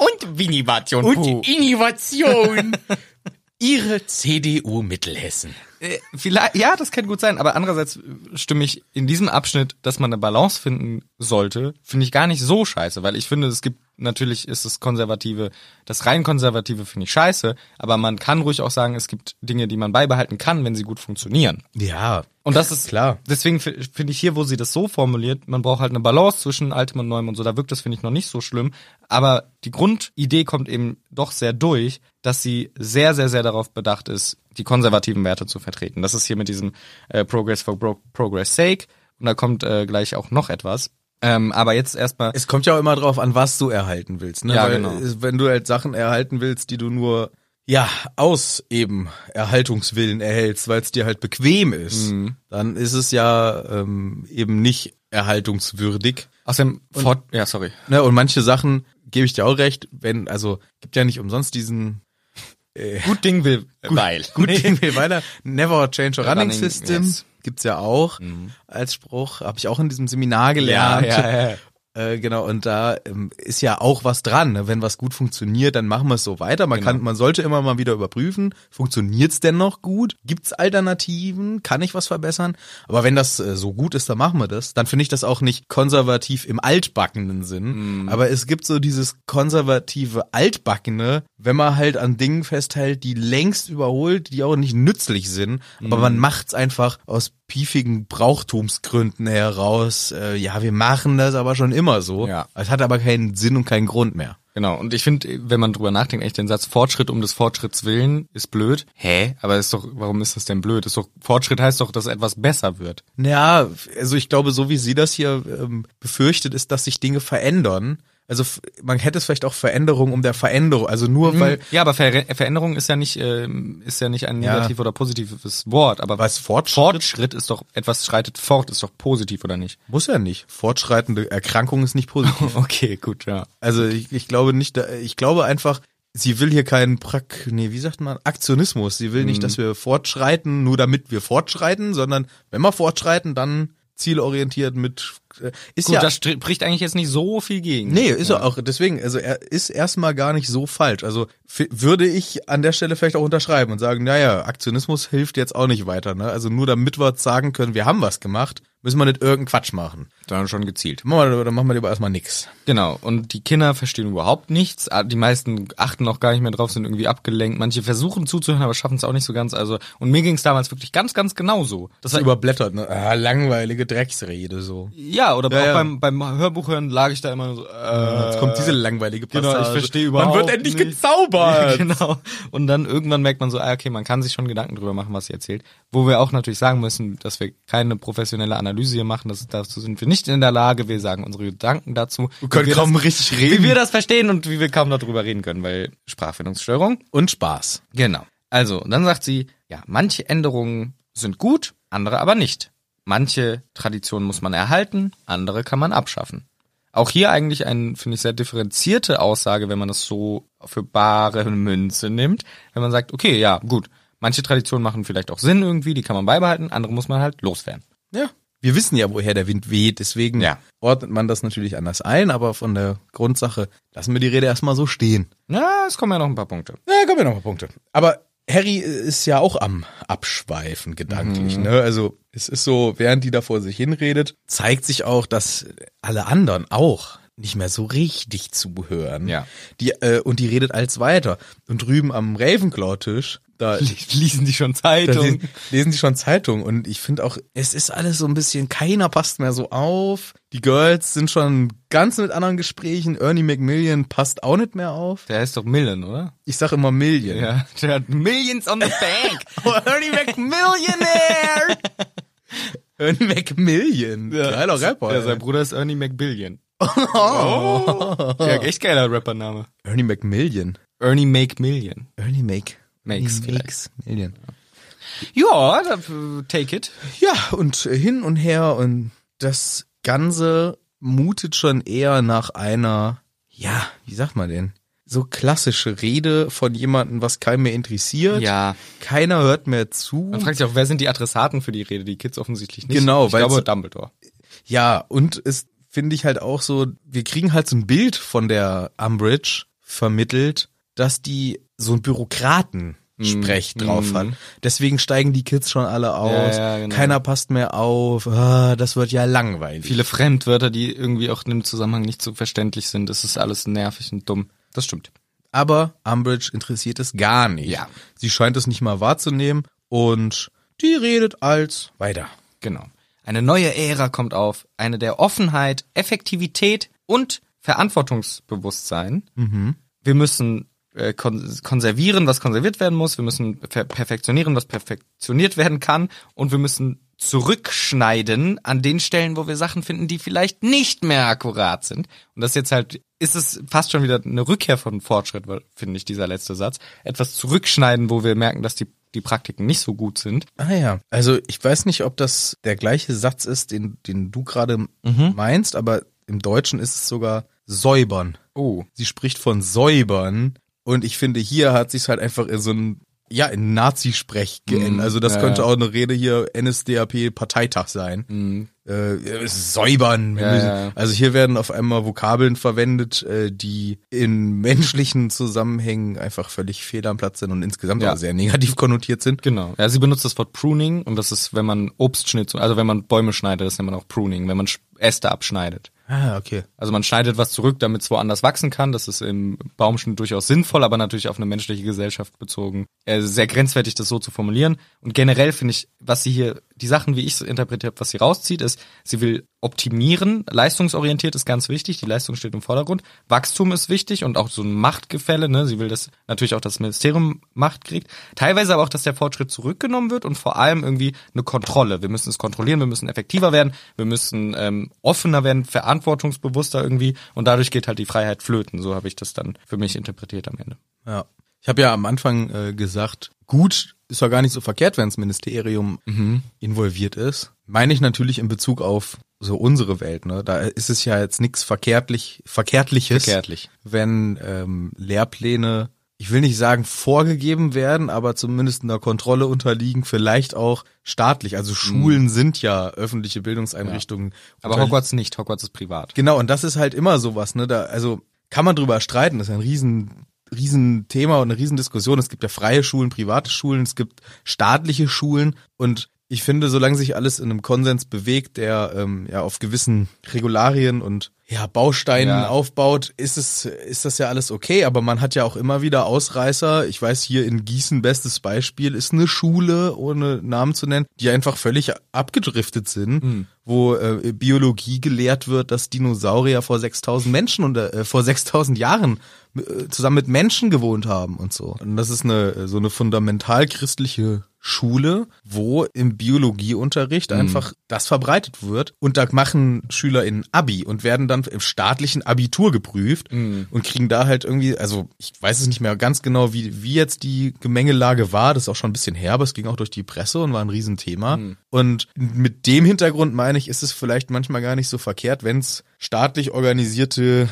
[SPEAKER 1] Und Winivation Puh.
[SPEAKER 2] Innovation! Oh. (laughs) Ihre CDU Mittelhessen.
[SPEAKER 1] Äh, Vielleicht, ja, das kann gut sein, aber andererseits stimme ich in diesem Abschnitt, dass man eine Balance finden sollte, finde ich gar nicht so scheiße, weil ich finde, es gibt, natürlich ist das Konservative, das rein Konservative finde ich scheiße, aber man kann ruhig auch sagen, es gibt Dinge, die man beibehalten kann, wenn sie gut funktionieren.
[SPEAKER 2] Ja.
[SPEAKER 1] Und das ist
[SPEAKER 2] Klar.
[SPEAKER 1] Deswegen f- finde ich hier, wo sie das so formuliert, man braucht halt eine Balance zwischen Altem und Neuem und so, da wirkt das, finde ich, noch nicht so schlimm. Aber die Grundidee kommt eben doch sehr durch, dass sie sehr, sehr, sehr darauf bedacht ist, die konservativen Werte zu vertreten. Das ist hier mit diesem äh, Progress for Bro Progress Sake. Und da kommt äh, gleich auch noch etwas. Ähm, aber jetzt erstmal.
[SPEAKER 2] Es kommt ja auch immer drauf an, was du erhalten willst. Ne?
[SPEAKER 1] Ja,
[SPEAKER 2] Weil,
[SPEAKER 1] genau.
[SPEAKER 2] äh, Wenn du halt Sachen erhalten willst, die du nur ja aus eben Erhaltungswillen erhältst, weil es dir halt bequem ist, dann ist es ja ähm, eben nicht erhaltungswürdig.
[SPEAKER 1] Außerdem, Fort ja, sorry.
[SPEAKER 2] Ne, und manche Sachen gebe ich dir auch recht, wenn, also gibt ja nicht umsonst (laughs) diesen
[SPEAKER 1] Gut Ding will.
[SPEAKER 2] weil. Gut, gehen wir weiter. Never change a running, Mhm.
[SPEAKER 1] Running,
[SPEAKER 2] system.
[SPEAKER 1] yes.
[SPEAKER 2] Gibt's ja auch als Spruch. Habe ich auch in diesem Seminar gelernt.
[SPEAKER 1] Ja, ja,
[SPEAKER 2] Äh, genau, und da ähm, ist ja auch was dran. Ne? Wenn was gut funktioniert, dann machen wir es so weiter. Man kann, man sollte immer mal wieder überprüfen, funktioniert's denn noch gut? Gibt's Alternativen? Kann ich was verbessern? Aber wenn das äh, so gut ist, dann machen wir das. Dann finde ich das auch nicht konservativ im altbackenen Sinn. Aber es gibt so dieses konservative Altbackene, wenn man halt an Dingen festhält, die längst überholt, die auch nicht nützlich sind. Aber man macht's einfach aus piefigen Brauchtumsgründen heraus. Äh, ja, wir machen das aber schon immer so.
[SPEAKER 1] Ja.
[SPEAKER 2] Es hat aber keinen Sinn und keinen Grund mehr.
[SPEAKER 1] Genau, und ich finde, wenn man drüber nachdenkt, echt den Satz Fortschritt um des Fortschritts willen ist blöd. Hä? Aber ist doch, warum ist das denn blöd? Ist doch, Fortschritt heißt doch, dass etwas besser wird.
[SPEAKER 2] Ja, also ich glaube, so wie sie das hier ähm, befürchtet, ist, dass sich Dinge verändern. Also f- man hätte es vielleicht auch Veränderung um der Veränderung. Also nur weil
[SPEAKER 1] ja, aber Ver Veränderung ist ja nicht, ähm, ist ja nicht ein
[SPEAKER 2] Ja.
[SPEAKER 1] negativ oder positives Wort, aber
[SPEAKER 2] Was, Fortschritt?
[SPEAKER 1] Fortschritt ist doch, etwas schreitet fort, ist doch positiv oder
[SPEAKER 2] (laughs)
[SPEAKER 1] nicht?
[SPEAKER 2] muss ja nicht. Fortschreitende Erkrankung ist nicht positiv.
[SPEAKER 1] Okay, gut, ja.
[SPEAKER 2] Also ich, ich glaube nicht, da- ich glaube einfach, sie will hier keinen Prak, nee, wie sagt man, Aktionismus. Sie will nicht, dass wir fortschreiten, nur damit wir fortschreiten, sondern wenn wir fortschreiten, dann zielorientiert mit äh, ist
[SPEAKER 1] Gut,
[SPEAKER 2] ja
[SPEAKER 1] das stri- bricht eigentlich jetzt nicht so viel gegen.
[SPEAKER 2] Nee, ist ja. auch deswegen, also er ist erstmal gar nicht so falsch. Also f- würde ich an der Stelle vielleicht auch unterschreiben und sagen, naja, Aktionismus hilft jetzt auch nicht weiter, ne? Also nur damit wir sagen können, wir haben was gemacht, müssen wir nicht irgendeinen Quatsch machen.
[SPEAKER 1] Dann schon gezielt.
[SPEAKER 2] Machen wir, dann machen wir lieber erstmal nix.
[SPEAKER 1] Genau, und die Kinder verstehen überhaupt nichts. Ah, Die meisten achten auch gar nicht mehr drauf, sind irgendwie abgelenkt. Manche versuchen zuzuhören, aber schaffen es auch nicht so ganz. Also, und mir ging es damals wirklich ganz, ganz genauso. Das
[SPEAKER 2] Das ist überblättert, ne? Ah, langweilige Drecksrede so.
[SPEAKER 1] ja, oder auch
[SPEAKER 2] ja.
[SPEAKER 1] Beim, beim Hörbuch hören lag ich da immer nur so. Äh,
[SPEAKER 2] Jetzt kommt diese langweilige
[SPEAKER 1] genau,
[SPEAKER 2] Passage.
[SPEAKER 1] ich verstehe überhaupt
[SPEAKER 2] Man wird endlich
[SPEAKER 1] nicht. (laughs)
[SPEAKER 2] gezaubert.
[SPEAKER 1] genau. Und dann irgendwann merkt man so, ah, okay, man kann sich schon Gedanken drüber machen, was sie erzählt. Wo wir auch natürlich sagen müssen, dass wir keine professionelle Analyse hier machen. Das, dazu sind wir nicht in der Lage. Wir sagen unsere Gedanken dazu.
[SPEAKER 2] Wir können
[SPEAKER 1] Wie
[SPEAKER 2] kaum
[SPEAKER 1] das,
[SPEAKER 2] richtig
[SPEAKER 1] Wie
[SPEAKER 2] reden.
[SPEAKER 1] wir das verstehen und wie wir kaum darüber reden können, weil Sprachfindungsstörung.
[SPEAKER 2] Und Spaß.
[SPEAKER 1] Genau. Also, und dann sagt sie, ja, manche Änderungen sind gut, andere aber nicht. Manche Traditionen muss man erhalten, andere kann man abschaffen. Auch hier eigentlich eine, finde ich, sehr differenzierte Aussage, wenn man das so für bare Münze nimmt. Wenn man sagt, okay, ja, gut, manche Traditionen machen vielleicht auch Sinn irgendwie, die kann man beibehalten, andere muss man halt loswerden.
[SPEAKER 2] Ja. Wir wissen ja, woher der Wind weht, deswegen
[SPEAKER 1] Ja.
[SPEAKER 2] ordnet man das natürlich anders ein, aber von der Grundsache lassen wir die Rede erstmal so stehen.
[SPEAKER 1] Na, es kommen ja noch ein paar Punkte. (laughs)
[SPEAKER 2] Na, kommen ja noch ein paar Punkte. Aber Harry ist ja auch am Abschweifen
[SPEAKER 1] Mhm.
[SPEAKER 2] gedanklich, ne? Also es ist so, während die da vor sich hinredet, zeigt sich auch, dass alle anderen auch nicht mehr so richtig zuhören.
[SPEAKER 1] Ja.
[SPEAKER 2] Die, äh, und die redet als weiter. Und drüben am Ravenclaw-Tisch
[SPEAKER 1] (laughs)
[SPEAKER 2] Da
[SPEAKER 1] Lesen die schon
[SPEAKER 2] Da
[SPEAKER 1] Zeitung?
[SPEAKER 2] lesen, lesen die schon Zeitung und ich finde auch, es ist alles so ein bisschen, keiner passt mehr so auf. Die Girls sind schon ganz mit anderen Gesprächen. Ernie McMillian passt auch nicht mehr auf.
[SPEAKER 1] Der heißt doch Millen, oder?
[SPEAKER 2] Ich sag immer Million.
[SPEAKER 1] Ja, der hat Millions on the Bank.
[SPEAKER 2] Ernie McMillionaire! (laughs) Ernie McMillion. Geiler Rapper.
[SPEAKER 1] (laughs) Ja,
[SPEAKER 2] ey.
[SPEAKER 1] sein Bruder ist Ernie McBillion. (laughs) Oh. Ja, echt geiler Rappername.
[SPEAKER 2] Ernie McMillion.
[SPEAKER 1] Ernie Make Million.
[SPEAKER 2] Ernie Make.
[SPEAKER 1] Makes
[SPEAKER 2] Ernie Makes Million.
[SPEAKER 1] Ja, da, äh, take it.
[SPEAKER 2] Ja, und hin und her und das Ganze mutet schon eher nach einer, ja, wie sagt man denn? So klassische Rede von jemandem, was keinen mehr interessiert.
[SPEAKER 1] Ja.
[SPEAKER 2] Keiner hört mehr zu.
[SPEAKER 1] Man fragt sich auch, wer sind die Adressaten für die Rede? Die Kids offensichtlich nicht.
[SPEAKER 2] Genau,
[SPEAKER 1] ich
[SPEAKER 2] weil-
[SPEAKER 1] glaube Dumbledore.
[SPEAKER 2] Ja, und es finde ich halt auch so, wir kriegen halt so ein Bild von der Umbridge vermittelt, dass die so ein Bürokraten Sprech drauf hat. Deswegen steigen die Kids schon alle aus.
[SPEAKER 1] Mhm. ja, genau.
[SPEAKER 2] Keiner passt mehr auf. Ah, das wird ja langweilig.
[SPEAKER 1] Viele Fremdwörter, die irgendwie auch in dem Zusammenhang nicht so verständlich sind. Es ist alles nervig und dumm. Das stimmt.
[SPEAKER 2] Aber Umbridge interessiert es gar nicht.
[SPEAKER 1] Ja.
[SPEAKER 2] Sie scheint es nicht mal wahrzunehmen und die redet als weiter.
[SPEAKER 1] Genau. Eine neue Ära kommt auf, eine der Offenheit, Effektivität und Verantwortungsbewusstsein. Wir müssen äh, kon konservieren, was konserviert werden muss, wir müssen per perfektionieren, was perfektioniert werden kann und wir müssen zurückschneiden an den Stellen, wo wir Sachen finden, die vielleicht nicht mehr akkurat sind. Und das ist jetzt halt, ist es fast schon wieder eine Rückkehr von Fortschritt, weil- finde ich, dieser letzte Satz. Etwas zurückschneiden, wo wir merken, dass die, die Praktiken nicht so gut sind.
[SPEAKER 2] Ah ja, also ich weiß nicht, ob das der gleiche Satz ist, den, den du gerade
[SPEAKER 1] Mhm.
[SPEAKER 2] meinst, aber im Deutschen ist es sogar säubern.
[SPEAKER 1] Oh.
[SPEAKER 2] Sie spricht von säubern und ich finde, hier hat sich halt einfach in so ein ja, in Nazi-Sprech
[SPEAKER 1] Mhm.
[SPEAKER 2] geändert. Also das könnte auch eine Rede hier NSDAP-Parteitag sein. Äh, es ist säubern. Wir müssen-
[SPEAKER 1] Mhm. ja, ja.
[SPEAKER 2] Also hier werden auf einmal Vokabeln verwendet, äh, die in menschlichen Zusammenhängen einfach völlig fehl am Platz sind und insgesamt
[SPEAKER 1] Ja.
[SPEAKER 2] auch sehr negativ konnotiert sind.
[SPEAKER 1] Genau. Ja, sie benutzt das Wort Pruning und das ist, wenn man Obstschnitt, also wenn man Bäume schneidet, das nennt man auch Pruning, wenn man Sch- Äste abschneidet.
[SPEAKER 2] Ah, okay.
[SPEAKER 1] Also man schneidet was zurück, damit es woanders wachsen kann. Das ist im Baumschnitt durchaus sinnvoll, aber natürlich auf eine menschliche Gesellschaft bezogen. Äh, sehr grenzwertig, das so zu formulieren. Und generell finde ich, was sie hier, die Sachen, wie ich es interpretiert habe, was sie rauszieht, ist, sie will optimieren. Leistungsorientiert ist ganz wichtig. Die Leistung steht im Vordergrund. Wachstum ist wichtig und auch so ein Machtgefälle. Ne? Sie will das natürlich auch, dass das Ministerium Macht kriegt. Teilweise aber auch, dass der Fortschritt zurückgenommen wird und vor allem irgendwie eine Kontrolle. Wir müssen es kontrollieren, wir müssen effektiver werden, wir müssen ähm, offener werden, verantwortungsbewusster irgendwie und dadurch geht halt die Freiheit flöten. So habe ich das dann für mich interpretiert am Ende.
[SPEAKER 2] Ja. Ich habe ja am Anfang äh, gesagt, gut ist ja gar nicht so verkehrt, wenn das Ministerium involviert ist. Meine ich natürlich in Bezug auf so unsere Welt. Ne? Da ist es ja jetzt nichts verkehrtlich, verkehrtliches,
[SPEAKER 1] Verkehrtlich.
[SPEAKER 2] wenn ähm, Lehrpläne, ich will nicht sagen vorgegeben werden, aber zumindest einer Kontrolle unterliegen, vielleicht auch staatlich. Also Schulen sind ja öffentliche Bildungseinrichtungen.
[SPEAKER 1] Aber
[SPEAKER 2] Unterlie-
[SPEAKER 1] Hogwarts nicht, Hogwarts ist privat.
[SPEAKER 2] Genau, und das ist halt immer sowas, ne? Da, also kann man drüber streiten, das ist ein riesen, riesen Thema und eine riesen Diskussion. Es gibt ja freie Schulen, private Schulen, es gibt staatliche Schulen und ich finde, solange sich alles in einem Konsens bewegt, der ähm, ja auf gewissen Regularien und ja, Bausteinen
[SPEAKER 1] Ja.
[SPEAKER 2] aufbaut, ist es, ist das ja alles okay, aber man hat ja auch immer wieder Ausreißer. Ich weiß, hier in Gießen, bestes Beispiel, ist eine Schule, ohne Namen zu nennen, die einfach völlig abgedriftet sind, wo äh, Biologie gelehrt wird, dass Dinosaurier vor 6000 Menschen und äh, vor 6000 Jahren äh, zusammen mit Menschen gewohnt haben und so. Und das ist eine, so eine fundamental christliche Schule, wo im Biologieunterricht einfach das verbreitet wird. Und da machen SchülerInnen Abi und werden dann im staatlichen Abitur geprüft und kriegen da halt irgendwie, also ich weiß es nicht mehr ganz genau, wie, wie jetzt die Gemengelage war. Das ist auch schon ein bisschen her, aber es ging auch durch die Presse und war ein Riesenthema. Und mit dem Hintergrund meine ich, ist es vielleicht manchmal gar nicht so verkehrt, wenn es staatlich organisierte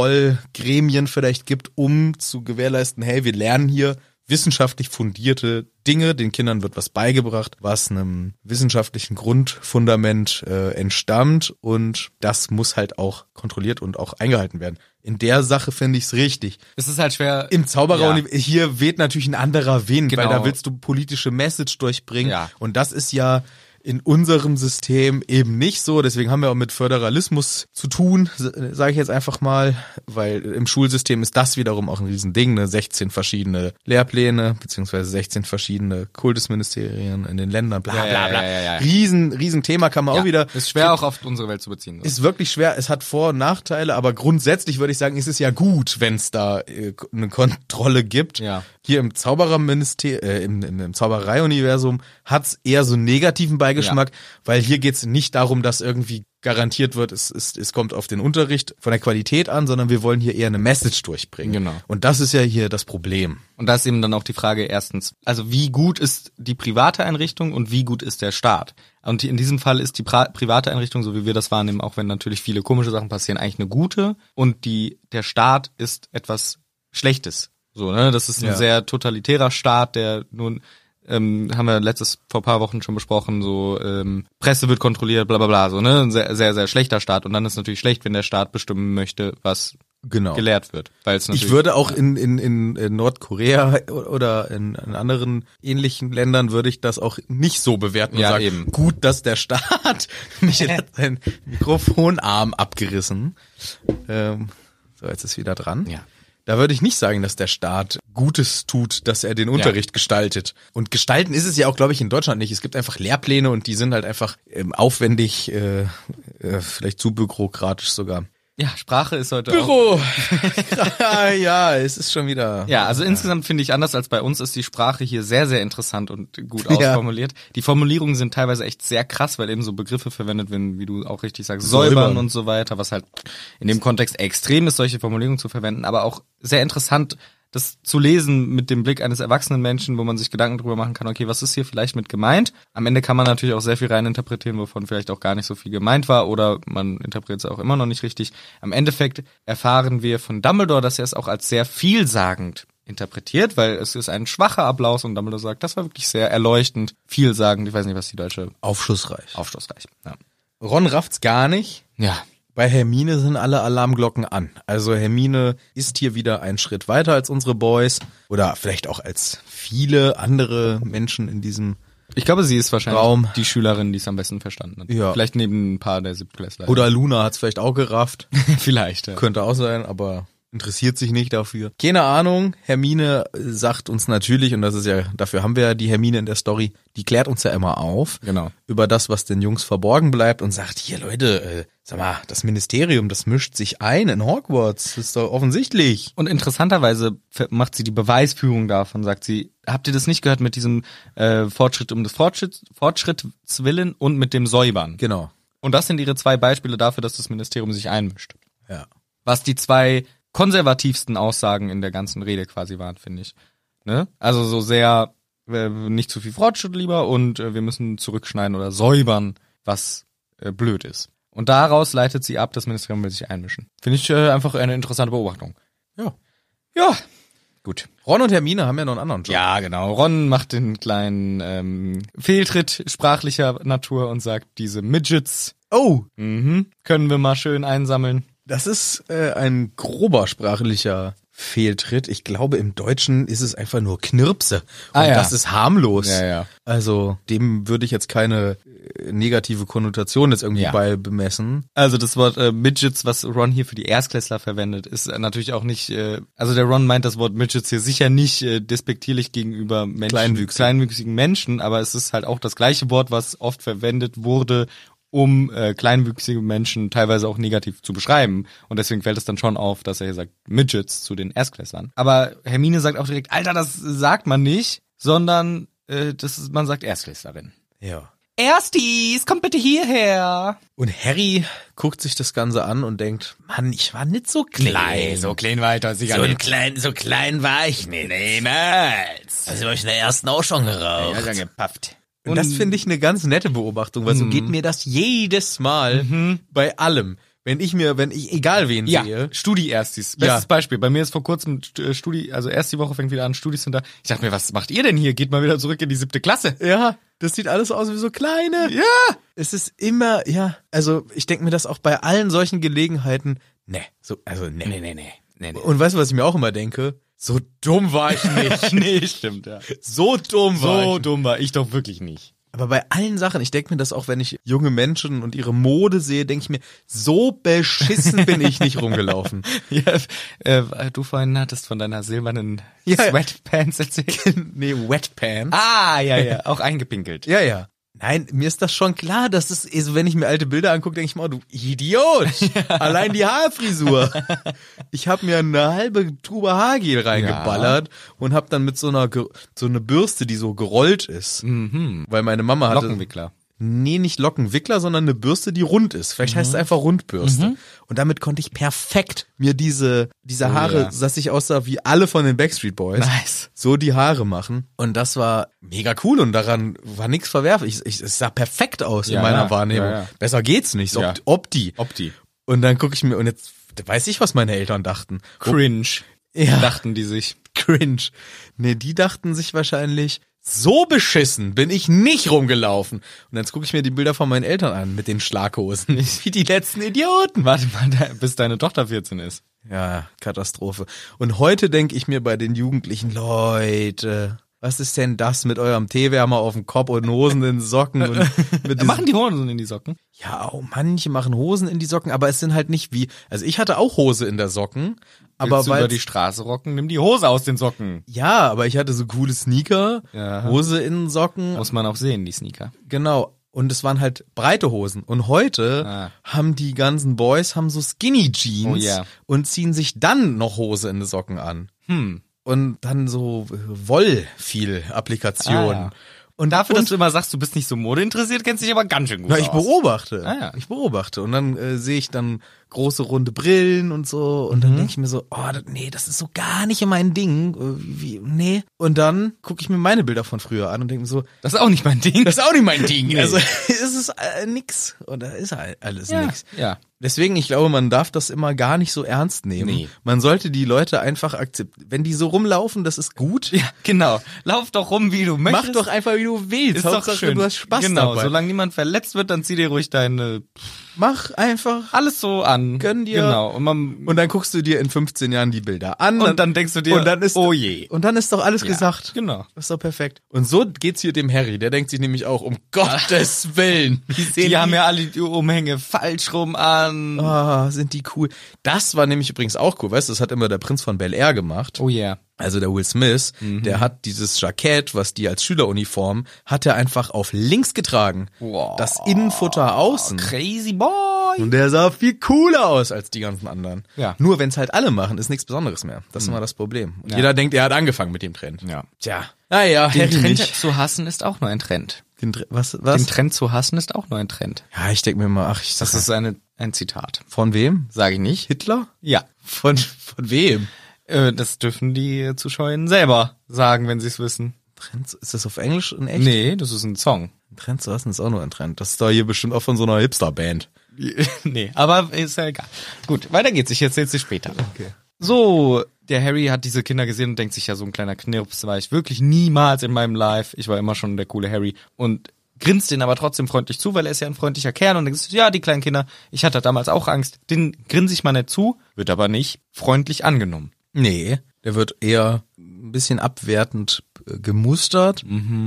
[SPEAKER 2] Kontrollgremien vielleicht gibt, um zu gewährleisten, hey, wir lernen hier wissenschaftlich fundierte Dinge. Den Kindern wird was beigebracht, was einem wissenschaftlichen Grundfundament äh, entstammt. Und das muss halt auch kontrolliert und auch eingehalten werden. In der Sache finde ich es richtig.
[SPEAKER 1] Es ist halt schwer.
[SPEAKER 2] Im Zauberer
[SPEAKER 1] Ja.
[SPEAKER 2] hier weht natürlich ein anderer Wind, weil
[SPEAKER 1] Genau.
[SPEAKER 2] da willst du politische Message durchbringen.
[SPEAKER 1] Ja.
[SPEAKER 2] Und das ist ja in unserem System eben nicht so. Deswegen haben wir auch mit Föderalismus zu tun, sage ich jetzt einfach mal, weil im Schulsystem ist das wiederum auch ein Riesending. Ne? 16 verschiedene Lehrpläne, beziehungsweise 16 verschiedene Kultusministerien in den Ländern, bla
[SPEAKER 1] Ja, ja,
[SPEAKER 2] bla bla.
[SPEAKER 1] ja, ja, ja.
[SPEAKER 2] Riesen, Riesenthema kann man auch wieder.
[SPEAKER 1] Ist schwer auch auf unsere Welt zu beziehen.
[SPEAKER 2] Ist wirklich schwer, es hat Vor- und Nachteile, aber grundsätzlich würde ich sagen, ist es ja gut, wenn es da äh, eine Kontrolle gibt.
[SPEAKER 1] Ja.
[SPEAKER 2] Hier im Zaubererminister, äh, im, im, im Zauberei-Universum hat's eher so einen negativen Beigeschmack, weil hier geht's nicht darum, dass irgendwie garantiert wird, es, es, es kommt auf den Unterricht von der Qualität an, sondern wir wollen hier eher eine Message durchbringen.
[SPEAKER 1] Genau.
[SPEAKER 2] Und das ist ja hier das Problem.
[SPEAKER 1] Und da ist eben dann auch die Frage erstens, also wie gut ist die private Einrichtung und wie gut ist der Staat? Und in diesem Fall ist die pra private Einrichtung, so wie wir das wahrnehmen, auch wenn natürlich viele komische Sachen passieren, eigentlich eine gute und die, der Staat ist etwas Schlechtes. So, ne? Das ist ein
[SPEAKER 2] Ja.
[SPEAKER 1] sehr totalitärer Staat, der nun, ähm, haben wir letztes, vor paar Wochen schon besprochen, so ähm, Presse wird kontrolliert, bla bla bla, so, ne? Ein sehr, sehr, sehr schlechter Staat. Und dann ist natürlich schlecht, wenn der Staat bestimmen möchte, was
[SPEAKER 2] Genau.
[SPEAKER 1] gelehrt wird. Weil es natürlich
[SPEAKER 2] Ich würde auch in, in, in in Nordkorea oder in, in anderen ähnlichen Ländern würde ich das auch nicht so bewerten und
[SPEAKER 1] Ja,
[SPEAKER 2] sagen,
[SPEAKER 1] eben.
[SPEAKER 2] gut, dass der Staat (laughs) mich
[SPEAKER 1] (laughs)
[SPEAKER 2] hat seinen Mikrofonarm abgerissen. Ähm, so, jetzt ist wieder dran.
[SPEAKER 1] Ja.
[SPEAKER 2] Da würde ich nicht sagen, dass der Staat Gutes tut, dass er den Unterricht gestaltet. Und gestalten ist es ja auch, glaube ich, in Deutschland nicht. Es gibt einfach Lehrpläne und die sind halt einfach ähm, aufwendig, äh, äh, vielleicht zu bürokratisch sogar.
[SPEAKER 1] ja, Sprache ist heute auch
[SPEAKER 2] Büro. (laughs) ja, es ist schon wieder.
[SPEAKER 1] Ja, also insgesamt finde ich anders als bei uns ist die Sprache hier sehr, sehr interessant und gut
[SPEAKER 2] Ja.
[SPEAKER 1] ausformuliert. Die Formulierungen sind teilweise echt sehr krass, weil eben so Begriffe verwendet werden, wie du auch richtig sagst, säubern,
[SPEAKER 2] Säubern.
[SPEAKER 1] und so weiter, was halt in dem Kontext extrem ist, solche Formulierungen zu verwenden, aber auch sehr interessant, das zu lesen mit dem Blick eines erwachsenen Menschen, wo man sich Gedanken drüber machen kann, okay, was ist hier vielleicht mit gemeint? Am Ende kann man natürlich auch sehr viel reininterpretieren, wovon vielleicht auch gar nicht so viel gemeint war oder man interpretiert es auch immer noch nicht richtig. Am Endeffekt erfahren wir von Dumbledore, dass er es auch als sehr vielsagend interpretiert, weil es ist ein schwacher Applaus und Dumbledore sagt, das war wirklich sehr erleuchtend, vielsagend, ich weiß nicht, was die deutsche
[SPEAKER 2] Aufschlussreich.
[SPEAKER 1] aufschlussreich. Ja.
[SPEAKER 2] Ron rafft's gar nicht.
[SPEAKER 1] ja.
[SPEAKER 2] Bei Hermine sind alle Alarmglocken an. Also Hermine ist hier wieder einen Schritt weiter als unsere Boys oder vielleicht auch als viele andere Menschen in diesem
[SPEAKER 1] Ich glaube, sie ist wahrscheinlich
[SPEAKER 2] Raum.
[SPEAKER 1] die Schülerin, die es am besten verstanden hat.
[SPEAKER 2] Ja.
[SPEAKER 1] Vielleicht neben ein paar der Siebtklässler.
[SPEAKER 2] oder Luna hat's vielleicht auch gerafft.
[SPEAKER 1] (laughs) vielleicht. Ja.
[SPEAKER 2] Könnte auch sein, aber interessiert sich nicht dafür. Keine Ahnung, Hermine äh, sagt uns natürlich, und das ist ja, dafür haben wir ja die Hermine in der Story, die klärt uns ja immer auf.
[SPEAKER 1] Genau.
[SPEAKER 2] Über das, was den Jungs verborgen bleibt und sagt, hier Leute, äh, sag mal, das Ministerium, das mischt sich ein in Hogwarts. Das ist doch offensichtlich.
[SPEAKER 1] Und interessanterweise ver- macht sie die Beweisführung davon, sagt sie, habt ihr das nicht gehört mit diesem äh, Fortschritt um des Fortschritt, Fortschrittswillen und mit dem Säubern?
[SPEAKER 2] Genau.
[SPEAKER 1] Und das sind ihre zwei Beispiele dafür, dass das Ministerium sich einmischt.
[SPEAKER 2] Ja.
[SPEAKER 1] Was die zwei konservativsten Aussagen in der ganzen Rede quasi waren, finde ich. Ne? Also so sehr äh, nicht zu viel Fortschritt lieber und äh, wir müssen zurückschneiden oder säubern, was äh, blöd ist. Und daraus leitet sie ab, das Ministerium will sich einmischen. Finde ich äh, einfach eine interessante Beobachtung.
[SPEAKER 2] Ja.
[SPEAKER 1] Ja. Gut.
[SPEAKER 2] Ron und Hermine haben ja noch einen anderen Job.
[SPEAKER 1] Ja, genau. Ron macht den kleinen ähm, Fehltritt sprachlicher Natur und sagt, diese Midgets
[SPEAKER 2] Oh,
[SPEAKER 1] mhm, können wir mal schön einsammeln.
[SPEAKER 2] das ist äh, ein grober sprachlicher Fehltritt. Ich glaube, im Deutschen ist es einfach nur Knirpse. Und
[SPEAKER 1] Ah, ja.
[SPEAKER 2] das ist harmlos.
[SPEAKER 1] Ja, ja.
[SPEAKER 2] Also dem würde ich jetzt keine äh, negative Konnotation jetzt irgendwie
[SPEAKER 1] Ja.
[SPEAKER 2] bei bemessen.
[SPEAKER 1] Also das Wort äh, Midgets, was Ron hier für die Erstklässler verwendet, ist äh, natürlich auch nicht, äh, also der Ron meint das Wort Midgets hier sicher nicht äh, despektierlich gegenüber Menschen,
[SPEAKER 2] Kleinwüchsig.
[SPEAKER 1] kleinwüchsigen Menschen, aber es ist halt auch das gleiche Wort, was oft verwendet wurde, um äh, kleinwüchsige Menschen teilweise auch negativ zu beschreiben. Und deswegen fällt es dann schon auf, dass er hier sagt Midgets zu den Erstklässlern. Aber Hermine sagt auch direkt, Alter, das sagt man nicht, sondern äh, das ist, man sagt Erstklässlerin.
[SPEAKER 2] Ja.
[SPEAKER 1] Erstis, kommt bitte hierher.
[SPEAKER 2] Und Harry guckt sich das Ganze an und denkt, Mann, ich war nicht so
[SPEAKER 1] Ähm,
[SPEAKER 2] klein.
[SPEAKER 4] so klein weiter, sie gar
[SPEAKER 6] So
[SPEAKER 4] nicht.
[SPEAKER 6] klein, so klein war ich nicht. Niemals. Also war ich in der ersten auch schon geraucht.
[SPEAKER 4] Ja, gepafft.
[SPEAKER 2] Und das finde ich eine ganz nette Beobachtung, weil so
[SPEAKER 6] Mhm.
[SPEAKER 2] geht mir das jedes Mal bei allem. Wenn ich mir, wenn ich, egal wen
[SPEAKER 1] Ja,
[SPEAKER 2] sehe.
[SPEAKER 1] Studi-Erstis.
[SPEAKER 2] Ja.
[SPEAKER 1] Bestes Beispiel. Bei mir ist vor kurzem äh, Studi, also erst die Woche fängt wieder an, Studi-Center. Ich dachte mir, was macht ihr denn hier? Geht mal wieder zurück in die siebte Klasse.
[SPEAKER 2] Ja, das sieht alles aus wie so kleine. Ja! Es ist immer, ja. Also ich denke mir das auch bei allen solchen Gelegenheiten. Ne, so, also ne.
[SPEAKER 6] Mhm.
[SPEAKER 4] Nee, nee, nee. nee, nee.
[SPEAKER 2] Und weißt du, was ich mir auch immer denke? So
[SPEAKER 6] (laughs)
[SPEAKER 2] dumm war ich
[SPEAKER 1] (laughs)
[SPEAKER 2] nicht.
[SPEAKER 1] nee, stimmt, ja.
[SPEAKER 2] So dumm
[SPEAKER 1] (laughs)
[SPEAKER 2] war
[SPEAKER 1] So
[SPEAKER 2] ich.
[SPEAKER 1] dumm war ich doch wirklich nicht.
[SPEAKER 2] Aber bei allen Sachen, ich denke mir das auch, wenn ich junge Menschen und ihre Mode sehe, denke ich mir, so beschissen bin ich nicht rumgelaufen.
[SPEAKER 1] (laughs) Ja, äh, du vorhin hattest von deiner silbernen
[SPEAKER 2] Ja, ja.
[SPEAKER 1] Sweatpants erzählt.
[SPEAKER 2] (laughs) nee,
[SPEAKER 1] (laughs)
[SPEAKER 2] Wetpants.
[SPEAKER 1] ah, ja, ja, auch eingepinkelt.
[SPEAKER 2] Ah, Ja, ja. Nein, mir ist das schon klar, dass es, also wenn ich mir alte Bilder angucke, denke ich mir, oh, du Idiot! (laughs) Allein die Haarfrisur. Ich habe mir eine halbe Tube Haargel reingeballert und habe dann mit so einer ge- so eine Bürste, die so gerollt ist, weil meine Mama hatte
[SPEAKER 1] Lockenwickler.
[SPEAKER 2] Nee, nicht Lockenwickler, sondern eine Bürste, die rund ist. Vielleicht
[SPEAKER 1] Mhm.
[SPEAKER 2] heißt es einfach Rundbürste. Und damit konnte ich perfekt mir diese, diese Haare, dass ich aussah wie alle von den Backstreet
[SPEAKER 1] Oh
[SPEAKER 2] Boys,
[SPEAKER 1] Nice.
[SPEAKER 2] so die Haare machen. Und das war mega cool und daran war nichts verwerflich. Ich, ich, es sah perfekt aus in meiner
[SPEAKER 1] ja.
[SPEAKER 2] Wahrnehmung.
[SPEAKER 1] Ja, ja.
[SPEAKER 2] Besser geht's nicht. So
[SPEAKER 1] Ja.
[SPEAKER 2] Opt- Opti.
[SPEAKER 1] Opti.
[SPEAKER 2] Und dann gucke ich mir, und jetzt weiß ich, was meine Eltern dachten.
[SPEAKER 1] Oh. Cringe.
[SPEAKER 2] Ja.
[SPEAKER 1] Dachten die sich.
[SPEAKER 2] Cringe. Nee, die dachten sich wahrscheinlich, so beschissen bin ich nicht rumgelaufen. Und jetzt gucke ich mir die Bilder von meinen Eltern an mit den Schlaghosen. Wie die letzten Idioten.
[SPEAKER 1] Warte mal, da, bis deine Tochter 14 ist.
[SPEAKER 2] Ja, Katastrophe. Und heute denke ich mir bei den Jugendlichen, Leute, was ist denn das mit eurem Teewärmer auf dem Kopf und Hosen in
[SPEAKER 1] (laughs)
[SPEAKER 2] Socken und mit diesen
[SPEAKER 1] Machen die Hosen in die Socken?
[SPEAKER 2] Ja, oh, manche machen Hosen in die Socken, aber es sind halt nicht wie, also ich hatte auch Hose in der Socken, aber
[SPEAKER 1] Willst du
[SPEAKER 2] weil
[SPEAKER 1] über die Straße rocken, nimm die Hose aus den Socken.
[SPEAKER 2] ja, aber ich hatte so coole Sneaker,
[SPEAKER 1] Ja.
[SPEAKER 2] Hose in Socken,
[SPEAKER 1] Muss man auch sehen, die Sneaker.
[SPEAKER 2] Genau. Und es waren halt breite Hosen. Und heute
[SPEAKER 1] Ah.
[SPEAKER 2] haben die ganzen Boys haben so Skinny Jeans
[SPEAKER 1] Oh ja.
[SPEAKER 2] und ziehen sich dann noch Hose in die Socken an. Hm. Und dann so äh, Woll viel Applikationen.
[SPEAKER 1] Ah, ja.
[SPEAKER 2] Und
[SPEAKER 1] Dafür, dass
[SPEAKER 2] und,
[SPEAKER 1] du immer sagst, du bist nicht so modeinteressiert, kennst dich aber ganz schön gut
[SPEAKER 2] na, ich
[SPEAKER 1] aus.
[SPEAKER 2] beobachte.
[SPEAKER 1] Ah, ja.
[SPEAKER 2] Ich beobachte. Und dann äh, sehe ich dann große runde Brillen und so. Und
[SPEAKER 1] Mhm.
[SPEAKER 2] dann denke ich mir so, oh, das, nee, das ist so gar nicht mein Ding. Äh, Wie, nee. Und dann gucke ich mir meine Bilder von früher an und denke mir so,
[SPEAKER 1] Das ist auch nicht mein Ding.
[SPEAKER 2] Das ist auch nicht mein Ding. Also (laughs) es ist äh, nix. Oder ist all- alles nix.
[SPEAKER 1] ja.
[SPEAKER 2] Deswegen, ich glaube, man darf das immer gar nicht so ernst nehmen.
[SPEAKER 1] Nee.
[SPEAKER 2] Man sollte die Leute einfach akzeptieren. Wenn die so rumlaufen, das ist gut.
[SPEAKER 1] Ja, genau. Lauf doch rum, wie du möchtest.
[SPEAKER 2] Mach doch einfach, wie du willst.
[SPEAKER 1] ist doch
[SPEAKER 2] Hauptsache,
[SPEAKER 1] schön.
[SPEAKER 2] du hast Spaß
[SPEAKER 1] genau,
[SPEAKER 2] dabei.
[SPEAKER 1] solange niemand verletzt wird, dann zieh dir ruhig deine
[SPEAKER 2] Mach einfach.
[SPEAKER 1] alles so an.
[SPEAKER 2] Gönn dir.
[SPEAKER 1] Genau. Und, man,
[SPEAKER 2] Und dann guckst du dir in 15 Jahren die Bilder an.
[SPEAKER 1] und dann denkst du dir,
[SPEAKER 2] und dann ist,
[SPEAKER 1] oh je.
[SPEAKER 2] Und dann ist doch alles gesagt.
[SPEAKER 1] Genau.
[SPEAKER 2] Das ist doch perfekt. Und so geht's hier dem Harry. Der denkt sich nämlich auch, um Gottes Willen.
[SPEAKER 1] Die, haben ja alle die Umhänge falsch rum an.
[SPEAKER 2] Ah, sind die cool. Das war nämlich übrigens auch cool, weißt du, das hat immer der Prinz von Bel Air gemacht.
[SPEAKER 1] Oh yeah.
[SPEAKER 2] Also der Will Smith,
[SPEAKER 1] Mhm.
[SPEAKER 2] der hat dieses Jackett, was die als Schüleruniform, hat er einfach auf links getragen.
[SPEAKER 1] Wow.
[SPEAKER 2] Das Innenfutter außen.
[SPEAKER 1] Crazy boy.
[SPEAKER 2] Und der sah viel cooler aus als die ganzen anderen.
[SPEAKER 1] Ja. Mhm.
[SPEAKER 2] Nur wenn's halt alle machen, ist nichts Besonderes mehr. Das ist immer das Problem. Und jeder denkt, er hat angefangen mit dem Trend.
[SPEAKER 1] Ja.
[SPEAKER 2] Tja. Naja,
[SPEAKER 1] Den
[SPEAKER 2] Ah Harry
[SPEAKER 1] Trend
[SPEAKER 2] nicht.
[SPEAKER 1] zu hassen ist auch nur ein Trend.
[SPEAKER 2] Den Tre- was, was?
[SPEAKER 1] Den Trend zu hassen ist auch nur ein Trend.
[SPEAKER 2] ja, ich denk mir mal, ach, ich
[SPEAKER 1] Das
[SPEAKER 2] das ist
[SPEAKER 1] ist eine, ein Zitat.
[SPEAKER 2] von wem?
[SPEAKER 1] Sage ich nicht.
[SPEAKER 2] Hitler?
[SPEAKER 1] Ja.
[SPEAKER 2] Von von wem?
[SPEAKER 1] Äh, das dürfen die Zuschauerinnen selber sagen, wenn sie es wissen.
[SPEAKER 2] Trends? Ist das auf Englisch in echt?
[SPEAKER 1] Nee, das ist ein Song. (laughs)
[SPEAKER 2] Ein Trend zu hassen ist auch nur ein Trend. Das ist da hier bestimmt auch von so einer Hipster-Band.
[SPEAKER 1] nee, aber ist ja egal. Gut, weiter geht's. Ich erzähl's dir später. Okay. So, der Harry hat diese Kinder gesehen und denkt sich ja, so ein kleiner Knirps war ich wirklich niemals in meinem Life. Ich war immer schon der coole Harry und grinst den aber trotzdem freundlich zu, weil er ist ja ein freundlicher Kerl und denkt sich, ja, die kleinen Kinder, ich hatte damals auch Angst. Den grinse ich mal nicht zu, wird aber nicht freundlich angenommen.
[SPEAKER 2] Nee, der wird eher ein bisschen abwertend äh, gemustert.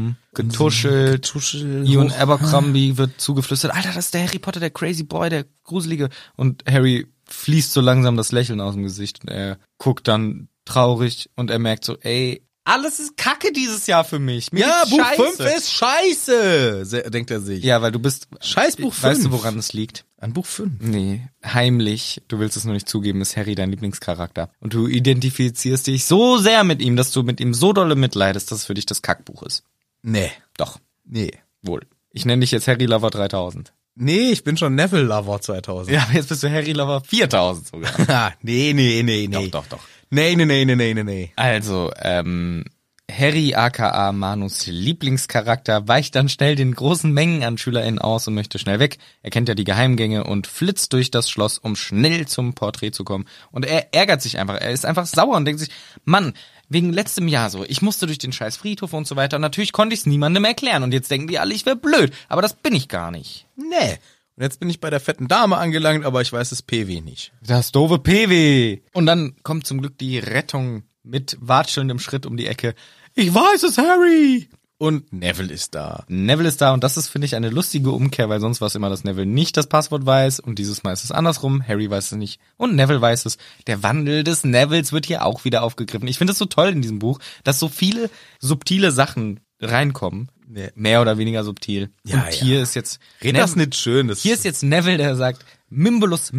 [SPEAKER 2] Äh,
[SPEAKER 1] Getuschelt,
[SPEAKER 2] Tuschel.
[SPEAKER 1] Ian Abercrombie wird zugeflüstert, Alter, das ist der Harry Potter, der Crazy Boy, der Gruselige. Und Harry fließt so langsam das Lächeln aus dem Gesicht und er guckt dann traurig und er merkt so, ey, alles ist Kacke dieses Jahr für mich. Mir
[SPEAKER 2] Ja,
[SPEAKER 1] geht's
[SPEAKER 2] Buch
[SPEAKER 1] scheiße.
[SPEAKER 2] 5 ist scheiße, se- denkt er sich.
[SPEAKER 1] Ja, weil du bist...
[SPEAKER 2] Scheiß Buch
[SPEAKER 1] Weißt du,
[SPEAKER 2] fünf.
[SPEAKER 1] woran es liegt?
[SPEAKER 2] An Buch 5.
[SPEAKER 1] Nee, heimlich, du willst es nur nicht zugeben, ist Harry dein Lieblingscharakter. Und du identifizierst dich so sehr mit ihm, dass du mit ihm so dolle mitleidest, dass es für dich das Kackbuch ist.
[SPEAKER 2] Nee.
[SPEAKER 1] Doch,
[SPEAKER 2] Nee.
[SPEAKER 1] wohl. Ich nenne dich jetzt Harry Lover 3000.
[SPEAKER 2] Nee, ich bin schon Neville Lover 2000.
[SPEAKER 1] Ja, aber jetzt bist du Harry Lover 4000 sogar.
[SPEAKER 2] Ja. (laughs) nee, nee, nee, nee.
[SPEAKER 1] Doch, doch, doch.
[SPEAKER 2] Nee, nee, nee, nee, nee, nee, nee.
[SPEAKER 1] Also, ähm, Harry aka Manus Lieblingscharakter weicht dann schnell den großen Mengen an SchülerInnen aus und möchte schnell weg. Er kennt ja die Geheimgänge und flitzt durch das Schloss, um schnell zum Porträt zu kommen. Und er ärgert sich einfach. Er ist einfach sauer und denkt sich, Mann, wegen letztem Jahr so, ich musste durch den scheiß Friedhof und so weiter. Und natürlich konnte ich es niemandem erklären. Und jetzt denken die alle, ich wäre blöd. Aber das bin ich gar nicht.
[SPEAKER 2] Nee. Und jetzt bin ich bei der fetten Dame angelangt, aber ich weiß das PW nicht.
[SPEAKER 1] Das doofe PW. Und dann kommt zum Glück die Rettung mit watschelndem Schritt um die Ecke. Ich weiß es, Harry.
[SPEAKER 2] und Neville ist da.
[SPEAKER 1] Neville ist da und das ist, finde ich, eine lustige Umkehr, weil sonst war es immer, dass Neville nicht das Passwort weiß und dieses Mal ist es andersrum. Harry weiß es nicht und Neville weiß es. Der Wandel des Nevilles wird hier auch wieder aufgegriffen. Ich finde es so toll in diesem Buch, dass so viele subtile Sachen reinkommen.
[SPEAKER 2] Ja.
[SPEAKER 1] Mehr oder weniger subtil. und
[SPEAKER 2] Ja, ja.
[SPEAKER 1] hier ist jetzt...
[SPEAKER 2] Red das nicht schön. Das
[SPEAKER 1] Hier ist jetzt Neville, der sagt, Mimbulus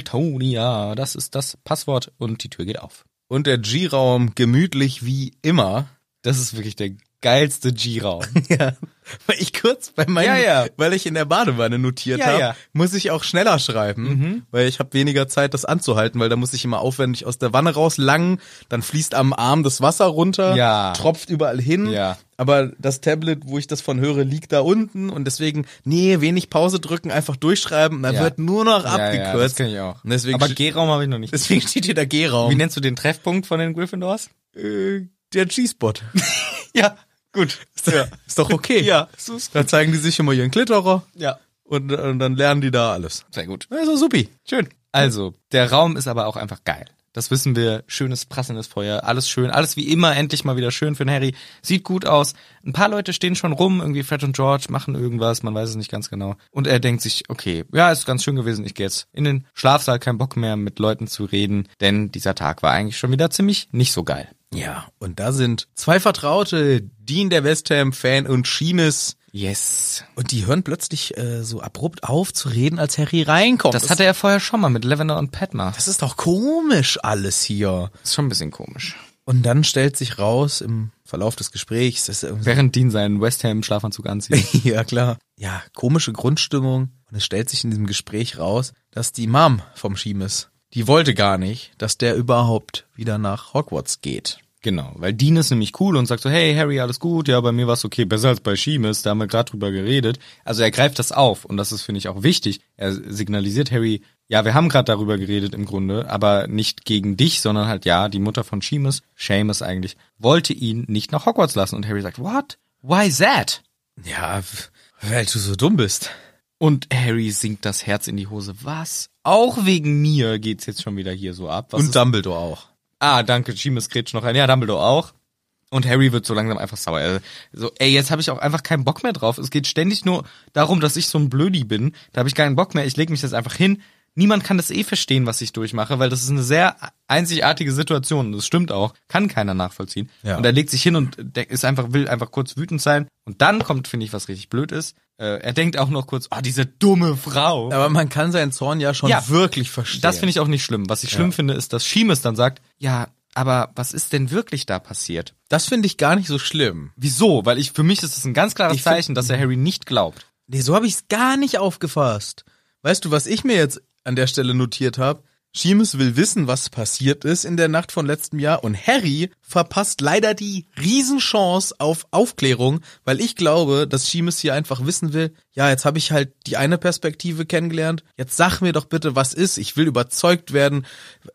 [SPEAKER 1] Mimbletonia, das ist das Passwort und die Tür geht auf.
[SPEAKER 2] und der G-Raum gemütlich wie immer.
[SPEAKER 1] Das ist wirklich der geilste G-Raum.
[SPEAKER 2] Ja, weil ich kurz bei meinem,
[SPEAKER 1] Ja, ja.
[SPEAKER 2] weil ich in der Badewanne notiert
[SPEAKER 1] Ja,
[SPEAKER 2] habe,
[SPEAKER 1] ja. Mhm.
[SPEAKER 2] muss ich auch schneller schreiben, weil ich habe weniger Zeit, das anzuhalten, weil da muss ich immer aufwendig aus der Wanne rauslangen, dann fließt am Arm das Wasser runter,
[SPEAKER 1] Ja.
[SPEAKER 2] tropft überall hin,
[SPEAKER 1] Ja.
[SPEAKER 2] aber das Tablet, wo ich das von höre, liegt da unten und deswegen, nee, wenig Pause drücken, einfach durchschreiben und dann
[SPEAKER 1] Ja.
[SPEAKER 2] wird nur noch
[SPEAKER 1] Ja, ja, das
[SPEAKER 2] (laughs) abgekürzt.
[SPEAKER 1] kenn ich auch.
[SPEAKER 2] Und deswegen,
[SPEAKER 1] Aber
[SPEAKER 2] sch-
[SPEAKER 1] G-Raum habe ich noch nicht.
[SPEAKER 2] deswegen steht hier der
[SPEAKER 1] Wie
[SPEAKER 2] G-Raum.
[SPEAKER 1] nennst du den Treffpunkt von den Gryffindors?
[SPEAKER 2] Äh, Der (laughs) G-Spot.
[SPEAKER 1] Ja, gut.
[SPEAKER 2] Ist, doch- ist doch okay.
[SPEAKER 1] Ja,
[SPEAKER 2] Da zeigen die sich immer ihren Klitterer.
[SPEAKER 1] Ja.
[SPEAKER 2] Und, und dann lernen die da alles.
[SPEAKER 1] Sehr gut.
[SPEAKER 2] Also supi. Schön.
[SPEAKER 1] Also, der Raum ist aber auch einfach geil. Das wissen wir. Schönes, prasselndes Feuer. Alles schön. Alles wie immer. Endlich mal wieder schön für den Harry. Sieht gut aus. Ein paar Leute stehen schon rum. Irgendwie Fred und George machen irgendwas. Man weiß es nicht ganz genau. Und er denkt sich, okay, ja, ist ganz schön gewesen. Ich gehe jetzt in den Schlafsaal. Kein Bock mehr, mit Leuten zu reden. Denn dieser Tag war eigentlich schon wieder ziemlich nicht so geil.
[SPEAKER 2] Ja, und da sind zwei Vertraute, Dean der West Ham-Fan und Schiemes.
[SPEAKER 1] Yes.
[SPEAKER 2] Und die hören plötzlich äh, so abrupt auf zu reden, als Harry reinkommt.
[SPEAKER 1] Das hatte er vorher schon mal mit Lavender und Padma.
[SPEAKER 2] das ist doch komisch alles hier.
[SPEAKER 1] ist schon ein bisschen komisch.
[SPEAKER 2] Und dann stellt sich raus im Verlauf des Gesprächs, dass er irgendwie (laughs)
[SPEAKER 1] Während Dean seinen West Ham Schlafanzug anzieht.
[SPEAKER 2] ja klar, ja, komische Grundstimmung. Und es stellt sich in diesem Gespräch raus, dass die Mom vom Schiemes, die wollte gar nicht, dass der überhaupt wieder nach Hogwarts geht.
[SPEAKER 1] Genau, weil Dean ist nämlich cool und sagt so, hey Harry, alles gut, ja, bei mir war's okay, besser als bei Seamus, da haben wir gerade drüber geredet. Also er greift das auf und das ist, finde ich, auch wichtig. Er signalisiert Harry, ja, wir haben gerade darüber geredet im Grunde, aber nicht gegen dich, sondern halt, ja, die Mutter von Seamus, Seamus eigentlich, wollte ihn nicht nach Hogwarts lassen und Harry sagt, what? Why that?
[SPEAKER 2] Ja, weil du so dumm bist.
[SPEAKER 1] Und Harry sinkt das Herz in die Hose, was? Auch wegen mir geht's jetzt schon wieder hier so ab. Was ist
[SPEAKER 2] Und Dumbledore auch.
[SPEAKER 1] Ah, danke, Seamus kretscht noch ein. Ja, Dumbledore auch. Und Harry wird so langsam einfach sauer. Er So, ey, jetzt habe ich auch einfach keinen Bock mehr drauf. Es geht ständig nur darum, dass ich so ein Blödi bin. Da habe ich keinen Bock mehr. Ich lege mich jetzt einfach hin. Niemand kann das eh verstehen, was ich durchmache, weil das ist eine sehr einzigartige Situation. Und Das stimmt auch. Kann keiner nachvollziehen.
[SPEAKER 2] Ja.
[SPEAKER 1] Und er legt sich hin und de- ist einfach, will einfach kurz wütend sein. Und dann kommt, finde ich, was richtig blöd ist. Äh, er denkt auch noch kurz, ah, diese dumme Frau.
[SPEAKER 2] Aber man kann seinen Zorn ja schon
[SPEAKER 1] Ja.
[SPEAKER 2] wirklich verstehen.
[SPEAKER 1] Das finde ich auch nicht schlimm. Was ich schlimm finde, ist, dass Schiemes dann sagt, ja, aber was ist denn wirklich da passiert?
[SPEAKER 2] das finde ich gar nicht so schlimm.
[SPEAKER 1] Wieso? Weil ich, für mich ist es ein ganz klares
[SPEAKER 2] Ich find-
[SPEAKER 1] Zeichen, dass er Harry nicht glaubt.
[SPEAKER 2] Nee, so habe ich es gar nicht aufgefasst. Weißt du, was ich mir jetzt an der Stelle notiert habe? Seamus will wissen, was passiert ist in der Nacht von letztem Jahr und Harry verpasst leider die Riesenchance auf Aufklärung, weil ich glaube, dass Seamus hier einfach wissen will, ja, jetzt habe ich halt die eine Perspektive kennengelernt, jetzt sag mir doch bitte, was ist, ich will überzeugt werden.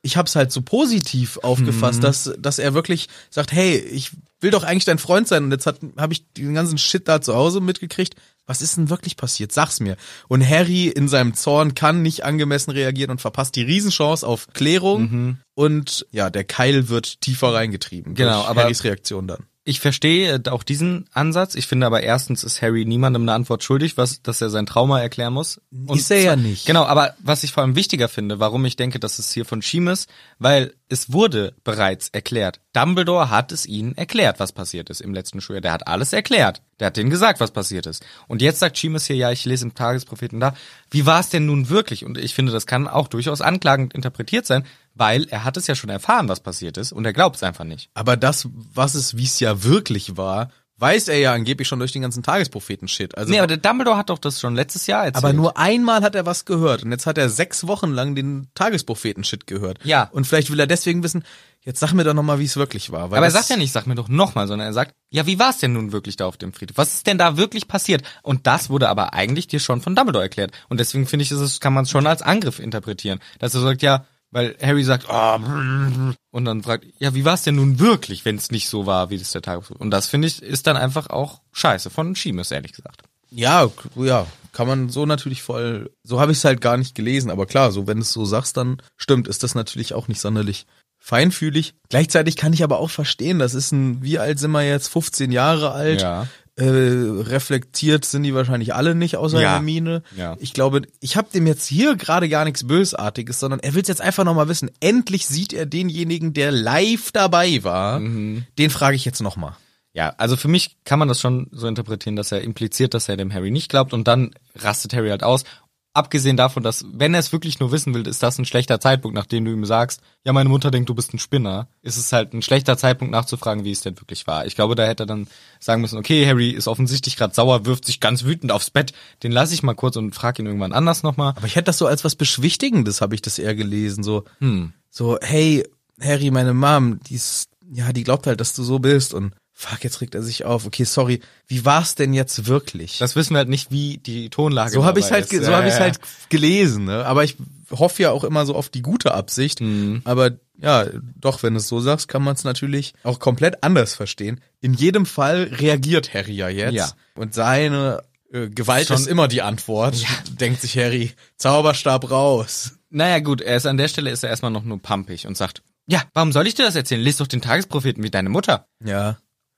[SPEAKER 2] Ich habe es halt so positiv aufgefasst, dass, dass er wirklich sagt, hey, ich will doch eigentlich dein Freund sein und jetzt habe ich den ganzen Shit da zu Hause mitgekriegt, was ist denn wirklich passiert? Sag's mir. Und Harry in seinem Zorn kann nicht angemessen reagieren und verpasst die Riesenchance auf Klärung.
[SPEAKER 1] Mhm.
[SPEAKER 2] Und ja, der Keil wird tiefer reingetrieben.
[SPEAKER 1] Genau,
[SPEAKER 2] durch
[SPEAKER 1] aber-
[SPEAKER 2] Harrys Reaktion dann.
[SPEAKER 1] Ich verstehe äh, auch diesen Ansatz. Ich finde aber erstens ist Harry niemandem eine Antwort schuldig, was, dass er sein Trauma erklären muss. Und
[SPEAKER 2] Ist er ja nicht.
[SPEAKER 1] Genau, aber was ich vor allem wichtiger finde, warum ich denke, dass es hier von Schiemes, weil es wurde bereits erklärt. Dumbledore hat es ihnen erklärt, was passiert ist im letzten Schuljahr. Der hat alles erklärt. Der hat denen gesagt, was passiert ist. Und jetzt sagt Schiemes hier, ja, ich lese im Tagespropheten da. Wie war es denn nun wirklich? Und ich finde, das kann auch durchaus anklagend interpretiert sein, weil er hat es ja schon erfahren, was passiert ist, und er glaubt es einfach nicht.
[SPEAKER 2] Aber das, was es, wie es ja wirklich war, weiß er ja angeblich schon durch den ganzen Tagespropheten-Shit. Also,
[SPEAKER 1] Nee, aber der Dumbledore hat doch das schon letztes Jahr erzählt.
[SPEAKER 2] aber nur einmal hat er was gehört und jetzt hat er sechs Wochen lang den Tagespropheten-Shit gehört.
[SPEAKER 1] Ja.
[SPEAKER 2] Und vielleicht will er deswegen wissen, jetzt sag mir doch nochmal, wie es wirklich war. Weil
[SPEAKER 1] Aber er
[SPEAKER 2] das-
[SPEAKER 1] sagt ja nicht, sag mir doch nochmal, sondern er sagt, ja, wie war es denn nun wirklich da auf dem Friedhof? Was ist denn da wirklich passiert? Und das wurde aber eigentlich dir schon von Dumbledore erklärt. Und deswegen finde ich, ist es, kann man es schon als Angriff interpretieren. Dass er sagt, ja, weil Harry sagt, ah, brrr, und dann fragt, ja, wie war es denn nun wirklich, wenn es nicht so war, wie das der Tag Und das finde ich, ist dann einfach auch scheiße von Schiemes, ehrlich gesagt.
[SPEAKER 2] Ja, k- ja, kann man so natürlich voll. So habe ich es halt gar nicht gelesen, aber klar, so wenn du es so sagst, dann stimmt, ist das natürlich auch nicht sonderlich feinfühlig. Gleichzeitig kann ich aber auch verstehen, das ist ein, wie alt sind wir jetzt? 15 Jahre alt.
[SPEAKER 4] Ja.
[SPEAKER 2] Äh, reflektiert sind die wahrscheinlich alle nicht, außer
[SPEAKER 4] Ja.
[SPEAKER 2] Hermine.
[SPEAKER 4] Ja.
[SPEAKER 2] Ich glaube, ich habe dem jetzt hier gerade gar nichts Bösartiges, sondern er will es jetzt einfach nochmal wissen. Endlich sieht er denjenigen, der live dabei war.
[SPEAKER 4] Mhm.
[SPEAKER 2] Den frage ich jetzt nochmal.
[SPEAKER 1] Ja, also für mich kann man das schon so interpretieren, dass er impliziert, dass er dem Harry nicht glaubt und dann rastet Harry halt aus. Abgesehen davon, dass, wenn er es wirklich nur wissen will, ist das ein schlechter Zeitpunkt, nachdem du ihm sagst, ja, meine Mutter denkt, du bist ein Spinner, ist es halt ein schlechter Zeitpunkt nachzufragen, wie es denn wirklich war. Ich glaube, da hätte er dann sagen müssen, okay, Harry ist offensichtlich gerade sauer, wirft sich ganz wütend aufs Bett, den lasse ich mal kurz und frag ihn irgendwann anders nochmal.
[SPEAKER 2] Aber ich hätte das so als was Beschwichtigendes, habe ich das eher gelesen. So,
[SPEAKER 1] Hm.
[SPEAKER 2] so, hey, Harry, meine Mom, die ist, ja, die glaubt halt, dass du so bist und fuck, jetzt regt er sich auf. Okay, sorry. Wie war's denn jetzt wirklich?
[SPEAKER 1] Das wissen wir halt nicht, wie die Tonlage
[SPEAKER 2] so habe ich
[SPEAKER 1] dabei
[SPEAKER 2] halt,
[SPEAKER 1] ist.
[SPEAKER 2] ge- so
[SPEAKER 1] Ja,
[SPEAKER 2] habe ich
[SPEAKER 1] ja,
[SPEAKER 2] halt gelesen, ne? Aber ich hoffe ja auch immer so auf die gute Absicht.
[SPEAKER 1] Hm.
[SPEAKER 2] Aber ja, doch, wenn du es so sagst, kann man es natürlich auch komplett anders verstehen. In jedem Fall reagiert Harry ja jetzt.
[SPEAKER 1] Ja.
[SPEAKER 2] Und seine äh, Gewalt ist immer die Antwort. Denkt sich Harry, Zauberstab raus.
[SPEAKER 1] Naja, gut, er ist an der Stelle ist er erstmal noch nur pampig und sagt, ja, warum soll ich dir das erzählen? Lies doch den Tagespropheten wie deine Mutter.
[SPEAKER 2] Ja.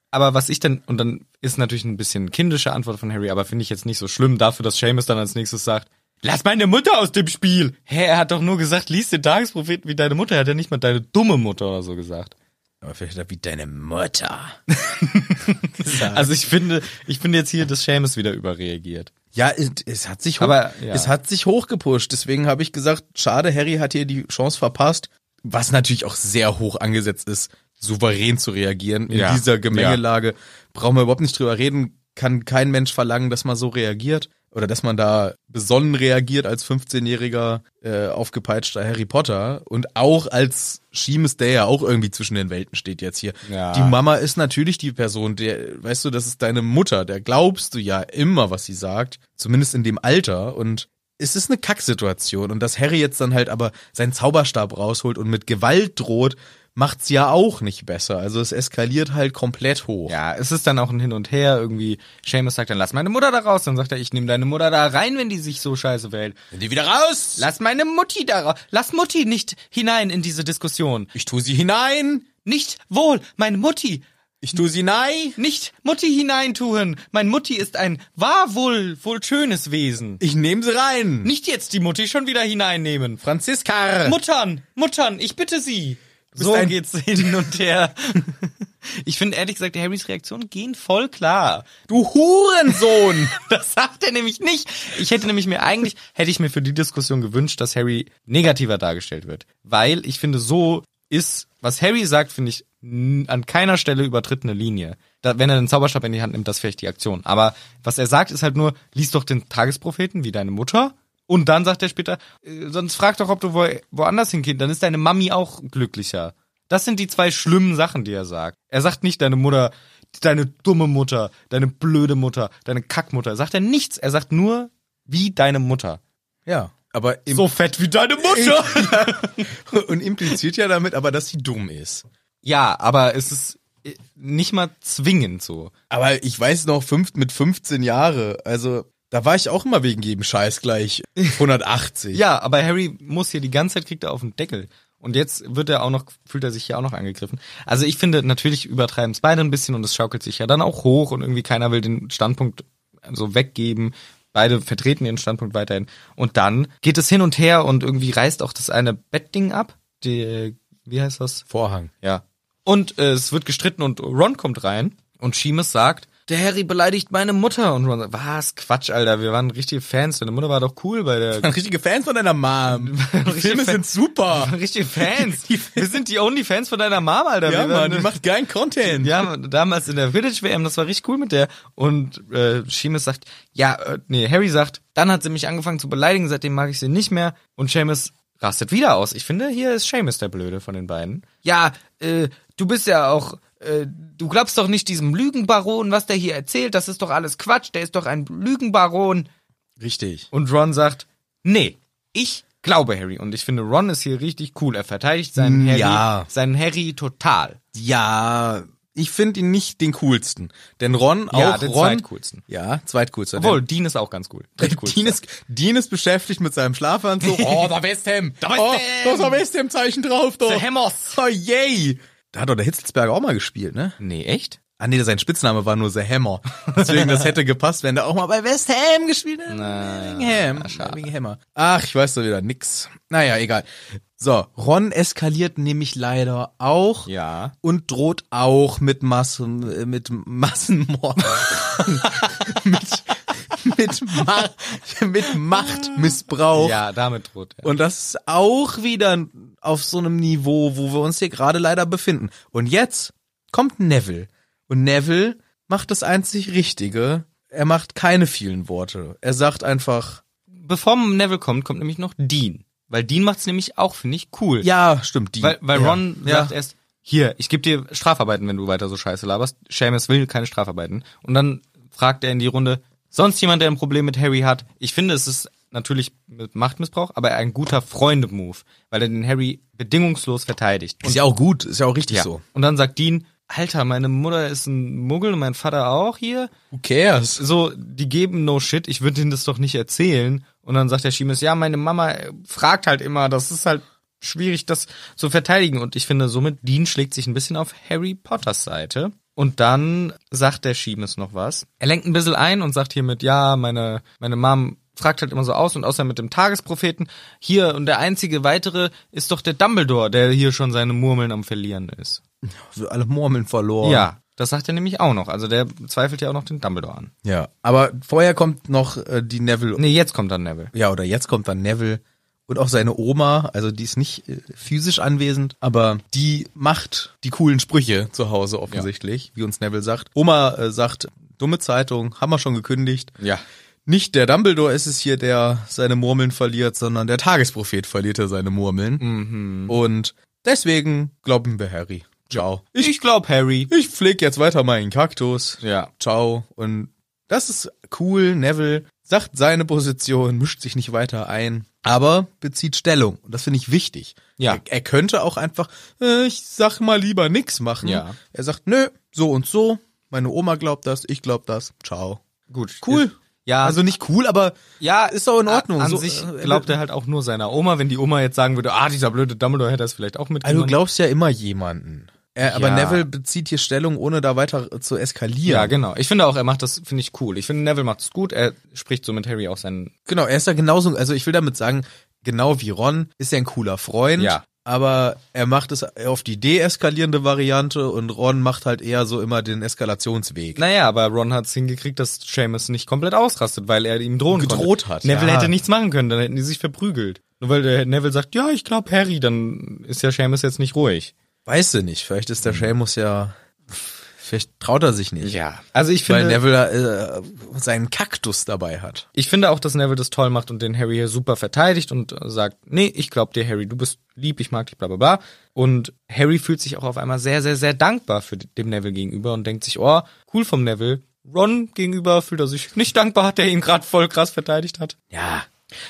[SPEAKER 1] Aber was ich dann, und dann ist natürlich ein bisschen kindische Antwort von Harry, aber finde ich jetzt nicht so schlimm dafür, dass Seamus dann als nächstes sagt, lass meine Mutter aus dem Spiel. Hä, er hat doch nur gesagt, lies den Tagespropheten wie deine Mutter. Er hat ja nicht mal deine dumme Mutter oder so gesagt.
[SPEAKER 2] Aber vielleicht hat er wie deine Mutter.
[SPEAKER 1] Also ich finde, ich finde jetzt hier, dass Seamus wieder überreagiert.
[SPEAKER 2] Ja, es, es hat sich hoch,
[SPEAKER 1] Aber, ja.
[SPEAKER 2] es hat sich hochgepusht. Deswegen habe ich gesagt, schade, Harry hat hier die Chance verpasst, was natürlich auch sehr hoch angesetzt ist, souverän zu reagieren in
[SPEAKER 4] Ja.
[SPEAKER 2] dieser Gemengelage. Brauchen wir überhaupt nicht drüber reden. Kann kein Mensch verlangen, dass man so reagiert oder dass man da besonnen reagiert als 15-jähriger äh, aufgepeitschter Harry Potter und auch als Seamus, der ja auch irgendwie zwischen den Welten steht jetzt hier.
[SPEAKER 4] Ja.
[SPEAKER 2] Die Mama ist natürlich die Person, der, weißt du, das ist deine Mutter, der glaubst du ja immer, was sie sagt, zumindest in dem Alter und es ist eine Kacksituation und dass Harry jetzt dann halt aber seinen Zauberstab rausholt und mit Gewalt droht, macht's ja auch nicht besser. Also es eskaliert halt komplett hoch.
[SPEAKER 1] Ja, es ist dann auch ein Hin und Her. Irgendwie, Seamus sagt dann, lass meine Mutter da raus. Dann sagt er, ich nehme deine Mutter da rein, wenn die sich so scheiße verhält.
[SPEAKER 4] Die wieder raus!
[SPEAKER 1] Lass meine Mutti da raus. Lass Mutti nicht hinein in diese Diskussion.
[SPEAKER 4] Ich tue sie hinein!
[SPEAKER 1] Nicht wohl, meine Mutti.
[SPEAKER 4] Ich tue sie nein!
[SPEAKER 1] Nicht Mutti hineintun. Mein Mutti ist ein wahr wohl, wohl schönes Wesen.
[SPEAKER 2] Ich nehme sie rein.
[SPEAKER 1] Nicht jetzt die Mutti schon wieder hineinnehmen. (laughs)
[SPEAKER 2] Franziska!
[SPEAKER 1] Muttern, Muttern, ich bitte Sie.
[SPEAKER 2] bist
[SPEAKER 1] So
[SPEAKER 2] ein-
[SPEAKER 1] geht's (laughs) hin und her. Ich finde ehrlich gesagt, Harrys Reaktionen gehen voll klar.
[SPEAKER 2] Du Hurensohn!
[SPEAKER 1] Das sagt er nämlich nicht. Ich hätte nämlich mir eigentlich, hätte ich mir für die Diskussion gewünscht, dass Harry negativer dargestellt wird. Weil ich finde, so ist, was Harry sagt, finde ich, n- an keiner Stelle übertritt eine Linie. Da, wenn er den Zauberstab in die Hand nimmt, das ist vielleicht die Aktion. Aber was er sagt, ist halt nur, lies doch den Tagespropheten wie deine Mutter. Und dann sagt er später, äh, sonst frag doch, ob du wo, woanders hinkennst, dann ist deine Mami auch glücklicher. Das sind die zwei schlimmen Sachen, die er sagt. Er sagt nicht deine Mutter, deine dumme Mutter, deine blöde Mutter, deine Kackmutter. Sagt er nichts. Er sagt nur, wie deine Mutter.
[SPEAKER 2] (laughs) Ja, aber im
[SPEAKER 1] So fett wie deine Mutter.
[SPEAKER 2] und impliziert ja damit aber, dass sie dumm ist.
[SPEAKER 1] Ja, aber es ist äh, nicht mal zwingend so.
[SPEAKER 2] Aber ich weiß noch, fünf, mit 15 Jahre, also da war ich auch immer wegen jedem Scheiß (laughs) gleich 180.
[SPEAKER 1] Ja, aber Harry muss hier die ganze Zeit kriegt er auf den Deckel. Und jetzt wird er auch noch, fühlt er sich hier auch noch angegriffen. Also ich finde, natürlich übertreiben es beide ein bisschen und es schaukelt sich ja dann auch hoch und irgendwie keiner will den Standpunkt so weggeben. Beide vertreten ihren Standpunkt weiterhin. Und dann geht es hin und her und irgendwie reißt auch das eine Bettding ab. Die, wie heißt das?
[SPEAKER 2] Vorhang.
[SPEAKER 1] Ja. Und äh, es wird gestritten und Ron kommt rein und Seamus sagt, der Harry beleidigt meine Mutter. Und Ron sagt, was? Quatsch, Alter, wir waren richtige Fans. Deine Mutter war doch cool bei der
[SPEAKER 2] (laughs) Richtige Fans von deiner (laughs) Mom. Die Filme sind (laughs) super.
[SPEAKER 1] Richtige Fans. Wir sind die only Fans von deiner Mom, Alter.
[SPEAKER 2] Ja,
[SPEAKER 1] Wir
[SPEAKER 2] Mann,
[SPEAKER 1] waren-
[SPEAKER 2] die macht geilen Content.
[SPEAKER 1] ja, Mann, damals in der Quidditch-WM, das war richtig cool mit der. Und äh, Seamus sagt, ja, äh, nee, Harry sagt, dann hat sie mich angefangen zu beleidigen, seitdem mag ich sie nicht mehr. Und Seamus rastet wieder aus. Ich finde, hier ist Seamus der Blöde von den beiden. Ja, äh, du bist ja auch, äh, du glaubst doch nicht diesem Lügenbaron, was der hier erzählt, das ist doch alles Quatsch, der ist doch ein Lügenbaron.
[SPEAKER 2] Richtig.
[SPEAKER 1] Und Ron sagt, nee, ich glaube Harry. Und ich finde,
[SPEAKER 2] Mm,
[SPEAKER 1] Ron ist hier richtig cool. Er verteidigt seinen Harry,
[SPEAKER 2] Ja.
[SPEAKER 1] seinen Harry total.
[SPEAKER 2] Ja, Ich finde ihn nicht den coolsten. Denn Ron, auch
[SPEAKER 1] den
[SPEAKER 2] Ron.
[SPEAKER 1] zweitcoolsten.
[SPEAKER 2] Ja, zweitcoolster.
[SPEAKER 1] Obwohl, Dean ist auch ganz cool.
[SPEAKER 2] Denn-
[SPEAKER 1] Drittcoolster.
[SPEAKER 2] Dean ist, Dean ist beschäftigt mit seinem (laughs) Schlafanzug. Oh, da West Ham. Da West Ham. Oh, da ist ein West Ham Zeichen drauf, doch.
[SPEAKER 1] Hammers.
[SPEAKER 2] Oh, yay. Da hat doch der Hitzelsberger auch mal gespielt, ne?
[SPEAKER 1] Nee, echt?
[SPEAKER 2] Ah nee, sein Spitzname war nur The Hammer.
[SPEAKER 1] (laughs)
[SPEAKER 2] Deswegen, das hätte gepasst, wenn der auch mal bei West Ham gespielt hätte. Wegen Ham. Wegen Hammer. Ach, ich weiß doch wieder nix. Naja, egal. So, Ron eskaliert nämlich leider auch.
[SPEAKER 1] Ja.
[SPEAKER 2] Und droht auch mit Massen, äh, mit
[SPEAKER 1] (laughs)
[SPEAKER 2] Massenmord. (laughs) mit, mit, Ma mit Machtmissbrauch.
[SPEAKER 1] Ja, damit droht er.
[SPEAKER 2] Und das ist auch wieder auf so einem Niveau, wo wir uns hier gerade leider befinden. Und jetzt kommt Neville. Und Neville macht das einzig Richtige. Er macht keine vielen Worte. Er sagt einfach,
[SPEAKER 1] Bevor Neville kommt, kommt nämlich noch Dean. Weil Dean macht's nämlich auch, finde ich, cool.
[SPEAKER 2] ja, stimmt, die.
[SPEAKER 1] Weil, weil
[SPEAKER 2] ja,
[SPEAKER 1] Ron
[SPEAKER 2] ja.
[SPEAKER 1] sagt erst, hier, ich gebe dir Strafarbeiten, wenn du weiter so scheiße laberst. Seamus will keine Strafarbeiten. Und dann fragt er in die Runde, sonst jemand, der ein Problem mit Harry hat? Ich finde, es ist natürlich mit Machtmissbrauch, aber ein guter Freunde-Move, weil er den Harry bedingungslos verteidigt.
[SPEAKER 2] ist ja auch gut, ist ja auch richtig
[SPEAKER 1] Ja.
[SPEAKER 2] so.
[SPEAKER 1] Und dann sagt Dean, Alter, meine Mutter ist ein Muggel und mein Vater auch hier.
[SPEAKER 2] Who cares?
[SPEAKER 1] So, die geben no shit, ich würde ihnen das doch nicht erzählen. Und dann sagt der Schiemes, ja, meine Mama äh, fragt halt immer, das ist halt schwierig, das zu verteidigen. Und ich finde, somit Dean schlägt sich ein bisschen auf Harry Potters Seite. Und dann sagt der Schiemes noch was. Er lenkt ein bisschen ein und sagt hiermit, ja, meine, meine Mom fragt halt immer so aus und außer mit dem Tagespropheten hier und der einzige weitere ist doch der Dumbledore, der hier schon seine Murmeln am verlieren ist.
[SPEAKER 2] Wir alle Murmeln verloren.
[SPEAKER 1] Ja, das sagt er nämlich auch noch. Also der zweifelt ja auch noch den Dumbledore an.
[SPEAKER 2] Ja. Aber vorher kommt noch äh, die Neville.
[SPEAKER 1] Nee, jetzt kommt dann Neville.
[SPEAKER 2] Ja, oder jetzt kommt dann Neville. Und auch seine Oma, also die ist nicht äh, physisch anwesend, aber die macht die coolen Sprüche zu Hause offensichtlich, wie uns Neville sagt. Oma äh, sagt, dumme Zeitung, haben wir schon gekündigt.
[SPEAKER 1] Ja.
[SPEAKER 2] Nicht der Dumbledore ist es hier, der seine Murmeln verliert, sondern der Tagesprophet verliert er seine Murmeln.
[SPEAKER 1] Mhm.
[SPEAKER 2] Und deswegen glauben wir Harry. Ciao.
[SPEAKER 1] Ich, glaub Harry.
[SPEAKER 2] Ich pfleg jetzt weiter meinen Kaktus.
[SPEAKER 1] Ja.
[SPEAKER 2] Ciao. Und das ist cool. Neville sagt seine Position, mischt sich nicht weiter ein, aber bezieht Stellung. Und das finde ich wichtig.
[SPEAKER 1] Ja.
[SPEAKER 2] Er, er könnte auch einfach, äh, ich sag mal lieber nix machen.
[SPEAKER 1] Ja.
[SPEAKER 2] Er sagt, nö, so und so. Meine Oma glaubt das, ich glaub das. Ciao.
[SPEAKER 1] Gut.
[SPEAKER 2] Cool.
[SPEAKER 1] Ist, ja,
[SPEAKER 2] also nicht cool, aber
[SPEAKER 1] ja,
[SPEAKER 2] ist doch in Ordnung.
[SPEAKER 1] An
[SPEAKER 2] So,
[SPEAKER 1] sich
[SPEAKER 2] äh,
[SPEAKER 1] glaubt er halt auch nur seiner Oma, wenn die Oma jetzt sagen würde, ah, dieser blöde Dumbledore hätte das vielleicht auch
[SPEAKER 2] also du
[SPEAKER 1] mitgemacht.
[SPEAKER 2] glaubst ja immer jemanden. Er, aber
[SPEAKER 1] Ja.
[SPEAKER 2] Neville bezieht hier Stellung, ohne da weiter äh, zu eskalieren.
[SPEAKER 1] ja, genau. Ich finde auch, er macht das, finde ich cool. Ich finde, Neville macht's gut. Er spricht so mit Harry auch seinen.
[SPEAKER 2] Genau, er ist ja genauso, also ich will damit sagen, genau wie Ron, ist er ein cooler Freund.
[SPEAKER 1] Ja.
[SPEAKER 2] Aber er macht es auf die deeskalierende Variante und Ron macht halt eher so immer den Eskalationsweg.
[SPEAKER 1] Naja, aber Ron hat's hingekriegt, dass Seamus nicht komplett ausrastet, weil er ihm drohen
[SPEAKER 2] Gedroht
[SPEAKER 1] konnte.
[SPEAKER 2] hat,
[SPEAKER 1] Neville
[SPEAKER 2] ja.
[SPEAKER 1] hätte nichts machen können, dann hätten die sich verprügelt. Nur weil der Neville sagt, ja, ich glaub Harry, dann ist ja Seamus jetzt nicht ruhig.
[SPEAKER 2] Weißt du nicht, vielleicht ist der
[SPEAKER 1] Hm.
[SPEAKER 2] Seamus ja, vielleicht traut er sich nicht.
[SPEAKER 1] Ja. Also ich
[SPEAKER 2] Weil
[SPEAKER 1] finde.
[SPEAKER 2] Neville äh, seinen Kaktus dabei hat.
[SPEAKER 1] Ich finde auch, dass Neville das toll macht und den Harry hier super verteidigt und äh, sagt, nee, ich glaub dir, Harry, du bist lieb, ich mag dich, bla bla bla. Und Harry fühlt sich auch auf einmal sehr, sehr, sehr dankbar für dem Neville gegenüber und denkt sich, oh, cool vom Neville. Ron gegenüber fühlt er sich nicht dankbar, der ihn gerade voll krass verteidigt hat.
[SPEAKER 2] Ja.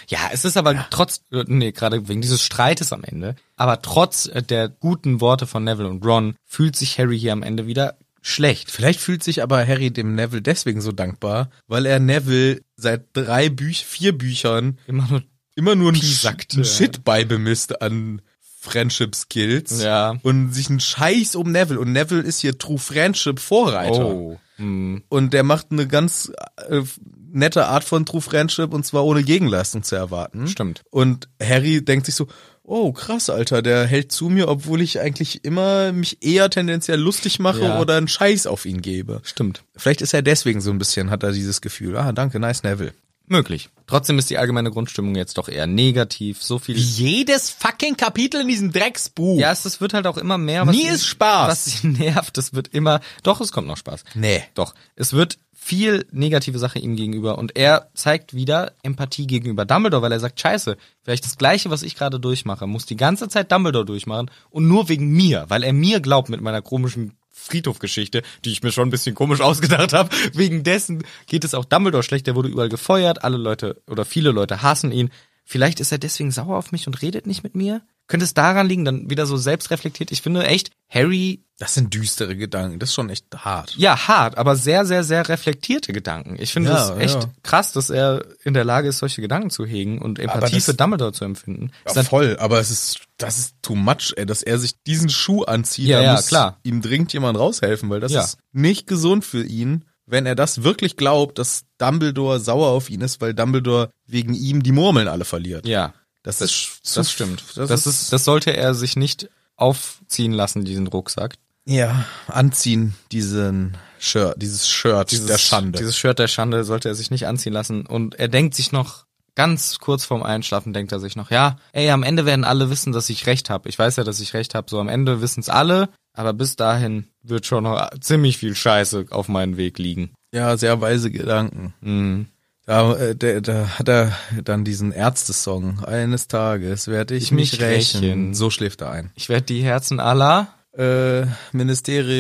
[SPEAKER 1] Ja, es ist aber trotz, äh, nee, gerade wegen dieses Streites am Ende, aber trotz äh, der guten Worte von Neville und Ron fühlt sich Harry hier am Ende wieder schlecht.
[SPEAKER 2] Vielleicht fühlt sich aber Harry dem Neville deswegen so dankbar, weil er Neville seit drei Büch, vier Büchern
[SPEAKER 1] Immer nur,
[SPEAKER 2] immer nur einen,
[SPEAKER 1] Piesackt,
[SPEAKER 2] Sch einen
[SPEAKER 1] ja.
[SPEAKER 2] Shit beibemisst an Friendship Skills
[SPEAKER 1] Ja.
[SPEAKER 2] und sich einen Scheiß um Neville und Neville ist hier True Friendship Vorreiter
[SPEAKER 1] oh, hm,
[SPEAKER 2] und der macht eine ganz äh, nette Art von True Friendship und zwar ohne Gegenleistung zu erwarten.
[SPEAKER 1] stimmt.
[SPEAKER 2] Und Harry denkt sich so, oh krass, Alter, der hält zu mir, obwohl ich eigentlich immer mich eher tendenziell lustig mache
[SPEAKER 1] Ja.
[SPEAKER 2] oder einen Scheiß auf ihn gebe.
[SPEAKER 1] Stimmt.
[SPEAKER 2] Vielleicht ist er deswegen so ein bisschen, hat er dieses Gefühl, ah, danke, nice Neville.
[SPEAKER 1] Möglich. Trotzdem ist die allgemeine Grundstimmung jetzt doch eher negativ. So viel.
[SPEAKER 2] Jedes fucking Kapitel in diesem Drecksbuch.
[SPEAKER 1] Ja, es, es wird halt auch immer mehr. Was
[SPEAKER 2] Nie ist Spaß.
[SPEAKER 1] Was sie (laughs) nervt, es wird immer. Doch, es kommt noch Spaß.
[SPEAKER 2] Nee.
[SPEAKER 1] Doch, es wird viel negative Sache ihm gegenüber und er zeigt wieder Empathie gegenüber Dumbledore, weil er sagt, scheiße, vielleicht das gleiche, was ich gerade durchmache, muss die ganze Zeit Dumbledore durchmachen und nur wegen mir, weil er mir glaubt mit meiner komischen Friedhofgeschichte, die ich mir schon ein bisschen komisch (laughs) ausgedacht habe, wegen dessen geht es auch Dumbledore schlecht, der wurde überall gefeuert, alle Leute oder viele Leute hassen ihn. Vielleicht ist er deswegen sauer auf mich und redet nicht mit mir? Könnte es daran liegen, dann wieder so selbstreflektiert? Ich finde echt, Harry,
[SPEAKER 2] Das sind düstere Gedanken. Das ist schon echt hart.
[SPEAKER 1] ja, hart, aber sehr, sehr, sehr reflektierte Gedanken. Ich finde
[SPEAKER 2] Ja,
[SPEAKER 1] es echt
[SPEAKER 2] ja.
[SPEAKER 1] krass, dass er in der Lage ist, solche Gedanken zu hegen und Empathie
[SPEAKER 2] das-
[SPEAKER 1] für Dumbledore zu empfinden. Ist
[SPEAKER 2] Ja,
[SPEAKER 1] nat-
[SPEAKER 2] voll, aber es ist, das ist too much, ey, dass er sich diesen Schuh anzieht.
[SPEAKER 1] Ja,
[SPEAKER 2] da
[SPEAKER 1] ja,
[SPEAKER 2] muss
[SPEAKER 1] klar.
[SPEAKER 2] Ihm dringend jemand raushelfen, weil das
[SPEAKER 1] Ja.
[SPEAKER 2] ist nicht gesund für ihn, wenn er das wirklich glaubt, dass Dumbledore sauer auf ihn ist, weil Dumbledore wegen ihm die Murmeln alle verliert.
[SPEAKER 1] ja,
[SPEAKER 2] das, ist, zu-
[SPEAKER 1] das stimmt.
[SPEAKER 2] Das, ist,
[SPEAKER 1] das sollte er sich nicht aufziehen lassen, diesen Rucksack.
[SPEAKER 2] ja, anziehen, diesen Shirt, dieses Shirt der Schande.
[SPEAKER 1] Dieses Shirt der Schande sollte er sich nicht anziehen lassen. Und er denkt sich noch, ganz kurz vorm Einschlafen denkt er sich noch, ja, ey, am Ende werden alle wissen, dass ich recht habe. Ich weiß ja, dass ich recht habe. So am Ende wissen's alle. Aber bis dahin wird schon noch ziemlich viel Scheiße auf meinen Weg liegen.
[SPEAKER 2] ja, sehr weise Gedanken.
[SPEAKER 1] Mhm.
[SPEAKER 2] Da, äh, der, da hat er dann diesen Ärzte-Song. Eines Tages werde ich, mich,
[SPEAKER 1] mich
[SPEAKER 2] rächen.
[SPEAKER 1] rächen.
[SPEAKER 2] So schläft er ein.
[SPEAKER 1] Ich werde die Herzen aller
[SPEAKER 2] Äh,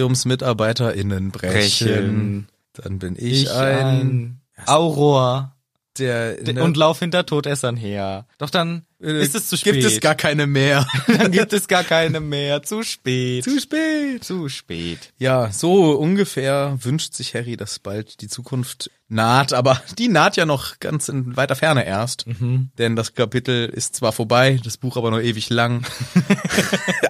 [SPEAKER 2] MinisteriumsmitarbeiterInnen brechen.
[SPEAKER 1] brechen.
[SPEAKER 2] Dann bin ich, ein,
[SPEAKER 1] Auror
[SPEAKER 2] der in der-
[SPEAKER 1] und lauf hinter Todessern her. Doch dann
[SPEAKER 2] äh,
[SPEAKER 1] ist es zu spät.
[SPEAKER 2] Gibt
[SPEAKER 1] (laughs)
[SPEAKER 2] es gar keine mehr.
[SPEAKER 1] dann gibt es gar keine mehr. Zu spät.
[SPEAKER 2] Zu spät.
[SPEAKER 1] Zu spät.
[SPEAKER 2] Ja, so ungefähr wünscht sich Harry, dass bald die Zukunft naht, aber die naht ja noch ganz in weiter Ferne erst.
[SPEAKER 1] Mhm.
[SPEAKER 2] Denn das Kapitel ist zwar vorbei, das Buch aber noch
[SPEAKER 1] (laughs)
[SPEAKER 2] ewig lang.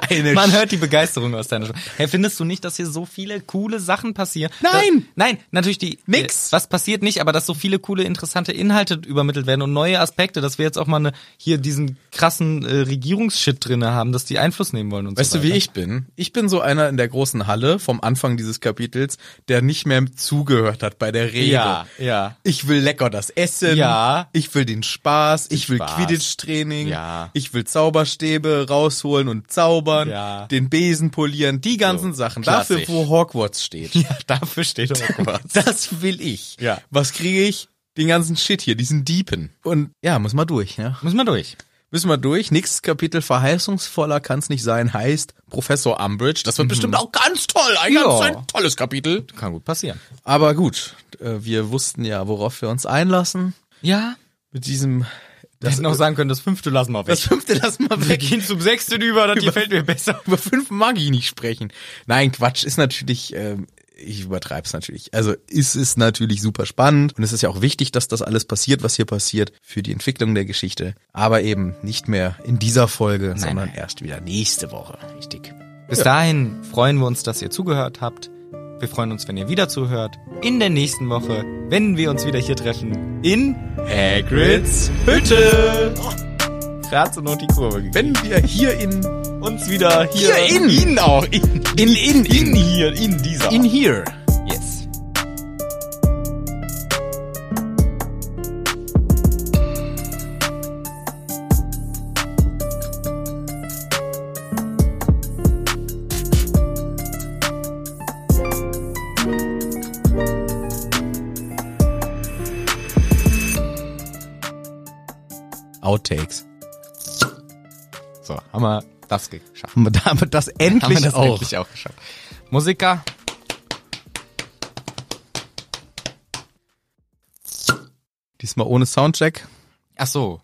[SPEAKER 2] Eine
[SPEAKER 1] Man hört die Begeisterung aus deiner Stimme. Hey, findest du nicht, dass hier so viele coole Sachen passieren?
[SPEAKER 2] Nein!
[SPEAKER 1] Da, nein, natürlich die.
[SPEAKER 2] Nix!
[SPEAKER 1] Äh, was passiert nicht, aber dass so viele coole, interessante Inhalte übermittelt werden und neue Aspekte, dass wir jetzt auch mal eine, hier diesen krassen äh, Regierungsshit drinne haben, dass die Einfluss nehmen wollen und
[SPEAKER 2] Weißt
[SPEAKER 1] so
[SPEAKER 2] du, wie ich bin? Ich bin so einer in der großen Halle vom Anfang dieses Kapitels, der nicht mehr zugehört hat bei der Rede.
[SPEAKER 1] Ja, ja. (laughs)
[SPEAKER 2] Ich will lecker das Essen.
[SPEAKER 1] Ja.
[SPEAKER 2] Ich will den Spaß. ich will
[SPEAKER 1] Spaß.
[SPEAKER 2] Quidditch-Training.
[SPEAKER 1] Ja.
[SPEAKER 2] Ich will Zauberstäbe rausholen und zaubern.
[SPEAKER 1] Ja.
[SPEAKER 2] Den Besen polieren. Die ganzen Sachen. Dafür,
[SPEAKER 1] klassisch.
[SPEAKER 2] wo Hogwarts steht.
[SPEAKER 1] Ja, dafür steht Hogwarts.
[SPEAKER 2] (laughs) Das will ich.
[SPEAKER 1] Ja.
[SPEAKER 2] Was kriege ich? Den ganzen Shit hier, diesen Diepen. Und ja, muss mal durch, ne?
[SPEAKER 1] Müssen wir durch.
[SPEAKER 2] Müssen wir durch. Nächstes Kapitel, verheißungsvoller kann's nicht sein, heißt Professor Umbridge. Das wird
[SPEAKER 1] Mhm.
[SPEAKER 2] bestimmt auch ganz toll. Ein ganz
[SPEAKER 1] Ja.
[SPEAKER 2] ein tolles Kapitel.
[SPEAKER 1] Kann gut passieren.
[SPEAKER 2] Aber gut, äh, wir wussten ja, worauf wir uns einlassen.
[SPEAKER 1] Ja.
[SPEAKER 2] Mit diesem,
[SPEAKER 1] Wir hätten auch sagen können, das fünfte lassen wir
[SPEAKER 2] das
[SPEAKER 1] weg.
[SPEAKER 2] fünfte lassen
[SPEAKER 1] (laughs)
[SPEAKER 2] wir
[SPEAKER 1] Wir
[SPEAKER 2] weg.
[SPEAKER 1] gehen zum sechsten über, das gefällt mir besser.
[SPEAKER 2] Über fünf mag ich nicht sprechen. Nein, Quatsch, ist natürlich, ähm, ich übertreib's natürlich. Also ist es natürlich super spannend und es ist ja auch wichtig, dass das alles passiert, was hier passiert, für die Entwicklung der Geschichte. Aber eben nicht mehr in dieser Folge, sondern erst wieder nächste Woche. Richtig.
[SPEAKER 1] Bis dahin freuen wir uns, dass ihr zugehört habt. Wir freuen uns, wenn ihr wieder zuhört. In der nächsten Woche, wenn wir uns wieder hier treffen, in Hagrids Hütte. Graz und die Kurve. gegeben.
[SPEAKER 2] Wenn wir hier in
[SPEAKER 1] Uns wieder hier,
[SPEAKER 2] in auch in in in in
[SPEAKER 1] hier, in dieser.
[SPEAKER 2] in here.
[SPEAKER 1] yes.
[SPEAKER 2] Outtakes.
[SPEAKER 1] So, haben wir das geschafft.
[SPEAKER 2] Haben wir damit das
[SPEAKER 1] Haben wir
[SPEAKER 2] endlich
[SPEAKER 1] das
[SPEAKER 2] auch.
[SPEAKER 1] endlich auch geschafft. Musiker.
[SPEAKER 2] Diesmal ohne Soundcheck.
[SPEAKER 1] Ach so.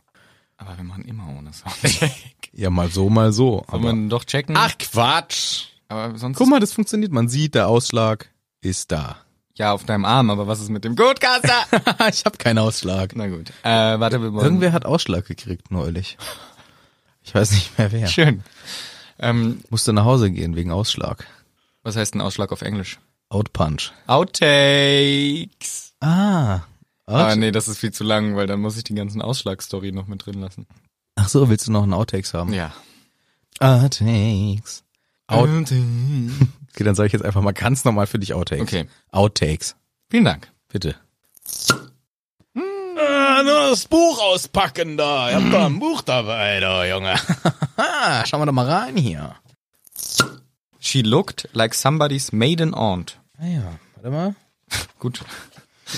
[SPEAKER 1] Aber wir machen immer ohne Soundcheck.
[SPEAKER 2] Ja, mal so, mal so.
[SPEAKER 1] Wollen wir
[SPEAKER 2] Aber,
[SPEAKER 1] ihn doch checken?
[SPEAKER 2] ach Quatsch.
[SPEAKER 1] aber sonst
[SPEAKER 2] Guck mal, das funktioniert. Man sieht, der Ausschlag ist da.
[SPEAKER 1] ja auf deinem Arm, aber was ist mit dem Gutkaster?
[SPEAKER 2] ich habe keinen Ausschlag.
[SPEAKER 1] Na gut. Äh, warte, wir wollen.
[SPEAKER 2] Irgendwer hat Ausschlag gekriegt neulich. Ich weiß nicht mehr wer.
[SPEAKER 1] Schön. Ähm,
[SPEAKER 2] Musste nach Hause gehen wegen Ausschlag.
[SPEAKER 1] was heißt ein Ausschlag auf Englisch?
[SPEAKER 2] Outpunch.
[SPEAKER 1] Outtakes.
[SPEAKER 2] Ah.
[SPEAKER 1] Ah,
[SPEAKER 2] Out
[SPEAKER 1] nee, das ist viel zu lang, weil dann muss ich die ganzen Ausschlag-Story noch mit drin lassen.
[SPEAKER 2] Ach so, willst du noch einen Outtakes haben?
[SPEAKER 1] Ja.
[SPEAKER 2] Outtakes. Out
[SPEAKER 1] Outtakes.
[SPEAKER 2] (laughs) okay, dann sage ich jetzt einfach mal ganz normal für dich Outtakes.
[SPEAKER 1] Okay.
[SPEAKER 2] Outtakes.
[SPEAKER 1] Vielen Dank.
[SPEAKER 2] Bitte.
[SPEAKER 4] Das Buch auspacken da. Ihr habt da ein Buch dabei, da, Junge.
[SPEAKER 2] Ah, schauen wir doch mal rein hier.
[SPEAKER 1] She looked like somebody's maiden aunt.
[SPEAKER 2] Ah ja, warte mal.
[SPEAKER 1] Gut.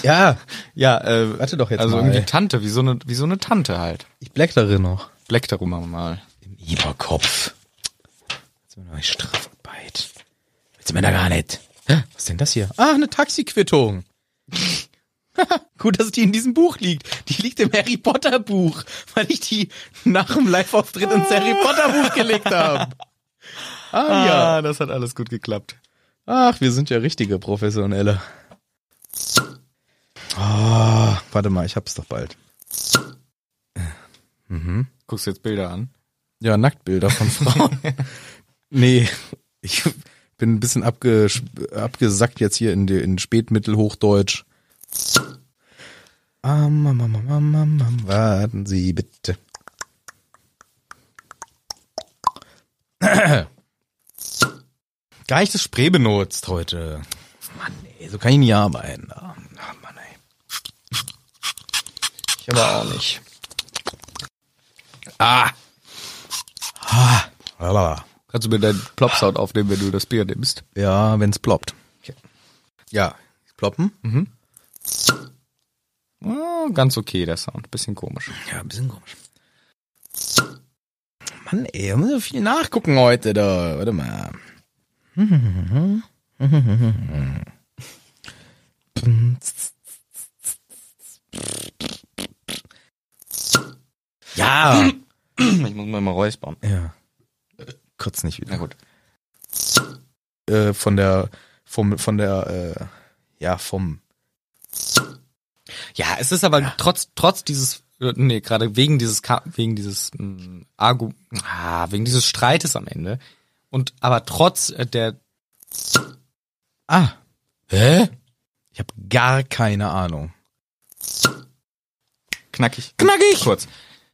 [SPEAKER 2] Ja,
[SPEAKER 1] Ja, äh,
[SPEAKER 2] warte doch jetzt
[SPEAKER 1] also
[SPEAKER 2] mal.
[SPEAKER 1] irgendwie Tante, wie so eine, wie so eine Tante halt.
[SPEAKER 2] Ich blättere noch.
[SPEAKER 1] Bleck darüber mal.
[SPEAKER 2] Im Eberkopf. Jetzt mal neue Strafarbeit. Willst du mir da gar nicht? Hä, Was ist denn das hier? Ah, eine Taxiquittung. (laughs) Gut, dass die in diesem Buch liegt. Die liegt im Harry Potter Buch, weil ich die nach dem Live-Auftritt ins Harry Potter Buch gelegt habe. Ah ja.
[SPEAKER 5] Ah, das hat alles gut geklappt.
[SPEAKER 2] Ach, wir sind ja richtige Professionelle. Ah, warte mal, ich hab's doch bald.
[SPEAKER 1] Guckst du jetzt Bilder an?
[SPEAKER 2] Ja, Nacktbilder von Frauen. (laughs) nee, ich bin ein bisschen abge, abgesackt jetzt hier in, die, in Spätmittelhochdeutsch. Am, am, am, am, am, am, am, warten Sie bitte. Geichtes Sprebenutzt heute. Mann, ey, so kann ich nie arbeiten. Ach, Mann, ey. Ich aber auch nicht. Ah. Ah.
[SPEAKER 1] Kannst du mir deinen Plopsound aufnehmen, wenn du das Bier nimmst?
[SPEAKER 2] Ja, wenn's ploppt. Ja, ploppen?
[SPEAKER 1] Ah, ganz okay, der Sound. Bisschen komisch.
[SPEAKER 2] Ja, ein bisschen komisch. Mann, ey, haben wir so viel nachgucken heute da. Warte mal. Ja.
[SPEAKER 1] Ich muss mal mal räuspern.
[SPEAKER 2] Ja. Kurz nicht wieder.
[SPEAKER 1] Na gut.
[SPEAKER 2] Äh, von der, vom, von der, äh, ja, vom.
[SPEAKER 1] Ja, es ist aber trotz, trotz dieses, äh, nee, gerade wegen dieses, Ka- wegen dieses, mh, Argu ah, wegen dieses Streites am Ende. Und, aber trotz äh, der,
[SPEAKER 2] Ah. Hä? Ich habe gar keine Ahnung.
[SPEAKER 1] knackig.
[SPEAKER 2] Knackig!
[SPEAKER 1] Kurz.